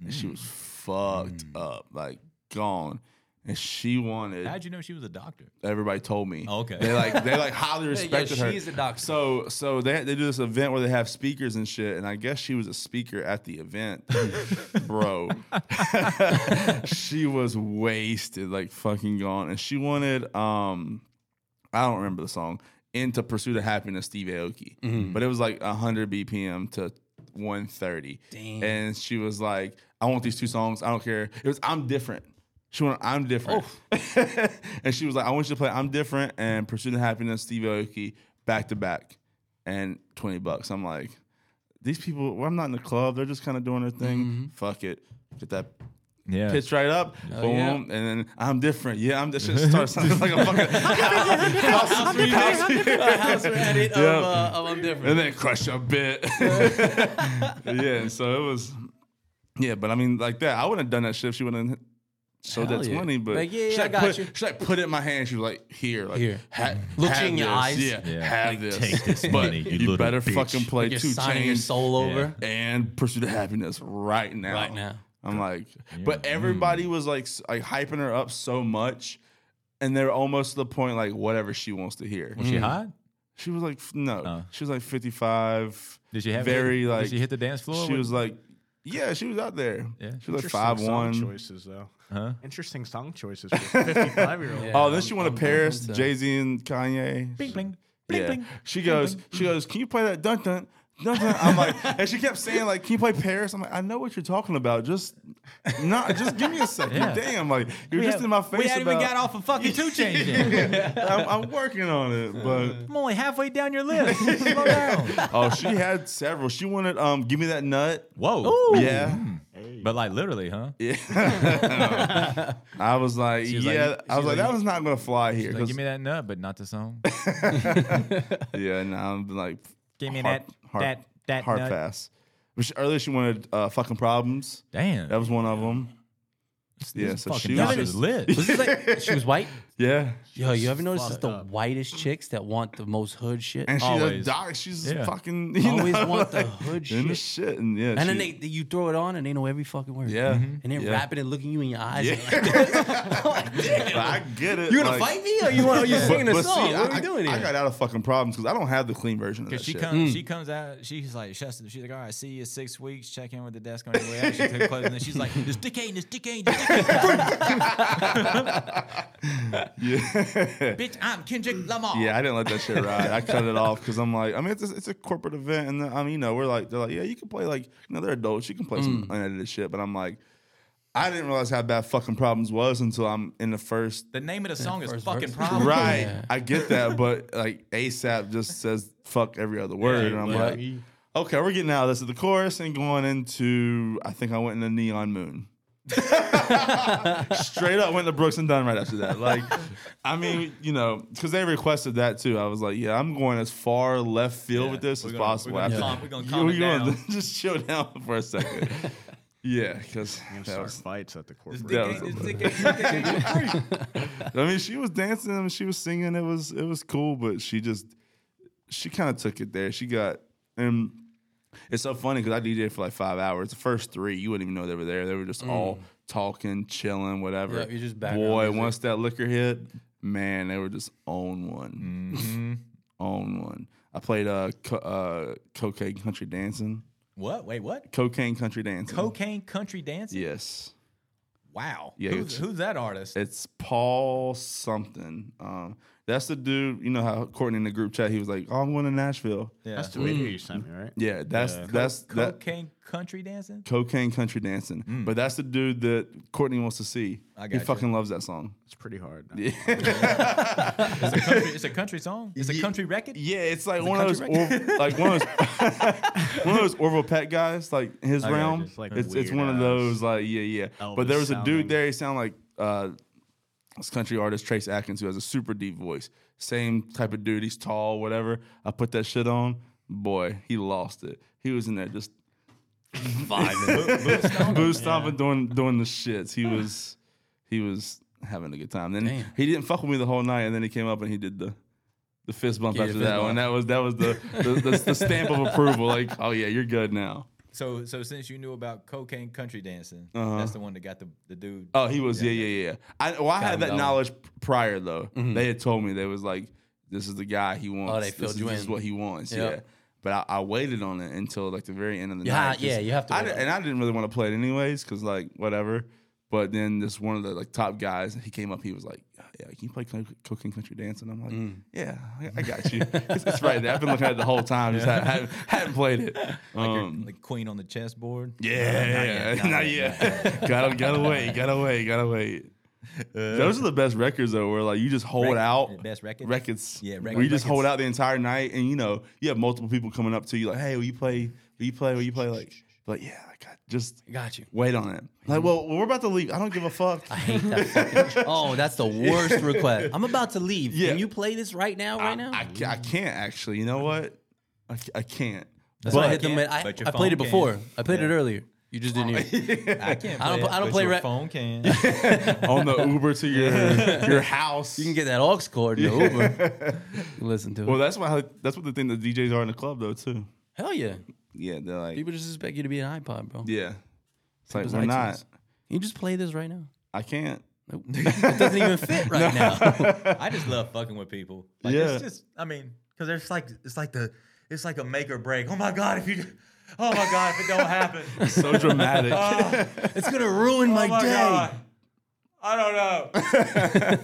S5: and
S4: Mm.
S5: she was fucked up, like gone, and she wanted.
S2: How'd you know she was a doctor?
S5: everybody told me.
S2: Okay.
S5: They like they like highly
S4: Oh, yeah,
S5: respected her.
S4: she's a doctor.
S5: So so they they do this event where they have speakers and shit, and I guess she was a speaker at the event, bro. she was wasted, like fucking gone, and she wanted um, I don't remember the song. Into Pursuit of Happiness, Steve Aoki, but it was like 100 BPM to 130,
S4: Damn.
S5: and she was like, "I want these two songs. I don't care. It was I'm different. She went, I'm different. and she was like, I want you to play I'm Different and Pursuit of Happiness, Steve Aoki, back to back, and 20 bucks. I'm like, these people, well, I'm not in the club. They're just kind of doing their thing. Fuck it. Get that
S2: Yeah.
S5: pitch right up.
S2: Oh,
S5: boom.
S4: yeah.
S5: And then I'm different. Yeah, I'm just starts sounding like a fucking house, house-
S4: House edit of,
S5: Yep.
S4: uh, of I'm different.
S5: and then crush a bit. yeah, and so it was. Yeah, but I mean, like that, I wouldn't have done that shit if she wouldn't have showed
S4: Hell
S5: that
S4: yeah.
S5: twenty. But
S4: Like, yeah,
S5: she
S4: yeah, I
S5: like
S4: got
S5: put,
S4: you.
S5: She like put it in my hand. She was like, "Here, like,
S4: Here.
S5: ha-
S4: Look
S5: have
S4: you in your
S5: this.
S4: eyes.
S5: Yeah,
S2: Yeah.
S5: have this.
S2: take this
S5: but
S2: money, you
S5: you,
S2: little
S5: better
S2: bitch.
S5: fucking play
S4: You're
S5: two
S4: signing your
S5: chains
S4: soul over.
S5: and pursue the happiness right now.
S4: Right now.
S5: I'm like, but everybody
S2: Mm.
S5: was like, s- like hyping her up so much, and they're almost to the point like whatever she wants to hear. Mm.
S2: Was she hot?
S5: She was like, f- no.
S2: Oh.
S5: She was like 55.
S2: Did she have
S5: very like?
S2: Did she hit the dance floor?
S5: She was like, yeah, she was out there.
S2: Yeah.
S5: she was like
S6: Interesting
S5: five
S6: song
S5: one.
S6: choices though.
S2: Huh?
S6: Interesting song choices for a 55 year old.
S4: Yeah.
S5: Oh, then she
S4: I'm-
S5: went
S4: I'm-
S5: to
S4: I'm
S5: Paris,
S4: with that.
S5: Jay Z and Kanye.
S2: bling, bling, bling,
S5: yeah.
S2: bling.
S5: She goes, she goes, can you play that dun dun? Dun, dun. I'm like, and she kept saying like, "Can you play Paris?" I'm like, "I know what you're talking about. Just not, just give me a second.
S2: Yeah.
S5: Damn, like you're
S2: We
S5: just
S2: have-
S5: in my face
S2: We haven't
S5: about.
S2: even got off a fucking two chains yet.
S5: I'm, I'm working on it, but
S2: I'm only halfway down your list. Slow down.
S5: oh, she had several. She wanted, um, give me that nut.
S2: Whoa.
S5: Yeah,
S2: But like literally, huh?
S5: I
S2: was
S5: was like,
S2: like,
S5: yeah.
S2: you- she
S5: I was
S2: was
S5: like,
S2: like,
S5: that
S2: you-
S5: was not gonna fly here.
S2: Like,
S5: 'cause-
S2: give me that nut, but not the song.
S5: yeah, and I'm like,
S2: Give me
S5: hard-
S2: that-
S5: hard-
S2: that- that
S5: hard
S2: nut.
S5: pass. But she- earlier she wanted uh, fucking problems.
S2: Damn.
S5: That was one of them. Yeah,
S2: This
S5: so
S2: fucking
S5: she was
S2: doctor is
S5: just-
S2: lit.
S4: Was this like she was white?
S5: yeah,
S4: Yo, you ever notice it's the whitest chicks that want the most hood shit?
S5: and she's
S2: Always.
S5: a doc. She's
S2: Yeah.
S5: fucking you
S4: Always
S5: know,
S4: want the
S5: like,
S4: hood
S5: in the
S4: shit.
S5: shit, and yeah,
S4: And then
S5: she-
S4: they, they- you throw it on and they know every fucking word.
S5: yeah,
S2: Mm-hmm.
S4: And they're
S5: yeah.
S4: rapping and looking you in your eyes.
S5: Yeah.
S4: and like,
S5: But I get it.
S4: you gonna
S5: like-
S4: fight me or you want Oh, you singing a
S5: But see,
S4: song? what are
S5: I,
S4: we doing
S5: I,
S4: here?
S5: I got out of fucking problems because I don't have the clean version of that
S2: Cause she
S5: Oh, shit. Mm.
S2: comes, she comes out. She's like, shuts it. She's like, all right, see you in six weeks. Check in with the desk on your way out. She took clothes, and then she's like, this dick ain't, this dick ain't, this dick ain't.
S5: yeah.
S2: bitch. I'm Kendrick Lamar.
S5: Yeah, I didn't let that shit ride. I cut it off because I'm like, I mean, it's a, it's a corporate event,
S2: Mm.
S5: and I mean, you know, we're like, they're like, yeah, you can play like, you know, they're adults, you can play some unedited shit, but I'm like, I didn't realize how bad fucking problems was until I'm in the first.
S2: The name of the song is
S4: first
S2: fucking
S4: verse.
S2: problem.
S5: Right,
S4: Yeah.
S5: I get that, but like ASAP just says fuck every other word, and I'm like, okay, we're getting out of this at the chorus and going into. I think I went into Neon Moon. Straight up went to Brooks and Dunn right after that. Like, I mean, you know, because they requested that too. I was like, yeah, I'm going as far left field
S2: Yeah,
S5: with this
S2: we're
S5: as
S2: gonna-
S5: possible.
S2: We're gonna,
S5: after
S2: calm, we're gonna
S5: You-
S2: calm it
S5: we're
S2: down.
S5: gonna just chill down for a second. yeah, because
S6: Gonna start fights at the
S2: This
S6: corporate.
S2: dick
S5: That
S2: ain't-
S5: was
S2: this dick ain't- this dick ain't free.
S5: I mean, she was dancing and she was singing. It was it was cool, but she just she kind of took it there. She got and it's so funny because I DJ for like five hours. The first three, you wouldn't even know they were there. They were just all talking, chilling, whatever.
S4: Mm. Yeah, you're just background
S5: boy.
S4: music.
S5: Once that liquor hit, man, they were just on one,
S4: Mm-hmm.
S5: on one. I played uh, co- uh cocaine country dancing,
S2: What? Wait, what?
S5: cocaine country dancing.
S2: Cocaine Country Dancing?
S5: Yes.
S2: Wow.
S5: Yeah,
S2: who's,
S5: it's-
S2: who's that artist?
S5: It's Paul something. Um, that's the dude. You know how Courtney in the group chat, he was like, "Oh, I'm going to Nashville."
S2: yeah.
S6: That's the video you sent me, right?
S5: Yeah, that's that's that
S2: Cocaine Country Dancing?
S5: cocaine country dancing. But that's the dude that Courtney wants to see.
S2: Mm. I
S5: he
S2: gotcha.
S5: fucking loves that song.
S6: It's pretty hard.
S2: It's a country, it's a country song? It's a country record?
S5: Yeah, it's like one of those Orv- like one of those one of those Orville Peck guys, like his
S6: Okay,
S5: realm.
S6: just like
S5: it's it's one of
S6: weird-ass
S5: those like yeah yeah. but
S6: Elvis
S5: there was a
S6: sounding.
S5: dude there. He sounded like uh, this country artist Trace Atkins, who has a super deep voice. Same type of dude. He's tall, whatever. I put that shit on. Boy, he lost it. He was in there just boot stomping, doing doing the shits. He was he was having a good time. Then
S4: Damn.
S5: he didn't fuck with me the whole night, and then he came up and he did the the fist bump
S4: Yeah,
S5: after
S4: the fist
S5: that
S4: bump.
S5: one. That was that was the the, the, the stamp of approval. Like, oh yeah, you're good now.
S2: So so since you knew about Cocaine Country Dancing, that's the one that got the, the dude.
S5: Uh-huh. Oh, he was yeah yeah yeah. yeah. I well, I
S4: him
S5: had that
S4: going.
S5: knowledge p- prior though. They had told me they was like, this is the guy he wants.
S4: Oh, they
S5: this
S4: filled
S5: is,
S4: you
S5: this is
S4: in.
S5: what he wants.
S4: Yep.
S5: Yeah. But I, I waited on it until like the very end of the
S4: Yeah,
S5: night. 'cause
S4: yeah, you have to
S5: I
S4: wait
S5: di-
S4: on
S5: and I didn't really want to play it anyways, cause like whatever. But then this one of the like top guys, he came up. He was like, "Yeah, can you play co- Cooking Country Dance?" And I'm like,
S4: Mm.
S5: "Yeah, I, I got you. it's, it's right there. I've been looking at it the whole time. Just ha- haven't, haven't played it.
S2: Like, your-
S5: Um,
S2: like Queen on the chessboard.
S5: yeah, not, yet. gotta gotta wait, gotta wait, gotta wait. Uh, Those are the best records though, where like you just hold
S2: Rec-
S5: out
S2: best records?
S5: records.
S2: Yeah,
S5: where
S2: rec-
S5: you just hold
S2: records.
S5: out the entire night, and you know you have multiple people coming up to you like, "Hey, will you play? Will you play? Will you play?" Like, like yeah, like, I just
S4: Got you.
S5: wait on it. Like, well, we're about to leave. I don't give a fuck.
S4: I hate that fucking- oh, that's the worst request. I'm about to leave.
S5: Yeah.
S4: Can you play this right now? Right now?
S5: I, ca- I can't actually. You know what? I, ca- I can't.
S4: That's why I
S5: But-
S4: hit them. with- I,
S2: But your
S4: I played it
S2: phone
S4: before.
S2: can.
S4: I played it earlier. You just didn't hear. it.
S2: I can't. Play
S4: I don't
S2: it,
S4: pl- I don't
S2: but
S4: play
S2: your
S4: rec-
S2: phone can.
S5: on the Uber to your your house.
S4: You can get that aux cord in the Uber. Listen to it.
S5: well, that's why that's what the thing the DJs are in the club though too.
S4: Hell yeah.
S5: Yeah, they're like
S4: People just expect you to be an iPod, bro.
S5: Yeah. It's like,
S4: People's
S5: we're
S4: iTunes.
S5: not.
S4: Can you just play this right now?
S5: I can't.
S4: Nope. it doesn't even fit right now.
S2: I just love fucking with people. Like,
S5: Yeah.
S2: It's just, I mean, because it's like, it's like the, it's like a make or break. Oh my God, if you, oh my God, if it don't happen.
S5: So dramatic.
S4: It's gonna ruin my,
S2: oh my
S4: day.
S2: God. I don't know.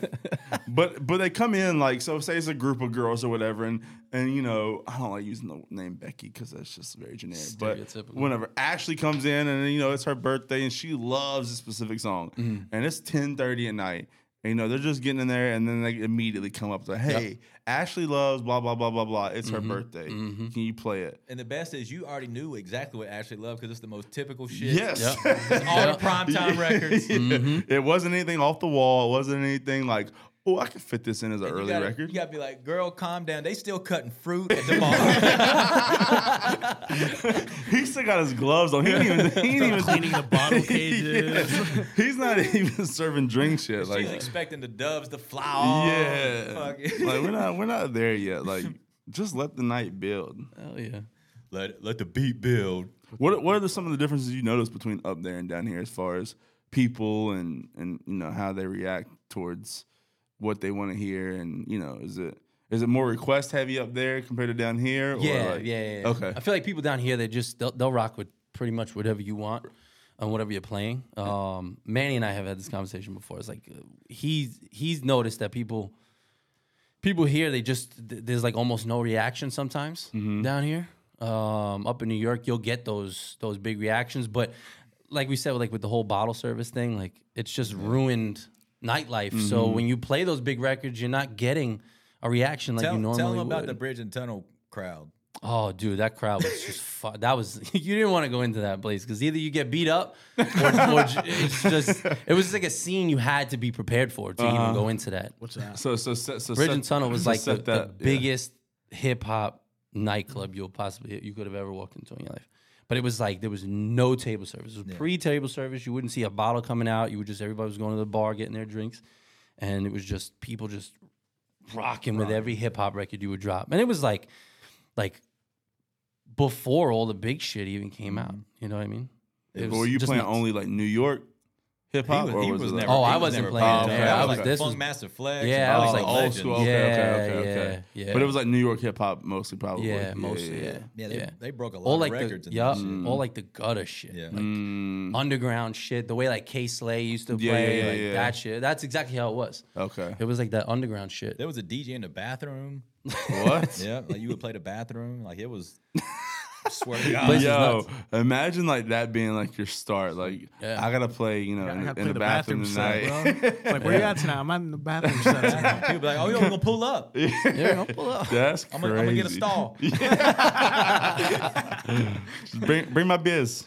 S5: but but they come in like so say it's a group of girls or whatever and and you know I don't like using the name Becky because that's just very generic. But
S4: Stereotypical.
S5: whenever Ashley comes in and you know it's her birthday and she loves a specific song and it's ten thirty at night. And, you know they're just getting in there and then they immediately come up like, hey, Ashley loves blah blah blah blah blah. It's her birthday. Can you play it?
S2: And the best is you already knew exactly what Ashley loved because it's the most typical shit.
S5: Yes.
S2: It's all the primetime records.
S5: Yeah.
S6: Mm-hmm.
S5: It wasn't anything off the wall. It wasn't anything like, oh, I could fit this in as an
S2: You
S5: early
S2: gotta,
S5: record.
S2: You gotta be like, girl, calm down. They still cutting fruit at the bar.
S5: He still got his gloves on. He ain't even. He ain't even
S6: Cleaning the bottle cages.
S5: Yeah. He's not even serving drink shit. Like,
S2: She's
S5: yeah,
S2: expecting the doves to fly off. Fuck it.
S5: like we're not we're not there yet. Like, just let the night build.
S4: Hell yeah.
S2: Let, let the beat build.
S5: What what are the, some of the differences you notice between up there and down here as far as people and and you know how they react towards what they want to hear and you know is it is it more request heavy up there compared to down here? Or
S4: Yeah,
S5: like-
S4: yeah, yeah, yeah.
S5: Okay.
S4: I feel like people down here, they just they'll, they'll rock with pretty much whatever you want and whatever you're playing. Um, Manny and I have had this conversation before. It's like uh, he's he's noticed that people people here they just th- there's like almost no reaction
S2: Mm-hmm.
S4: sometimes down here. Um, up in New York, you'll get those those big reactions, but like we said, like with the whole bottle service thing, like it's just ruined nightlife. So
S2: Mm-hmm.
S4: when you play those big records, you're not getting a reaction like
S2: Tell,
S4: you normally
S2: tell them about
S4: would.
S2: the bridge and tunnel crowd.
S4: Oh, dude, that crowd was just fu- that was you didn't want to go into that place because either you get beat up or, or j- it's just it was like a scene you had to be prepared for to even go into that.
S6: What's that?
S5: So so so, so
S4: Bridge
S5: set-
S4: and Tunnel was
S5: so
S4: like the,
S5: set
S4: the
S5: that- yeah.
S4: biggest hip hop nightclub you'll possibly you could have ever walked into in your life. But it was like there was no table service. It was pre table service. You wouldn't see a bottle coming out. You would just everybody was going to the bar getting their drinks, and it was just people just rocking with every hip hop record you would drop. And it was like, like before all the big shit even came out.
S5: Mm-hmm.
S4: You know what I mean? It
S5: But were you
S4: just
S5: playing
S4: nuts.
S5: only like New York hip hop, or was, it like,
S4: Oh, I
S2: he was
S4: wasn't
S2: never
S4: playing
S5: that.
S2: there. I
S5: Yeah, I
S2: was
S5: was-
S2: like
S4: this
S2: Funk
S4: was-
S2: Master Flex.
S4: Yeah,
S2: and
S4: I was
S2: all
S4: like
S2: the
S5: Oh, old
S2: legends.
S5: school? Okay,
S4: Yeah,
S5: okay, okay, okay.
S4: yeah, yeah.
S5: But it was like New York hip hop mostly, probably.
S4: yeah, mostly yeah,
S2: Yeah, they, they broke a lot
S4: all
S2: of
S4: like
S2: records.
S4: the
S2: in
S4: yeah,
S2: that shit.
S5: Mm-hmm.
S4: all like the gutter shit,
S2: Yeah.
S4: like
S5: Mm,
S4: underground shit. The way like K Slay used to
S5: Yeah,
S4: play,
S5: yeah, yeah,
S4: like
S5: yeah.
S4: that shit. That's exactly how it was.
S5: Okay.
S4: It was like that underground shit.
S2: There was a DJ in the bathroom.
S5: What?
S2: Yeah, like you would play the bathroom. Like it was. I swear to
S4: Place
S2: God.
S4: is
S5: Yo, imagine like that being like your start. Like
S4: Yeah.
S5: I gotta play, you know,
S6: I
S5: in,
S6: gotta
S5: the-
S6: play
S5: in the bathroom,
S6: set,
S5: tonight.
S6: bro. It's like, where you at tonight? I'm not in the bathroom set. tonight.
S2: People be like, oh, yo, I'm gonna pull up. I'm
S4: yeah, I'll pull up.
S5: That's crazy.
S2: gonna, I'm gonna get a stall.
S5: Bring, bring my biz.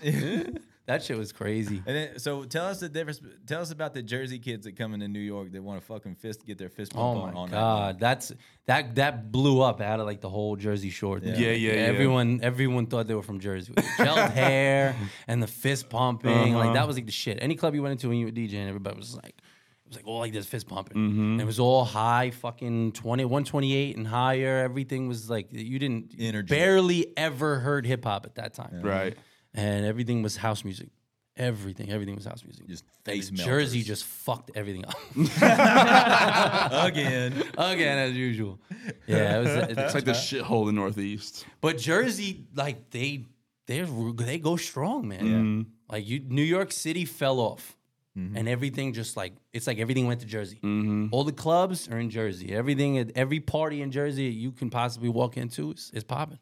S4: That shit was crazy.
S2: And then, so tell us the difference. Tell us about the Jersey kids that come into New York that want to fucking fist get their fist
S4: Oh
S2: pump on.
S4: my
S2: on
S4: god, that's that that blew up out of like the whole Jersey Shore. Thing.
S5: Yeah, yeah, yeah.
S4: Everyone, everyone thought they were from Jersey. With the gelled hair and the fist pumping,
S5: Uh-huh.
S4: like that was like the shit. Any club you went into when you were DJing, everybody was like, it was like all like this fist pumping.
S5: Mm-hmm.
S4: And it was all high, fucking 20, 128 and higher. Everything was like you didn't
S2: Energy.
S4: barely ever heard hip hop at that time,
S5: Right.
S4: And everything was house music. Everything, everything was house music.
S2: Just
S4: And
S2: face
S4: Jersey
S2: melters.
S4: just fucked everything up.
S2: that. again.
S4: again as usual. Yeah, it was. It's,
S5: It's like the shithole in the Northeast.
S4: but Jersey, like they they they go strong, man. Like you, New York City fell off, and everything just like it's like everything went to Jersey.
S5: Mm-hmm.
S4: All the clubs are in Jersey. Everything, at every party in Jersey you can possibly walk into is, is popping.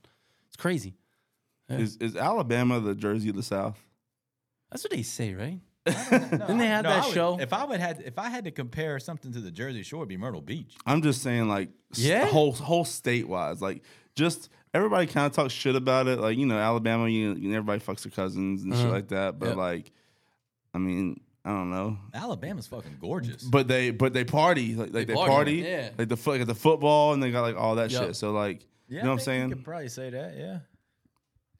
S4: It's crazy.
S5: Is is Alabama the Jersey of the South?
S4: That's what they say, right? Didn't they
S2: No,
S4: have that
S2: I would-
S4: show?
S2: If I would had if I had to compare something to the Jersey Shore, it'd be Myrtle Beach.
S5: I'm just saying, like, s-
S4: Yeah.
S5: whole whole state wise, like, just everybody kind of talks shit about it. Like, you know, Alabama, you, you know, everybody fucks their cousins and shit like that. But
S4: Yep.
S5: like, I mean, I don't know.
S2: Alabama's fucking gorgeous.
S5: But they but they party like, like
S4: They
S5: they,
S4: party,
S5: party,
S4: yeah.
S5: like the foot, like the football, and they got like all that
S4: Yep.
S5: shit. So like,
S2: yeah,
S5: you know
S2: I
S5: what I'm
S2: think
S5: saying?
S2: You could probably say that. Yeah.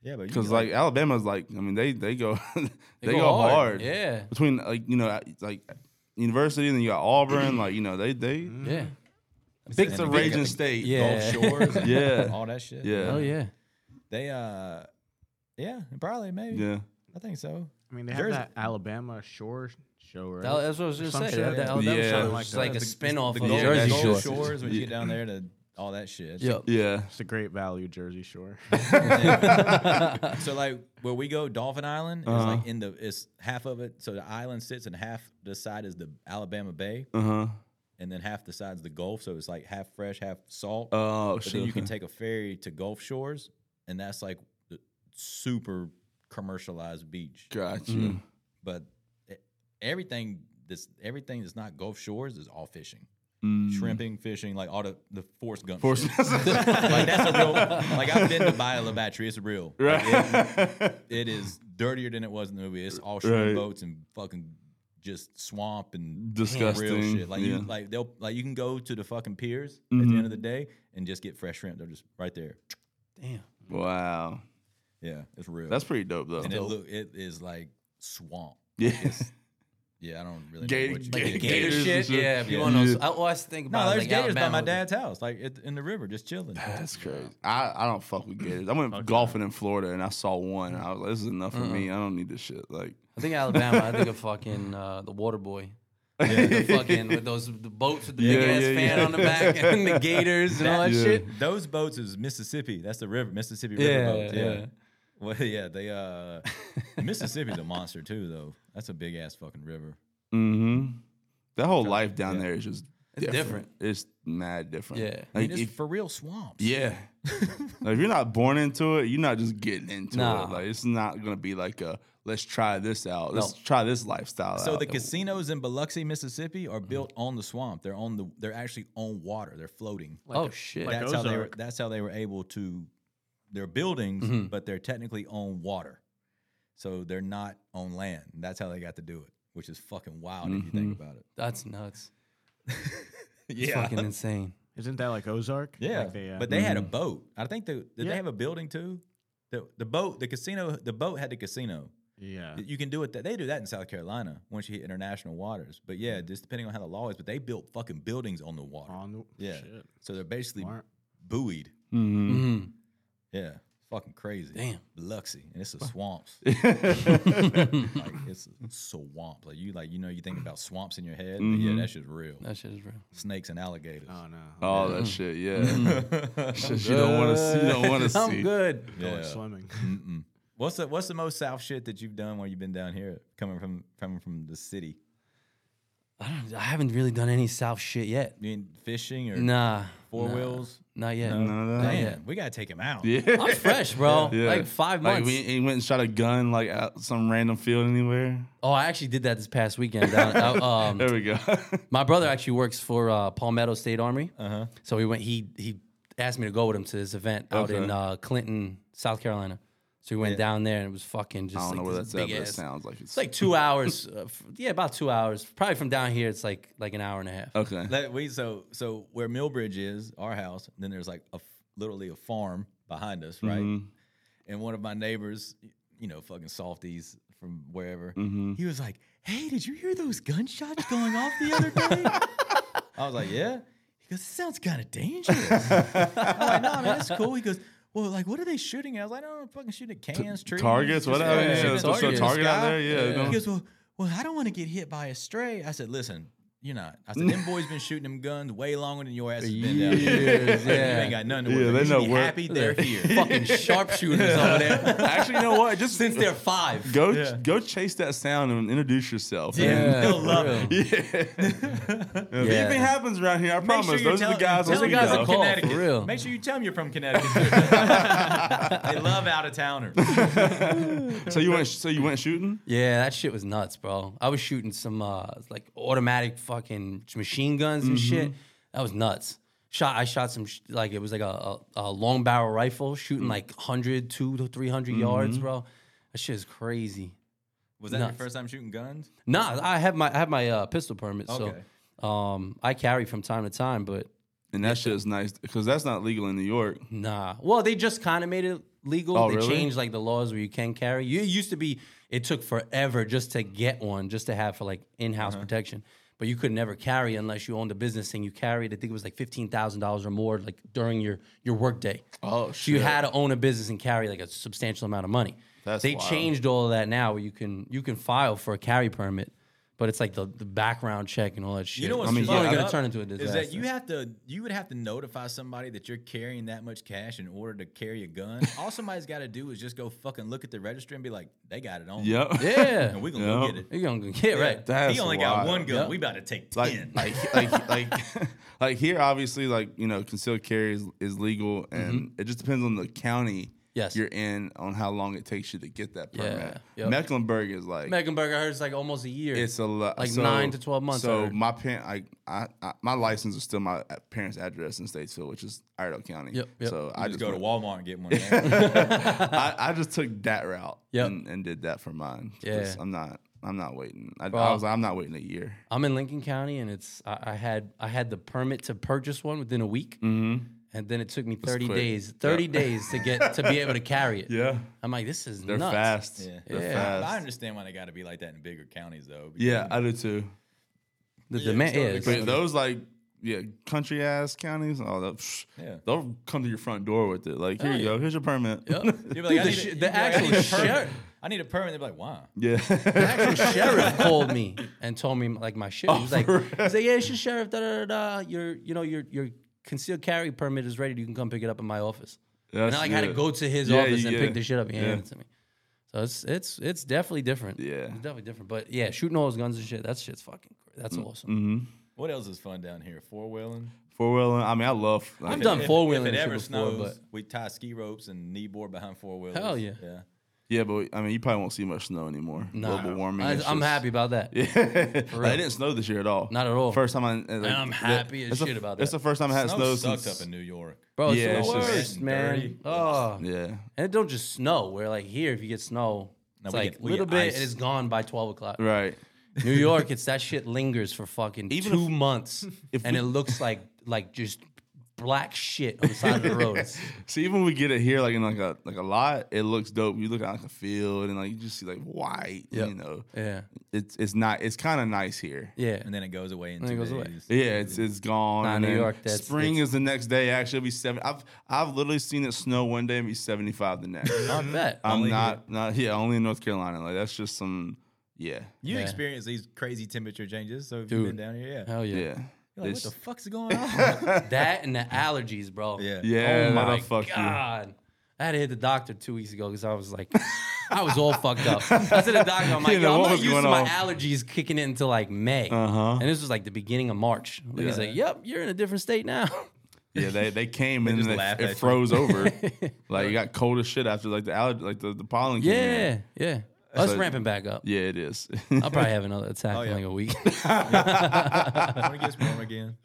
S2: Yeah, but you
S5: Because
S2: could,
S5: like Alabama's like, I mean, they they go they,
S4: go
S5: go,
S4: hard,
S5: hard.
S4: yeah.
S5: Between like you know like university and then you got Auburn, like you know they they
S2: Mm-hmm.
S4: yeah.
S5: big it's a
S2: and they got
S5: raging
S2: the
S5: state.
S4: Yeah.
S2: Gulf Shores, and
S5: Yeah.
S2: all that shit.
S5: Yeah.
S4: Oh yeah.
S2: they uh, yeah, probably maybe.
S5: Yeah.
S2: I think so.
S6: I mean, they
S2: Jersey.
S6: have that Alabama Shore show, right?
S4: That- that's what I was gonna
S6: Some
S4: say.
S6: shit.
S4: That, that, that
S5: Yeah.
S4: show was
S6: Like
S4: just
S6: that.
S4: like a
S6: The-
S4: spin-off of
S2: Gold-
S4: Jersey
S2: Gold
S4: Shore.
S2: Shores when you get down there to all that shit.
S4: Yep.
S5: Yeah.
S6: it's a great value, Jersey Shore.
S2: So like where we go, Dolphin Island is
S5: Uh-huh.
S2: like in the it's half of it. So the island sits and half the side is the Alabama Bay,
S5: Uh huh.
S2: and then half the side's the Gulf. So it's like half fresh, half salt.
S5: Oh
S2: but
S5: shit.
S2: then you can
S5: okay.
S2: take a ferry to Gulf Shores, and that's like the super commercialized beach.
S5: Gotcha.
S2: But e- everything this everything that's not Gulf Shores is all fishing, shrimping, fishing, like all the the Forrest Gump.
S5: Mm. Force-
S2: shit. like that's a real. Like I've been to Baia La Battery. It's real. Like, it, it is dirtier than it was in the movie. It's all shrimp
S5: Right.
S2: boats and fucking just swamp and
S5: Disgusting.
S2: real shit. Like you
S5: Yeah. Mm-hmm.
S2: like they'll like you can go to the fucking piers at the end of the day and just get fresh shrimp. They're just right there.
S4: Damn.
S5: wow.
S2: Yeah, it's real.
S5: That's pretty dope though.
S2: and it look it is like swamp.
S5: yeah.
S2: Yeah, I don't really
S5: Gator-
S2: know what you
S5: gator-
S2: get.
S4: gator
S5: Gators and
S4: shit.
S5: shit.
S4: Yeah, if you
S5: Yeah.
S4: want to know,
S5: Yeah.
S4: I always think about
S2: No,
S4: it,
S2: there's
S4: like
S2: gators by
S4: Alabama
S2: my
S4: was-
S2: dad's house, like it, in the river, just chilling.
S5: That's crazy. I, I don't fuck with gators. I went golfing in Florida and I saw one and I was like, this is enough for me. I don't need this shit. Like
S4: I think Alabama. I think of fucking uh, the Water Boy. the fucking with those the boats with the big
S5: Yeah,
S4: ass
S5: yeah,
S4: fan
S5: yeah.
S4: on the back and the gators and all that
S5: Yeah.
S4: shit.
S2: Those boats is Mississippi. That's the river, Mississippi River
S4: Yeah,
S2: boats. Yeah.
S4: yeah.
S2: Well, yeah, they uh Mississippi's a monster too though. That's a big ass fucking river.
S5: hmm That whole mm-hmm. life down there is just
S4: It's different.
S5: It's mad different.
S4: Yeah.
S2: I mean,
S5: Like
S2: it's
S5: if,
S2: for real swamps.
S5: yeah. like if you're not born into it, you're not just getting into
S4: Nah.
S5: it. Like it's not gonna be like a let's try this out. Let's
S4: No.
S5: try this lifestyle.
S2: So
S5: out.
S2: the casinos in Biloxi, Mississippi, are built on the swamp. They're on the. They're actually on water. They're floating.
S4: oh shit.
S6: like
S2: that's how they were.
S6: Ozark.
S2: That's how they were able to. Their buildings, but they're technically on water, so they're not on land. That's how they got to do it, which is fucking wild if you think about it.
S4: That's nuts. It's
S2: Yeah,
S4: fucking insane.
S6: Isn't that like Ozark?
S2: yeah.
S6: Like they, uh,
S2: but they had a boat. I think the did they
S6: Yeah.
S2: have a building too? The the boat, the casino, the boat had the casino.
S6: yeah.
S2: You can do it. That they do that in South Carolina once you hit international waters. But yeah,
S6: Mm-hmm.
S2: just depending on how the law is. But they built fucking buildings on the water.
S6: On the,
S2: yeah.
S6: Shit.
S2: So they're basically
S6: Smart. Mm-hmm.
S2: buoyed.
S5: Mhm.
S4: Mm.
S2: Yeah. Fucking crazy.
S4: Damn.
S2: Biloxi. And it's a swamps. like it's a swamp. Like you like you know you think about swamps in your head. but yeah, that shit's real.
S4: Mm-hmm. That shit is real.
S2: Snakes and alligators.
S6: Oh no. I'm
S5: All that shit, yeah. shit you don't want to see. You don't want to see.
S4: I'm good.
S6: going
S2: yeah.
S6: swimming.
S2: What's the what's the most South shit that you've done while you've been down here coming from coming from the city?
S4: I, don't, I haven't really done any South shit yet.
S2: You mean fishing or
S4: Nah.
S2: four
S4: nah,
S2: wheels?
S4: Not yet.
S5: None of that?
S4: Not
S2: Damn,
S4: yet.
S2: we gotta take him out.
S5: Yeah.
S4: I'm fresh, bro.
S5: Yeah.
S4: Like five
S5: Like,
S4: months.
S5: we ain't- ain't went and shot a gun like at some random field anywhere.
S4: oh, I actually did that this past weekend. Down, uh, um,
S5: There we go.
S4: My brother actually works for uh, Palmetto State Army. Uh-huh. So he went. He he asked me to go with him to this event out
S5: Okay.
S4: in uh, Clinton, South Carolina. So we went down there and it was fucking just.
S5: I don't
S4: like
S5: know where
S4: this
S5: that's at, but
S4: big
S5: it
S4: ass-
S5: sounds like it's
S4: It's like two hours. Uh, f- yeah, about two hours. Probably from down here, it's like like an hour and a half.
S5: okay.
S2: Like, we so so where Millbridge is, our house, then there's like a f- literally a farm behind us, right?
S4: Mm-hmm.
S5: Mm.
S2: And one of my neighbors, y- you know, fucking softies from wherever,
S5: Mm-hmm.
S2: he was like, "Hey, did you hear those gunshots going off the other day?" I was like, "Yeah." He goes, "It sounds kind of dangerous." I'm like, "No, man, that's cool." He goes. Well, like, what are they shooting at? I was like, I don't know, fucking shooting at cans, trees.
S5: Targets,
S2: just-
S5: whatever.
S4: yeah,
S5: Yeah,
S4: yeah,
S5: yeah, so- so
S4: targets.
S5: target out there.
S2: Sky. He
S5: Yeah. no.
S2: goes, well, well, I don't want to get hit by a stray. I said, listen, you're not. I said, them boys been shooting them guns way longer than your ass has been down here. I said, You
S4: yeah.
S2: ain't got nothing to
S5: Yeah,
S2: worry about.
S5: they
S2: You should
S5: know
S2: be
S5: where-
S2: happy they're here.
S4: Fucking sharpshooters over there.
S5: Actually, you know what? Just
S4: Since they're five.
S5: go go chase that sound and introduce yourself.
S2: Yeah, they'll
S4: for
S2: love
S4: real.
S2: it.
S5: If
S4: Yeah.
S5: anything happens around here, I
S2: Make
S5: promise
S2: sure you
S5: those are
S2: tell
S5: the guys.
S2: tell
S5: on
S2: the
S5: speed
S2: guys
S5: dial.
S2: in
S4: call, for
S2: Connecticut.
S4: real.
S2: Make sure you tell them you're from Connecticut. they love out of towners.
S5: So you went. So you went shooting.
S4: Yeah, that shit was nuts, bro. I was shooting some uh like automatic fucking machine guns and shit. That was nuts. Shot I shot some sh- like it was like a, a, a long barrel rifle shooting like 100 2 to 300 yards, bro. That shit is crazy.
S2: Was that
S4: Nuts.
S2: your first time shooting guns?
S4: Nah, I have my I have my uh, pistol permit,
S2: Okay.
S4: so um I carry from time to time, but
S5: And that shit is nice because that's not legal in New York.
S4: Nah. Well, they just kind of made it legal.
S5: Oh,
S4: they
S5: really?
S4: changed like the laws where you can carry. You, it used to be it took forever just to get one, just to have for like in-house
S5: Uh-huh.
S4: protection. But you could never carry unless you owned a business and you carried. I think it was like fifteen thousand dollars or more, like during your your work day.
S5: Oh,
S4: so you had to own a business and carry like a substantial amount of money.
S5: That's
S4: they
S5: wild.
S4: changed all of that now, where you can you can file for a carry permit, but it's like the, the background check and all that shit.
S2: You know what's
S5: I mean,
S2: fucked
S5: yeah, I-
S4: gonna turn into a
S2: Is that
S4: disaster.
S2: you have to you would have to notify somebody that you're carrying that much cash in order to carry a gun. All somebody's got to do is just go fucking look at the register and be like, they got it on. me."
S5: Yep.
S4: yeah,
S2: And we gonna go
S5: Yep.
S2: get it.
S4: you're gonna get right.
S5: That's
S2: he only got
S5: wild.
S2: one gun.
S4: Yeah.
S2: We about to take
S5: like
S2: ten.
S5: like like like like here obviously like you know concealed carry is, is legal and it just depends on the county
S4: Mm-hmm. Yes.
S5: you're in on how long it takes you to get that permit
S4: Yeah, yep.
S5: mecklenburg is like
S4: Mecklenburg, I heard it's like almost a year.
S5: it's a lot
S4: Like nine to 12 months, I
S5: so
S4: heard.
S5: my parent like I, I my license is still my uh, parents address in statesville which is iredell county
S4: Yep, yep.
S5: so
S2: I
S5: i
S2: just
S5: just,
S2: go to
S5: went-
S2: Walmart and get one. there.
S5: I, I just took that route
S4: Yep.
S5: and, and did that for mine
S4: Yeah.
S5: 'Cause i'm not i'm not waiting I, I
S4: Bro.
S5: was like i'm not waiting a year
S4: I'm in Lincoln County, and it's I, I had I had the permit to purchase one within a week,
S2: Mm-hmm.
S4: and then it took me 30
S5: quick.
S4: days 30 days to get to be able to carry it.
S5: yeah
S4: I'm like, this is
S5: they're
S4: nuts.
S5: fast
S2: Yeah.
S5: they're
S4: Yeah.
S2: But I
S5: fast
S2: understand why they got to be like that in bigger counties though. because
S5: yeah i do too
S4: The demand
S2: totally
S4: is.
S2: agree.
S5: But those like yeah, country ass counties, all that, psh,
S2: Yeah.
S5: they'll come to your front door with it. Like, here you go, here's your permit.
S2: you'd be like,
S4: Dude,
S2: I
S4: the
S2: need a-
S4: sh-
S2: you'd
S4: the
S2: be like, I
S4: actual
S2: need a permit.
S4: sheriff-
S2: I need a permit. They're like, why?
S5: Yeah.
S4: sheriff called me and told me like my shit. He was like, he was like, yeah, it's your sheriff. Da da da. da. Your you know your your concealed carry permit is ready. You can come pick it up in my office. and
S5: That's
S4: I like, had to
S5: good.
S4: go to his
S5: Yeah,
S4: office
S5: you-
S4: and
S5: yeah.
S4: pick the shit up and hand
S5: Yeah.
S4: it to me. So it's it's it's definitely different.
S5: Yeah. Mm-hmm.
S4: it's definitely different. But yeah, shooting all those guns and shit. That shit's fucking. cra- That's awesome.
S2: What else is fun down here? Four wheeling.
S5: Four wheeling. I mean, I love. Like,
S4: I'm done. Four wheeling
S2: If
S4: and
S2: it
S4: shit
S2: ever
S4: before,
S2: snows,
S4: but-
S2: we tie ski ropes and knee board behind four wheelers.
S4: Hell yeah.
S2: Yeah.
S5: Yeah, but I mean, you probably won't see much snow anymore.
S4: Nah.
S5: Global warming.
S4: I,
S5: is
S4: am
S5: just-
S4: happy about that.
S5: Yeah, like,
S4: real.
S5: it didn't snow this year at all.
S4: Not at all.
S5: First time I. and, Like,
S4: I'm happy as
S5: it's the-
S4: shit about
S5: It's
S4: that.
S5: the first time I had
S2: Snow
S5: snow,
S2: sucked
S5: since.
S2: up in New York.
S4: Bro, it's
S5: Yeah,
S4: the
S5: it's just-
S4: worst,
S2: Wet and dirty.
S4: man. Oh,
S5: yeah,
S4: and it don't just snow. Where like here, if you get snow,
S2: No,
S4: it's
S2: we
S4: like
S2: get-
S4: a
S2: we
S4: little
S2: get
S4: bit
S2: ice.
S4: and it's gone by twelve o'clock.
S5: right.
S4: New York, it's that shit lingers for fucking two months, and it looks like like just black shit on the side of the road. It's-
S5: See, even when we get it here, like in like a like a lot, it looks dope. You look at like a field, and like you just see like white. You know,
S4: yeah,
S5: it's it's not. It's kind of nice here.
S4: yeah.
S2: And then it goes away in two
S4: then it goes away.
S2: days.
S5: Yeah, it's it's gone.
S4: Nah,
S5: and
S4: New
S5: then
S4: York, that's-
S5: spring
S4: it's-
S5: is the next day. Actually, it'll be seven. I've I've literally seen it snow one day and be seventy five the next.
S4: I bet.
S5: I'm
S2: Only
S5: not not yeah, only in North Carolina. Like that's just some yeah.
S2: You
S4: Yeah.
S2: experience these crazy temperature changes, so if you've
S4: Dude.
S2: been down here, yeah.
S4: Hell yeah.
S5: Yeah.
S2: You're like,
S5: It's-
S2: what the fuck's going on?
S4: That and the allergies, bro.
S2: yeah.
S5: yeah,
S4: oh my
S5: that'll fuck you.
S4: god. I had to hit the doctor two weeks ago because I was like, I was all fucked up. I said to the doctor, I'm like,
S5: You
S4: yo,
S5: know,
S4: I'm
S5: what
S4: not
S5: was
S4: used to
S5: going
S4: my
S5: on?
S4: allergies kicking in until like May.
S5: Uh-huh.
S4: And this was like the beginning of March. Like, He's
S5: Yeah.
S4: like, yep, you're in a different state now.
S5: Yeah, they, they came and
S2: just
S5: then
S2: laugh
S5: it,
S2: at you.
S5: it froze over. like it got cold as shit after like the allergy, like the, the pollen. came in.
S4: yeah, yeah. Us
S5: So-
S4: ramping back up.
S5: yeah, it is.
S4: I'll probably have another attack in
S2: Oh, yeah.
S4: like a week.
S2: when it gets warm again.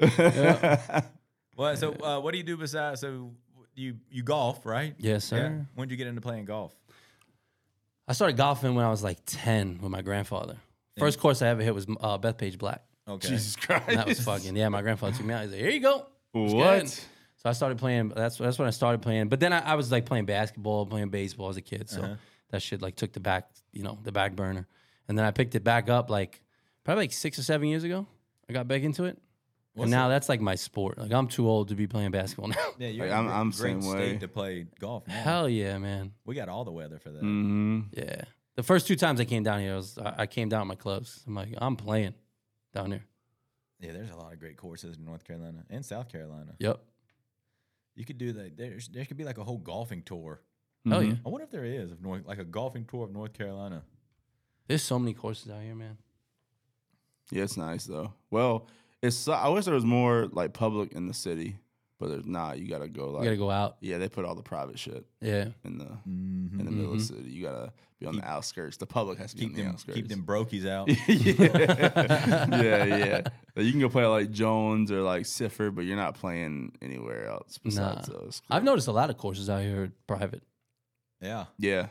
S2: Well, so uh, what do you do besides? So you you golf, right?
S4: Yes,
S2: Yeah.
S4: sir.
S2: When did you get into playing golf?
S4: I started golfing when I was like 10 with my grandfather. First course I ever hit was uh, Bethpage Black.
S2: Okay.
S5: Jesus Christ.
S4: And that was fucking, yeah, my grandfather took me out. He's like, here you go. Just
S5: What?
S4: kidding. So I started playing. That's that's when I started playing. But then I, I was like playing basketball, playing baseball as a kid. So that shit like took the back, you know, the back burner. And then I picked it back up like probably like six or seven years ago. I got back into it. and now that's like my sport. Like I'm too old to be playing basketball now.
S2: Yeah, you're
S5: Like,
S2: in
S5: I'm-
S2: gr-
S5: I'm
S2: great
S5: same
S2: state
S5: way.
S2: to play golf. now.
S4: Hell yeah, man.
S2: We got all the weather for that.
S5: hmm
S4: Yeah. The first two times I came down here, I was I I came down with my clubs. I'm like, I'm playing down here.
S2: Yeah, there's a lot of great courses in North Carolina and South Carolina.
S4: Yep.
S2: You could do that. There's there could be like a whole golfing tour.
S4: Hell
S5: mm-hmm.
S4: yeah.
S2: I wonder if there is of North, like a golfing tour of North Carolina.
S4: There's so many courses out here, man.
S5: Yeah, it's nice though. Well, it's so- I wish there was more like public in the city, but there's not. You gotta go like
S4: You gotta go out.
S5: yeah, they put all the private shit
S4: Yeah.
S5: in the in the middle of the
S4: Mm-hmm.
S5: city. You gotta be on the outskirts. The public has to be
S2: Keep
S5: on the
S2: them
S5: outskirts.
S2: keep them brokies out.
S5: yeah, yeah. Like, you can go play like Jones or like Sifford, but you're not playing anywhere else besides
S4: Nah.
S5: those.
S4: I've noticed a lot of courses out here are private,
S2: yeah.
S5: Yeah,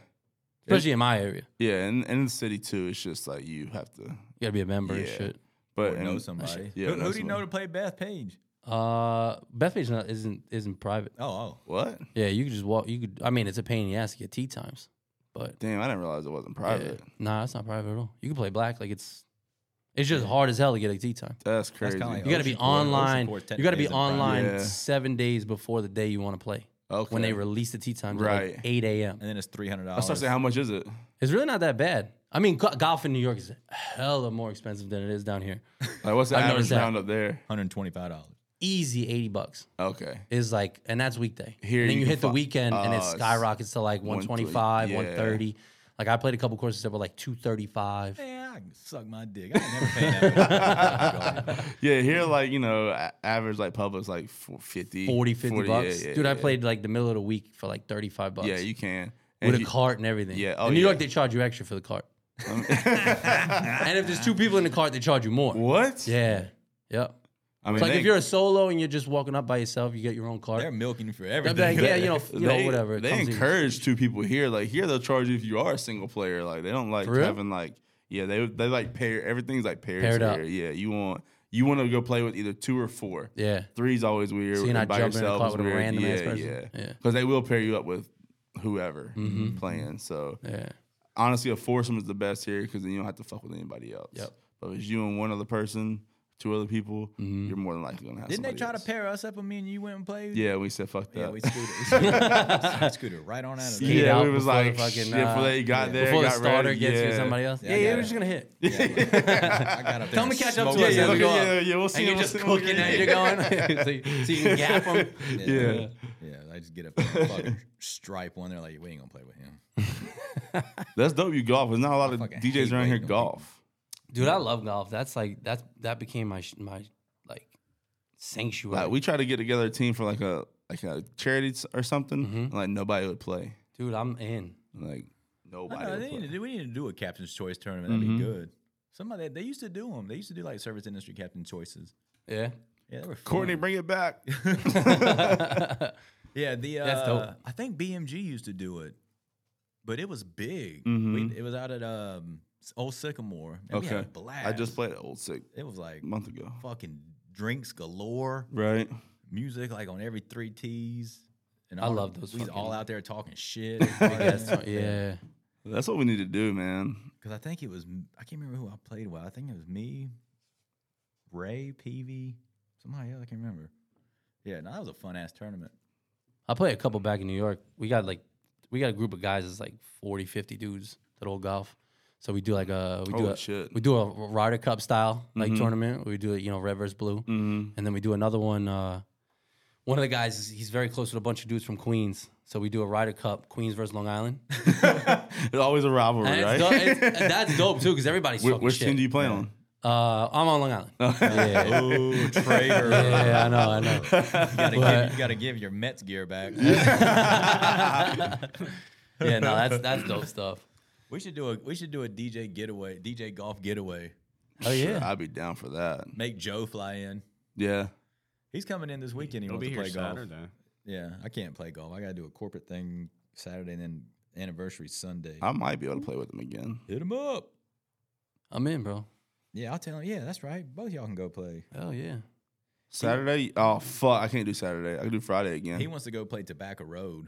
S4: especially in my area.
S5: yeah, and, and in the city too. It's just like you have to,
S4: You gotta be a member and
S5: Yeah.
S4: shit.
S5: but
S2: Or know
S5: and-
S2: somebody.
S5: yeah,
S2: who
S5: know
S2: who do you know
S5: somebody.
S2: to play Beth Page?
S4: Uh, Bethpage not, isn't isn't private.
S2: Oh, oh.
S5: What?
S4: Yeah, you could just walk. You could. I mean, it's a pain in the ass to get tea times, but
S5: Damn, I didn't realize it wasn't
S4: yeah.
S5: private.
S4: nah, it's not private at all. You can play black. Like it's, it's just hard as hell to get a tea time.
S5: That's crazy.
S2: kinda like
S4: You gotta be
S2: Ocean Court- Ocean
S4: online.
S2: Court
S4: You
S2: technically
S4: gotta be
S2: isn't private.
S4: online
S5: Yeah.
S4: seven days before the day you want to play.
S5: Oh, okay.
S4: When they release the tea times, right?
S5: Right.
S4: Like Eight a.m.
S2: And then it's three hundred
S5: I start
S2: dollars.
S5: saying, how much is it?
S4: It's really not that bad. I mean, go- golf in New York is hella more expensive than it is down here.
S5: Like, what's the
S4: I've noticed
S5: average
S4: that.
S5: round up there?
S2: hundred twenty five dollars.
S4: Easy eighty bucks.
S5: Okay.
S4: is like, and that's weekday.
S5: Here
S4: and then
S5: you
S4: you,
S5: can
S4: hit the
S5: fi-
S4: weekend and it
S5: Oh, it's
S4: skyrockets to like 125,
S5: 130, yeah.
S4: 130. Like I played a couple courses that were like 235.
S2: Yeah, I can suck my dick. I ain't never paid that much.
S5: Yeah, here, like, you know, a- average, like, public's like 50,
S4: 40, 50
S5: yeah,
S4: bucks.
S5: yeah,
S4: Dude, I
S5: yeah.
S4: played like the middle of the week for like 35 bucks.
S5: Yeah, you can. And
S4: with a
S5: you-
S4: cart and everything.
S5: Yeah, oh,
S4: in New York,
S5: yeah.
S4: they charge you extra for the cart. and if there's two people in the cart, they charge you more.
S5: What?
S4: Yeah. Yep.
S5: I mean,
S4: It's like
S5: they-
S4: if you're a solo and you're just walking up by yourself, you get your own cart.
S2: They're milking you for
S4: They're
S2: everything.
S4: like, yeah, you know, f- you know, whatever. it
S5: They
S4: comes in.
S5: encourage two people here. Like here, they'll charge you if you are a single player. Like they don't like
S4: For real?
S5: having like yeah. They they like pair. Everything's like pairs
S4: Paired up.
S5: here. Yeah, you want you want to go play with either two or four.
S4: Yeah.
S5: Three's always weird.
S4: So you're
S5: and
S4: not
S5: by
S4: jumping in a
S5: yourself
S4: car
S5: is
S4: with a
S5: weird.
S4: random
S5: yeah,
S4: ass person?
S5: Yeah,
S4: Yeah. Mm-hmm.
S5: Because they will pair you up with whoever playing. So
S4: Yeah.
S5: honestly, a foursome is the best here because then you don't have to fuck with anybody else.
S4: Yep.
S5: But if it's you and one other person, two other people,
S4: Mm-hmm.
S5: you're more than likely gonna have.
S2: Didn't they
S5: somebody
S2: try
S5: else.
S2: to pair us up with me and you went and played?
S5: Yeah, we said fuck that.
S2: Yeah, we scooted, we scooted, we scooted right on out of there.
S4: Skate
S5: yeah,
S4: out
S5: we was
S4: before the
S5: like,
S4: fucking,
S5: shit,
S4: uh,
S5: before they got there,
S4: Before the
S5: got
S4: starter
S5: ready,
S4: gets
S5: yeah.
S4: you, somebody else.
S2: Yeah,
S4: Yeah,
S2: I
S4: yeah,
S2: got
S4: we're
S2: it.
S4: just gonna hit.
S2: I got up there
S4: Tell them
S2: and
S4: to catch up
S2: smoked
S4: to us
S2: it.
S5: yeah,
S4: as we
S5: look
S4: go
S5: at-
S4: up.
S5: yeah, yeah, we'll
S4: and
S5: see
S4: you're
S5: them,
S4: just
S5: we'll see
S4: cooking
S5: them.
S4: as you're going, so, you, so you can gap them.
S5: Yeah.
S2: Yeah, I just get up there and fucking stripe one. They're like, we ain't gonna play with him.
S5: that's dope. You golf. There's not a lot of
S2: fucking
S5: DJs
S2: hate
S5: around here
S2: waiting on
S5: golf.
S4: Dude, I love golf. That's like that's that became my sh- my Sanctuary.
S5: Like we tried to get together a team for like a like a charity s- or something,
S4: Mm-hmm.
S5: and like nobody would play.
S4: Dude, I'm in.
S2: I
S5: Like nobody.
S2: know,
S5: would
S2: they need to
S5: play.
S2: do, we need to do a captain's choice tournament. That'd be good. Somebody they used to do them. They used to do like service industry captain choices.
S4: Yeah.
S2: Yeah, they were fun.
S5: Courtney, bring it back.
S2: Yeah, the uh,
S4: That's dope.
S2: I think BMG used to do it, but it was big. We, it was out at um, S- Old Sycamore. And we
S5: okay,
S2: had a blast.
S5: I just played at Old Sick
S2: It was like
S5: a month ago.
S2: fucking drinks galore,
S5: Right.
S2: music like on every three T's. And
S4: I
S2: all-
S4: love those
S2: We was all
S4: fucking-
S2: out there talking shit.
S4: Yeah.
S5: That's what we need to do, man.
S2: because I think it was m- I can't remember who I played with. I think it was me, Ray, Peavy, somebody else. I can't remember. Yeah, no, that was a fun ass tournament.
S4: I play a couple back in New York. We got like we got a group of guys that's like 40, 50 dudes that old golf. So we do like a we do
S5: Holy
S4: a,
S5: shit. Mm-hmm.
S4: we do a Ryder Cup style like tournament. We do it, you know, red versus blue. And then we do another one uh one of the guys is, he's very close with a bunch of dudes from Queens. So we do a Ryder Cup Queens versus Long Island.
S5: It's always a rivalry,
S4: And it's
S5: right?
S4: do- it's- and that's dope too cuz everybody's
S5: Wh-
S4: talking
S5: which
S4: shit.
S5: team do you play on?
S4: uh I'm on Long Island. yeah.
S2: Oh, traitor!
S4: yeah, I know, I know.
S2: You gotta,
S4: But-
S2: give, you gotta give your Mets gear back.
S4: Yeah, no, that's that's dope stuff.
S2: we should do a we should do a DJ getaway, DJ golf getaway.
S4: Oh yeah.
S5: I'd be down for that.
S2: Make Joe fly in.
S5: Yeah.
S2: He's coming in this weekend. He
S6: He'll
S2: wants
S6: be
S2: to
S6: here
S2: play golf.
S6: Saturday.
S2: Yeah, I can't play golf. I gotta do a corporate thing Saturday and then anniversary Sunday.
S5: I might be able to play with them again.
S2: Hit him up.
S4: I'm in, bro.
S2: Yeah, I'll tell him. Yeah, that's right. Both y'all can go play.
S4: Oh yeah.
S5: Saturday? Oh fuck, I can't do Saturday. I can do Friday again.
S2: He wants to go play Tobacco Road.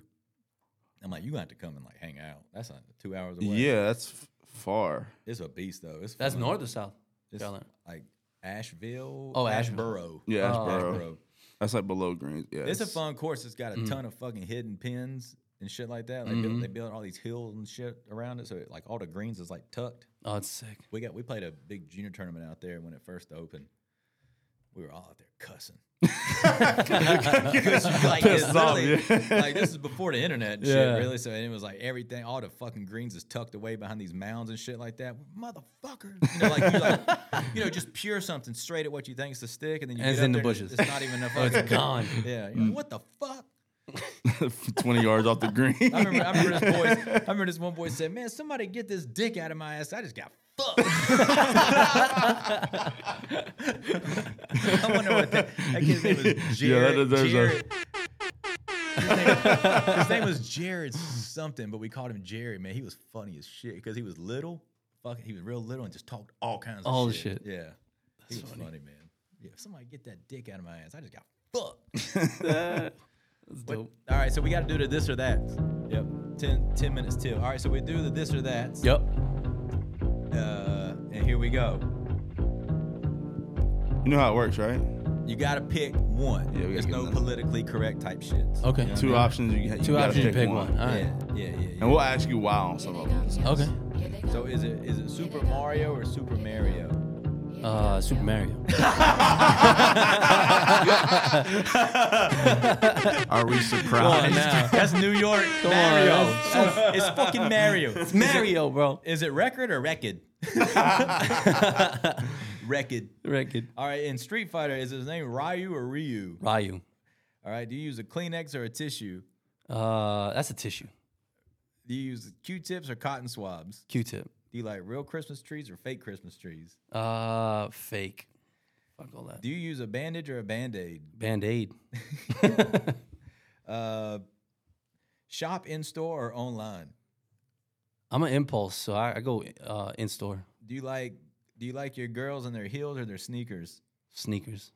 S2: I'm like, you got to come and like hang out. That's like two hours away.
S5: yeah, that's f- far.
S2: it's a beast though. It's
S4: That's
S2: fun.
S4: north or south?
S2: It's
S4: Carolina.
S2: like Asheville.
S4: Oh,
S2: Ashboro.
S5: Yeah,
S4: Oh.
S5: Ashboro.
S2: Ashboro.
S5: That's like below Greens. Yeah,
S2: It's a fun course. It's
S4: Mm.
S2: got a ton of fucking hidden pins and shit like that. Like
S4: Mm-hmm.
S2: built- they built all these hills and shit around it, so it, like all the greens is like tucked.
S4: Oh, it's sick.
S2: We got we played a big junior tournament out there when it first opened. We were all out there cussing. 'Cause you, like, it's
S5: Pissed off,
S2: literally- like this is before the internet and
S4: Yeah.
S2: shit, really. So and it was like everything, all the fucking greens is tucked away behind these mounds and shit like that. Motherfucker, you know, like you like, you know, just pure something straight at what you think is the stick, and then you
S4: And
S2: get
S4: it's
S2: up
S4: in the
S2: there and
S4: bushes.
S2: It's not even enough. oh,
S4: It's gone.
S2: Yeah, you're like, what the fuck?
S5: twenty yards off the green.
S2: I remember, I remember this boy. I remember this one boy said, "Man, somebody get this dick out of my ass. I just got fucked." I wonder what that, that kid's name was. Jared.
S5: that deserves a-
S2: Jared. His name, his name was Jared something, but we called him Jerry. Man, he was funny as shit because he was little. Fucking, he was real little and just talked all kinds of
S4: All the
S2: shit.
S4: shit.
S2: Yeah, he was funny. man. Yeah, somebody get that dick out of my ass. I just got fucked.
S4: It's
S2: What-
S4: dope.
S2: All right, so we got to do the this or that. Yep. 10, 10 minutes till. All right, so we do the this or that.
S4: Yep.
S2: Uh, and here we go.
S5: you know how it works, right?
S2: You got to pick one.
S5: Yeah, we gotta
S2: There's
S5: get
S2: no
S5: another.
S2: politically correct type shit.
S4: Okay.
S5: Two options. You, you
S4: Two
S5: gotta
S4: options. You
S5: Pick
S4: pick one. All right.
S2: Yeah, yeah, yeah. yeah.
S5: And we'll ask you why on some of them.
S4: Okay.
S2: so is it is it Super Mario or Super Mario?
S4: Uh, Super Mario.
S5: Are we
S4: Come on
S5: surprised?
S4: now.
S2: That's New York Mario. It's- it's fucking Mario. It's
S4: Mario, bro.
S2: Is it record or record? record.
S4: Record.
S2: All right, in Street Fighter, is his name Ryu or Ryu?
S4: Ryu.
S2: All right, do you use a Kleenex or a tissue?
S4: Uh, that's a tissue.
S2: Do you use Q-tips or cotton swabs?
S4: Q-tip.
S2: Do you like real Christmas trees or fake Christmas trees?
S4: Uh, fake. Fuck all that.
S2: Do you use a bandage or a band-aid?
S4: Band Aid.
S2: Uh, shop in store or online?
S4: I'm an impulse, so I, I go uh, in store
S2: Do you like do you like your girls in their heels or their sneakers?
S4: sneakers.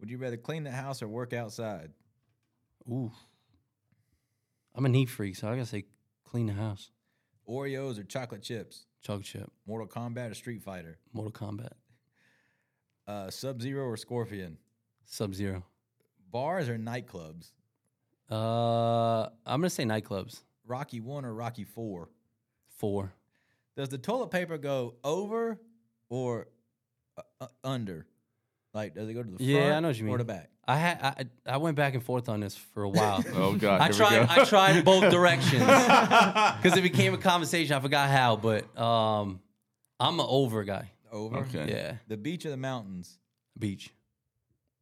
S2: Would you rather clean the house or work outside?
S4: Ooh. I'm a neat freak, so I gotta say clean the house.
S2: Oreos or chocolate chips?
S4: Chocolate chip.
S2: Mortal Kombat or Street Fighter?
S4: Mortal Kombat.
S2: Uh, Sub Zero or Scorpion?
S4: Sub Zero.
S2: Bars or nightclubs?
S4: Uh, I'm gonna say nightclubs.
S2: Rocky One or Rocky Four?
S4: Four.
S2: Does the toilet paper go over or uh, uh, under? Like, does it go to the
S4: Yeah, I
S2: front
S4: know what you
S2: or
S4: mean.
S2: the back?
S4: I had I, I I went back and forth on this for a while.
S5: Oh god.
S4: I
S5: here we
S4: tried
S5: go.
S4: I tried both directions because it became a conversation. I forgot how, but um, I'm an over guy.
S2: Over.
S5: Okay.
S4: Yeah,
S2: The beach or the mountains?
S4: beach.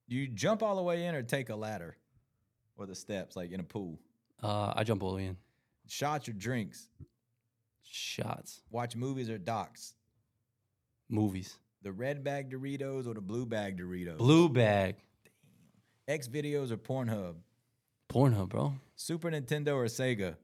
S2: you jump all the way in or take a ladder or the steps like in a pool?
S4: Uh, I jump all the way in.
S2: Shots or drinks?
S4: Shots.
S2: Watch movies or docs?
S4: Movies.
S2: The red bag Doritos or the blue bag Doritos?
S4: Blue bag.
S2: X videos or Pornhub?
S4: Pornhub, bro.
S2: Super Nintendo or Sega?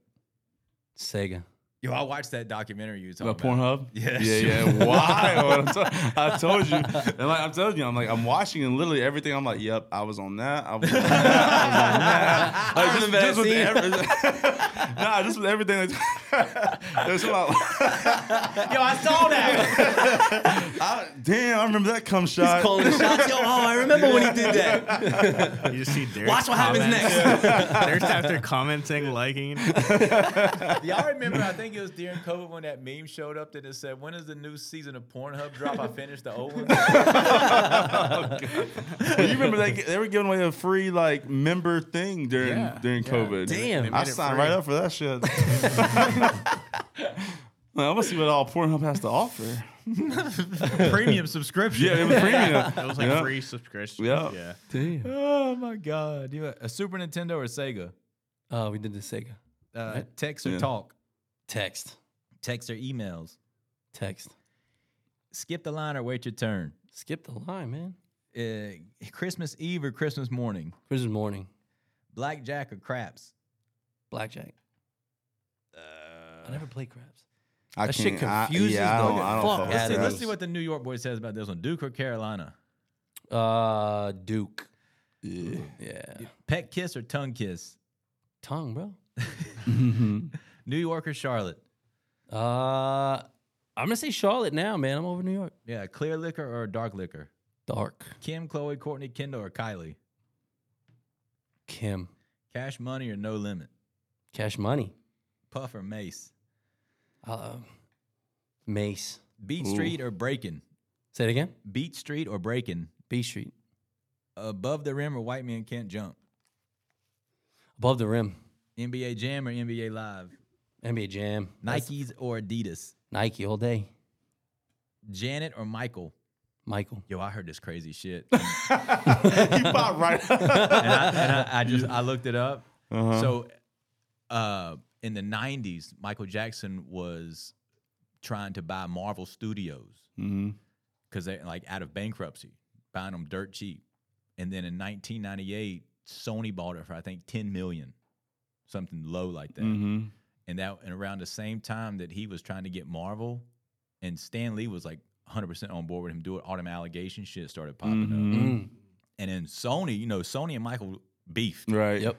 S4: Sega.
S2: Yo, I watched that documentary you was talking
S5: About
S2: about.
S5: Pornhub?
S2: Yeah,
S5: Yeah,
S2: sure.
S5: yeah. Why? I told you. And like I'm telling you, I'm like, I'm watching and literally everything. I'm like, yep, I was on that. I was on that. I was on that. Like, just, just with every, nah, just with everything. Like, there's some, like,
S2: Yo, I saw that.
S5: I, damn, I remember that cum shot.
S4: Calling the shots. Yo, oh, I remember when he did that.
S6: You just see Derek's
S4: Watch what happens
S6: comments.
S4: next.
S6: Derek's after commenting, liking.
S2: Y'all remember? I think it was during COVID when that meme showed up that it said, "When is the new season of Pornhub drop?" I finished the old one.
S5: you remember they they were giving away a free like member thing during
S6: Yeah.
S5: during COVID.
S4: Damn.
S5: I signed right up for that shit. like, I'm gonna see what all Pornhub has to offer.
S2: Premium subscription.
S5: Yeah, it was premium.
S6: It was like
S5: Yeah.
S6: free subscription.
S5: Yeah.
S6: Yeah.
S4: Damn.
S2: Oh my God! You a Super Nintendo or Sega?
S4: Uh, we did the Sega.
S2: Uh, Text or
S5: Yeah.
S2: talk?
S4: Text.
S2: Text or emails?
S4: Text.
S2: Skip the line or wait your turn?
S4: Skip the line, man.
S2: Uh, Christmas Eve or Christmas morning?
S4: Christmas morning.
S2: Blackjack or craps?
S4: Blackjack. I never played craps.
S5: I
S4: That shit
S5: can't- I-
S4: confuses
S5: yeah, I
S4: the
S5: don't, I don't
S4: fuck
S5: fuck
S4: out
S5: with
S2: Let's see,
S4: of
S5: that.
S2: let's see what the New York boy says about this one. Duke or Carolina?
S4: Uh, Duke.
S5: Yeah.
S4: Yeah.
S2: Pet kiss or tongue kiss?
S4: Tongue, bro.
S2: New York or Charlotte?
S4: Uh, I'm gonna say Charlotte now, man. I'm over New York.
S2: Yeah, clear liquor or dark liquor?
S4: Dark.
S2: Kim, Chloe, Courtney, Kendall, or Kylie?
S4: Kim.
S2: Cash money or no limit?
S4: Cash Money.
S2: Puff or mace?
S4: Uh, Mace.
S2: Beat Street or breaking?
S4: Say it again.
S2: Beat Street or breaking?
S4: B Street.
S2: Above the rim or white man can't jump?
S4: Above the rim.
S2: NBA Jam or NBA Live?
S4: NBA Jam.
S2: Nikes or Adidas?
S4: Nike all day.
S2: Janet or Michael?
S4: Michael.
S2: Yo, I heard this crazy shit.
S5: He popped right up.
S2: and I, and I, I just I looked it up. So, uh, in the '90s, Michael Jackson was trying to buy Marvel Studios
S5: Mm-hmm,
S2: because they like out of bankruptcy, buying them dirt cheap. And then in 1998, Sony bought it for I think 10 million, something low like that.
S5: Mm. mm-hmm.
S2: And that and around the same time that he was trying to get Marvel, and Stan Lee was like 100 percent on board with him doing all them allegation shit started popping up
S4: Mm.
S2: and then Sony, you know, Sony and Michael beefed,
S5: Right.
S4: Yep.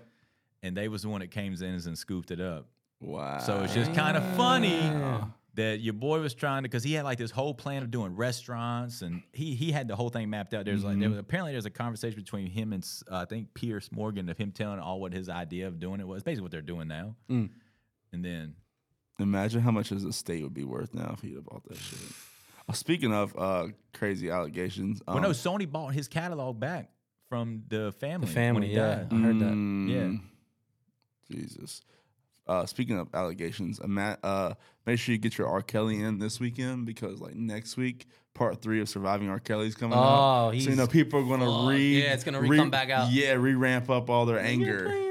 S2: and they was the one that came in and scooped it up.
S5: Wow.
S2: So it's just
S4: Ah.
S2: kind of funny
S4: Oh.
S2: that your boy was trying to, because he had like this whole plan of doing restaurants, and he he had the whole thing mapped out. There's like
S4: Mm-hmm.
S2: there was apparently there's a conversation between him and uh, I think Pierce Morgan of him telling all what his idea of doing it was, basically what they're doing now,
S4: Mm.
S2: and then.
S5: Imagine how much his estate would be worth now if he'd have bought that shit. Uh, Speaking of uh, crazy allegations,
S4: Oh.
S5: um,
S2: well, no, Sony bought his catalog back from the family.
S4: The family.
S2: when he
S4: yeah,
S2: died.
S4: I heard that.
S5: mm,
S2: Yeah.
S5: Jesus. Uh, speaking of allegations, uh, Matt, uh, make sure you get your R. Kelly in this weekend because like next week, part three of Surviving R. Kelly's coming out.
S4: Oh,
S5: so you
S4: he's-
S5: know people are gonna
S4: fuck.
S5: re
S4: Yeah, it's gonna re- come back out.
S5: Yeah, re ramp up all their
S4: You're
S5: anger.
S4: playing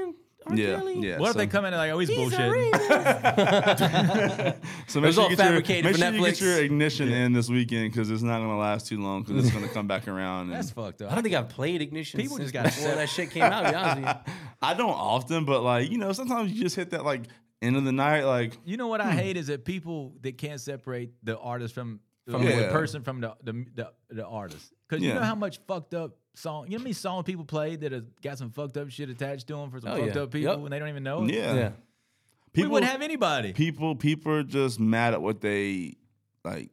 S4: R.
S5: Yeah,
S4: Kelly?
S5: yeah.
S2: What if
S5: so-
S2: they come in and like, oh, he's,
S4: He's a
S2: bullshit.
S4: racist.
S5: So make
S4: was
S5: sure
S4: all
S5: you get your,
S4: fabricated for
S5: make sure you get
S4: Netflix.
S5: your ignition in this weekend because it's not gonna last too long because it's gonna come back around. And
S2: That's fucked up.
S4: I don't think I've played Ignition.
S2: People
S4: since
S2: just gotta
S4: before
S2: accept-
S4: that shit came out. To be honest with you.
S5: I don't often, but like you know, sometimes you just hit that like end of the night, like
S2: You know what
S5: Hmm.
S2: I hate is that people that can't separate the artist from from the
S5: Yeah.
S2: person from the the the, the artist. Because you know
S5: Yeah.
S2: how much fucked up song. You know how many songs people play that have got some fucked up shit attached to them for some
S4: Oh,
S2: fucked
S4: yeah.
S2: up people
S4: Yep.
S2: and they don't even know. it?
S5: yeah,
S4: Oh, Yeah.
S2: we
S5: people
S2: wouldn't have anybody.
S5: people people are just mad at what they like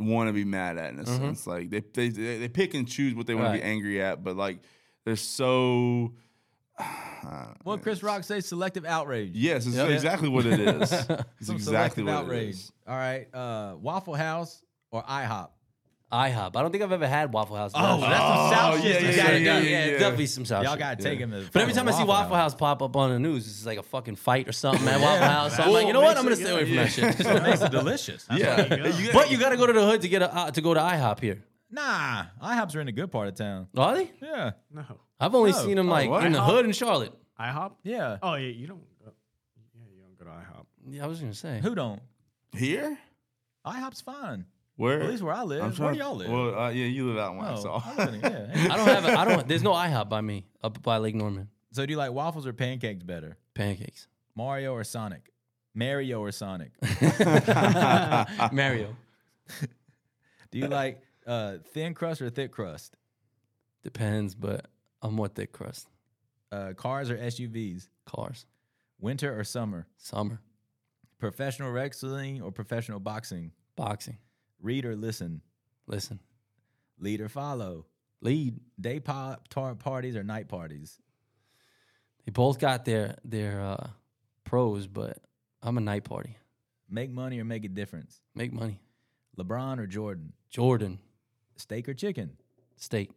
S5: want to be mad at in
S2: Mm-hmm.
S5: a sense. Like they they they they pick and choose what they want to
S4: Right.
S5: be angry at, but like they're so uh,
S2: What Chris Rock says? Selective outrage.
S5: yes, it's
S2: Yep.
S5: exactly what it is. It's
S2: Some
S5: exactly
S2: selective
S5: what it
S2: outrage.
S5: is.
S2: All right, uh, Waffle House or IHOP.
S4: IHOP. I don't think I've ever had Waffle House. to be honest with you.
S2: that's some
S5: Oh,
S2: South shit.
S5: yeah,
S2: you
S5: yeah,
S2: gotta
S5: yeah,
S2: do.
S5: yeah, yeah.
S4: definitely some South
S2: Y'all
S4: shit.
S2: gotta take him. to the
S4: But every
S2: fucking
S4: time I see Waffle House pop up on the news, it's like a fucking fight or something at Waffle House. So I'm like, you know what? I'm gonna stay away from that shit.
S2: House, it makes it delicious.
S5: Yeah, You gotta-
S4: But you gotta go to the hood to get a, uh, to go to IHOP here.
S2: Nah, IHOPs are in a good part of town.
S4: Are they?
S2: Yeah,
S6: No.
S4: I've only
S2: No.
S4: seen them like
S5: what?
S4: in the hood in Charlotte.
S6: IHOP?
S2: yeah.
S6: Oh yeah, you don't. Go, yeah, you don't go to IHOP.
S4: Yeah, I was gonna say.
S2: Who don't?
S5: Here?
S2: IHOP's fine.
S5: Where?
S2: At least where I live.
S5: I'm
S2: where
S5: trying-
S2: do y'all live?
S5: Well, uh, yeah, you live out one.
S2: Oh,
S5: so
S2: I live in- yeah.
S4: I don't have. A, I don't. There's no IHOP by me up by Lake Norman.
S2: So do you like waffles or pancakes better?
S4: Pancakes.
S2: Mario or Sonic? Mario or Sonic?
S4: Mario.
S2: Do you like uh, thin crust or thick crust?
S4: Depends, but I'm more thick crust.
S2: Uh, cars or SUVs?
S4: Cars.
S2: Winter or summer?
S4: Summer.
S2: Professional wrestling or professional boxing?
S4: Boxing.
S2: Read or listen?
S4: Listen.
S2: Lead or follow?
S4: Lead.
S2: Day pop tar- parties or night parties?
S4: They both got their their uh, pros, but I'm a night party.
S2: Make money or make a difference?
S4: Make money.
S2: LeBron or Jordan?
S4: Jordan.
S2: Steak or chicken?
S4: Steak.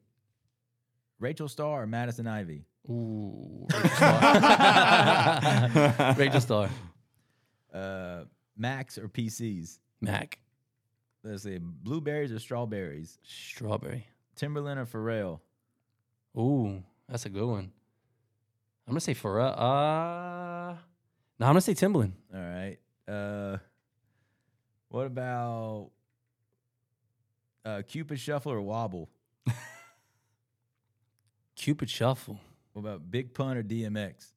S2: Rachel Starr or Madison Ivy?
S4: Ooh. Rachel Starr. Rachel Starr.
S2: Uh, Macs or PCs?
S4: Mac.
S2: Let's see, blueberries or strawberries?
S4: Strawberry.
S2: Timberland or Pharrell?
S4: Ooh, that's a good one. I'm gonna say Pharrell. Uh, no, I'm gonna say Timbaland.
S2: All right. Uh, what about uh, Cupid Shuffle or Wobble?
S4: Cupid Shuffle.
S2: What about Big Pun or DMX?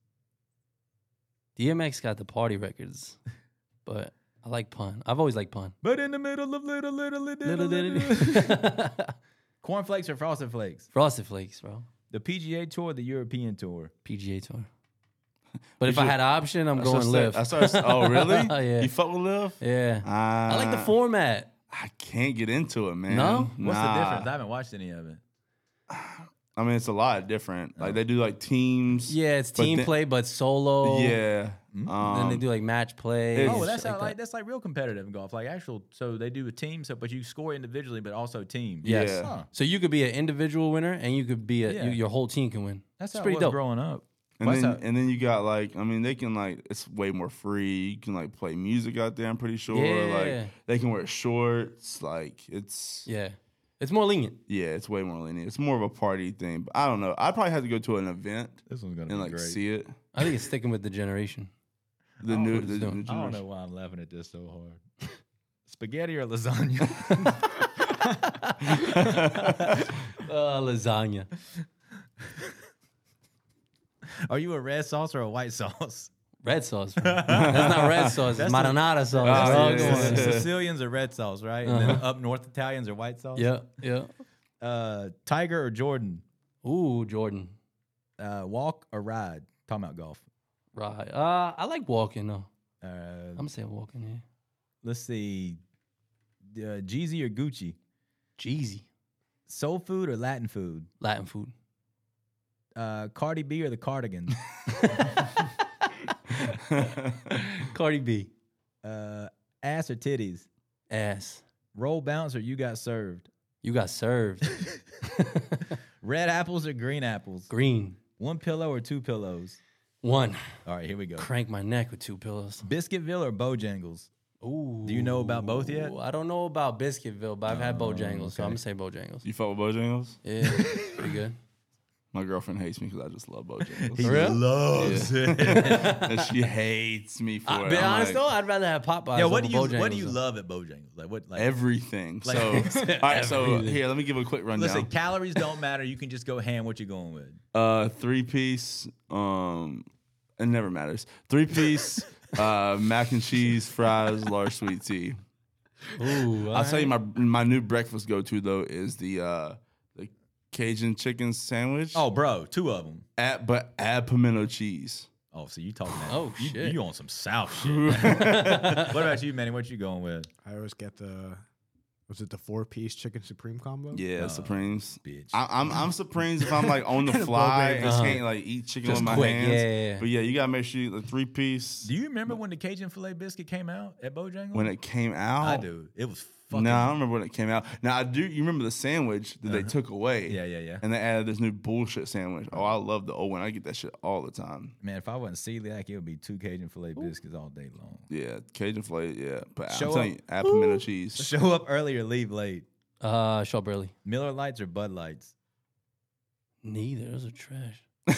S4: DMX got the party records, but I like pun. I've always liked pun.
S2: But in the middle of little, little, little, little, Cornflakes or Frosted Flakes?
S4: Frosted Flakes, bro.
S2: The PGA Tour, the European Tour.
S4: PGA Tour. But if I had an option, I'm
S5: So
S4: going
S5: sta-
S4: live.
S5: I started, oh, really?
S4: Yeah.
S5: You fuck with Liv?
S4: yeah.
S5: Uh,
S4: I like the format.
S5: I can't get into it, man.
S4: No?
S2: What's the
S5: Nah.
S2: difference? I haven't watched any of it.
S5: I mean, it's a lot different. Like they do like teams.
S4: Yeah, it's
S5: but
S4: team
S5: then-
S4: play, but solo.
S5: Yeah.
S4: Then
S5: Um,
S4: they do like match play.
S5: it's-
S2: Oh,
S4: and
S2: well,
S4: shit
S2: that's how,
S4: that.
S2: like that's like real competitive in golf, like actual. So they do a team, so but you score individually, but also team.
S4: Yes.
S5: Yeah.
S2: Huh.
S4: So you could be an individual winner, and you could be a
S2: Yeah.
S4: you, your whole team can win.
S2: That's
S4: It's
S2: how
S4: pretty
S2: it was
S4: dope.
S2: growing up.
S5: And
S2: What's
S5: then,
S2: up?
S5: and then you got like, I mean, they can like, it's way more free. You can like play music out there. I'm pretty sure.
S4: Yeah.
S5: Like they can wear shorts. Like it's yeah.
S4: Yeah, it's more lenient.
S5: it's way more lenient. It's more of a party thing. But I don't know. I probably have to go to an event
S2: This one's gonna
S5: and like see it.
S4: I think it's sticking with the generation.
S5: The new,
S4: what it's
S5: the,
S4: doing.
S5: new
S2: I don't
S5: generation.
S2: know why I'm laughing at this so hard. Spaghetti or lasagna?
S4: Oh, Uh, lasagna.
S2: Are you a red sauce or a white sauce?
S4: Red sauce. bro. That's not red sauce. It's marinara sauce. bro.
S5: yeah,
S4: Come
S5: yeah,
S4: on.
S5: yeah.
S2: Sicilians are red sauce, right? And then up north Italians are white sauce.
S4: Yeah, yeah.
S2: Uh, Tiger or Jordan?
S4: Ooh, Jordan.
S2: Uh, walk or ride? Talking about golf.
S4: Right. Uh, I like walking though.
S2: Uh,
S4: I'm saying walking. Yeah.
S2: let's see. Uh, Jeezy or Gucci?
S4: Jeezy.
S2: Soul food or Latin food?
S4: Latin food.
S2: Uh, Cardi B or the Cardigans?
S4: Cardi B.
S2: uh, ass or titties?
S4: Ass.
S2: Roll bounce or you got served?
S4: You got served.
S2: Red apples or green apples?
S4: Green.
S2: One pillow or two pillows?
S4: One.
S2: All right, here we go.
S4: Crank my neck with two pillows.
S2: Biscuitville or Bojangles?
S4: Ooh.
S2: Do you know about both yet? Oh,
S4: I don't know about Biscuitville, but I've had Bojangles, so I'm
S2: okay.
S4: gonna say Bojangles.
S5: You fuck with Bojangles?
S4: Yeah, pretty good.
S5: My girlfriend hates me because I just love Bojangles.
S4: real?
S2: loves it.
S5: and she hates me for
S4: I,
S5: it.
S4: be
S5: I'm
S4: honest
S5: like,
S4: though, I'd rather have Popeyes.
S2: Yeah, what do you
S4: over Bojangles,
S2: what do you
S4: though.
S2: love at Bojangles? Like what like
S5: Everything.
S2: Like-
S5: so, all right. So here, let me give a quick rundown.
S2: listen, calories don't matter. You can just go ham what you're going with.
S5: uh three piece um it never matters three piece uh mac and cheese fries large sweet tea
S4: Ooh,
S5: i'll tell you my my new breakfast go-to though is the uh the cajun chicken sandwich
S2: Oh, bro, two of them.
S5: at but add pimento cheese
S2: Oh, so you talking that?
S4: Oh,
S2: you,
S4: shit.
S2: You on some South shit? what about you, Manny? What you going with?
S6: I always get the. Was it the four piece chicken supreme combo?
S5: yeah supremes
S2: bitch.
S5: I, i'm i'm supremes if i'm like on the fly and can't like eat chicken
S4: Just
S5: with my
S4: quick,
S5: hands
S4: yeah, yeah, yeah.
S5: but yeah you gotta make sure you the three piece
S2: Do you remember when the Cajun filet biscuit came out at Bojangles?
S5: when it came out
S2: I do. It was fucking.
S5: No, I don't remember when it came out. Now I do. You remember the sandwich that they took away?
S2: Yeah, yeah, yeah.
S5: And they added this new bullshit sandwich. Oh, I love the old one. I get that shit all the time.
S2: Man, if I wasn't celiac, it would be two Cajun filet biscuits all day long.
S5: Yeah, Cajun filet. Yeah, but
S2: Show
S5: I'm telling
S2: up.
S5: you, add pimento cheese.
S2: Show up early or leave late.
S4: Uh, Shaw Burley.
S2: Miller Lights or Bud Lights?
S4: Neither. Those are trash. but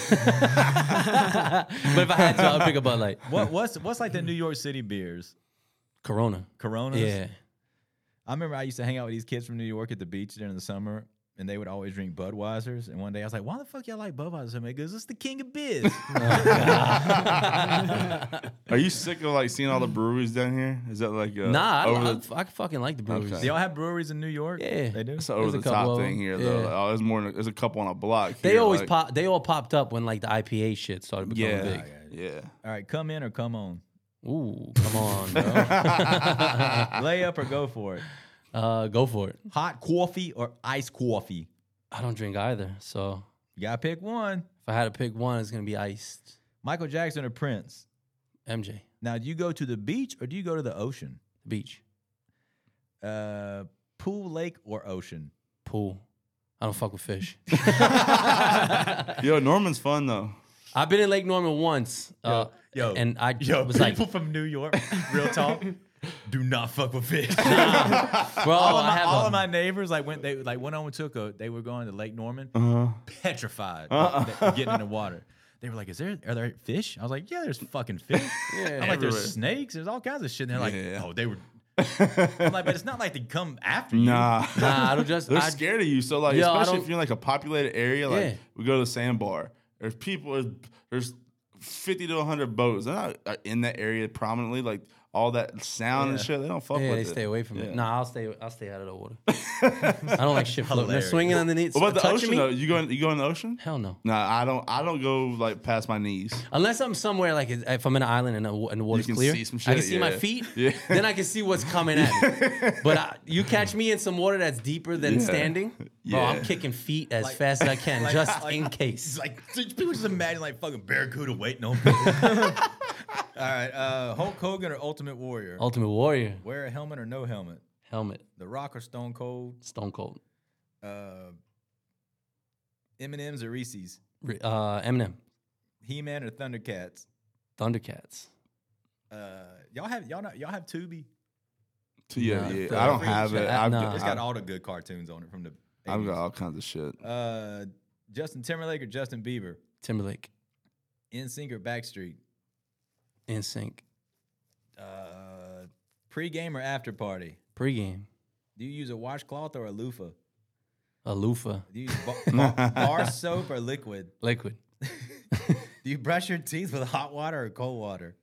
S4: if I had to, I'd pick a Bud Light.
S2: What what's what's like the New York City beers?
S4: Corona.
S2: Coronas.
S4: Yeah.
S2: I remember I used to hang out with these kids from New York at the beach during the summer, and they would always drink Budweisers. And one day I was like, "Why the fuck y'all like Budweiser so much?" Because it's the king of beers.
S5: Are you sick of like seeing all the breweries down here? Is that like a
S4: Nah, I,
S5: over
S4: I,
S5: the,
S4: I fucking like the breweries.
S5: Okay.
S2: Do y'all have breweries in New York?
S4: Yeah.
S2: they do.
S5: that's an over
S4: There's a
S5: the top
S4: couple of
S5: thing
S4: them.
S5: here though?
S4: Yeah.
S5: Like, oh, there's more. than- There's a couple on a block.
S4: They
S5: here,
S4: always
S5: like-
S4: pop. They all popped up when like the IPA shit started becoming
S5: Yeah,
S4: big.
S5: yeah.
S2: All right, come in or come on.
S4: Ooh, come on, bro.
S2: Lay up or go for it.
S4: uh, go for it.
S2: Hot coffee or iced coffee?
S4: I don't drink either, so
S2: You gotta pick one.
S4: if I had to pick one, it's gonna be iced.
S2: Michael Jackson or Prince?
S4: MJ,
S2: Now, do you go to the beach or do you go to the ocean?
S4: beach,
S2: Uh, pool, lake, or ocean?
S4: pool. I don't fuck with fish.
S5: Yo, Norman's fun though.
S4: I've been in Lake Norman once, uh,
S2: yo,
S4: and I
S2: Yo,
S4: was like,
S2: people from New York, real talk, do not fuck with fish.
S4: bro,
S2: all, of
S4: I
S2: my,
S4: have
S2: all
S4: a-
S2: of my neighbors, like when they like when I went took a, they were going to Lake Norman, petrified that- that getting in the water. They were like, "Is there are there fish?" I was like, "Yeah, there's fucking fish." I'm like,
S5: everywhere.
S2: "There's snakes. There's all kinds of shit." And they're like,
S5: Yeah.
S2: "Oh, they were." I'm like, "But it's not like they come after you."
S5: Nah.
S4: nah, I don't just.
S5: They're
S4: I,
S5: scared of you. So like,
S4: Yo, I
S5: especially
S4: don't-
S5: if you're in like a populated area, like
S4: Yeah.
S5: we go to the sandbar. There's people. There's, there's fifty to hundred boats. They're not uh, in that area prominently. Like all that sound and shit. They don't fuck
S4: yeah,
S5: with
S4: they
S5: it.
S4: stay away from it.
S5: Yeah.
S4: Nah, I'll stay. I'll stay out of the water. I don't like shit floating. They're
S2: Hilarious.
S4: swinging underneath.
S5: What about the
S4: touching
S5: ocean
S4: me?
S5: though? You go in, you go in the ocean?
S4: Hell no.
S5: Nah, I don't. I don't go like past my knees.
S4: Unless I'm somewhere like if I'm in an island and the, wa- and the water's
S5: can
S4: clear,
S5: see some
S4: I can
S5: shit,
S4: see my
S5: yeah.
S4: feet.
S5: Yeah.
S4: Then I can see what's coming at me. but I, you catch me in some water that's deeper than standing, bro.
S5: Yeah.
S4: I'm kicking feet as
S2: Like-
S4: fast as I can,
S2: like-
S4: just
S2: like-
S4: in
S2: It's
S4: case.
S2: like people just imagine like fucking barracuda waiting on people. all right, uh, Hulk Hogan or Ultimate Warrior?
S4: Ultimate Warrior
S2: Wear a helmet or no helmet?
S4: helmet,
S2: The Rock or Stone Cold?
S4: Stone Cold,
S2: Uh, M and M's or Reese's?
S4: Re- uh, Eminem,
S2: He Man or Thundercats?
S4: Thundercats.
S2: Uh, y'all have y'all not, y'all have Tubi?
S5: Yeah,
S4: Nah,
S5: yeah.
S4: the
S5: I don't
S4: free
S5: have
S4: shit,
S5: it.
S4: uh,
S5: I've,
S4: nah.
S2: It's got
S5: I've,
S2: all the good cartoons on it from the.
S5: Uh-huh. I've
S2: 80s.
S5: got all kinds of shit.
S2: Uh, Justin Timberlake or Justin Bieber?
S4: Timberlake,
S2: In Sync or Backstreet?
S4: In Sync,
S2: Uh, pre-game or after party?
S4: pregame,
S2: Do you use a washcloth or a loofah?
S4: Alufa,
S2: Do you use ba- ba- bar soap or liquid?
S4: Liquid.
S2: Do you brush your teeth with hot water or cold water?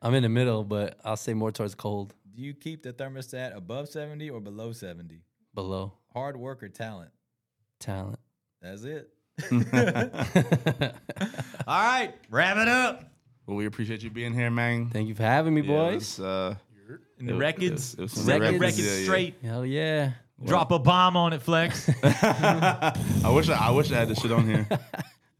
S4: I'm in the middle, but I'll say more towards cold,
S2: Do you keep the thermostat above 70 or below 70?
S4: below
S2: Hard work or talent?
S4: talent.
S2: That's it. All right, wrap it up.
S5: Well, we appreciate you being here, man.
S4: Thank you for having me,
S5: Yeah, it
S4: boys.
S5: was, uh,
S2: And the
S5: it was-
S2: records,
S5: it was some
S2: set the
S4: records.
S2: records
S5: Yeah, yeah.
S2: straight.
S4: Hell yeah.
S2: Drop a bomb on it, Flex.
S5: I wish I, I wish I had this shit on here.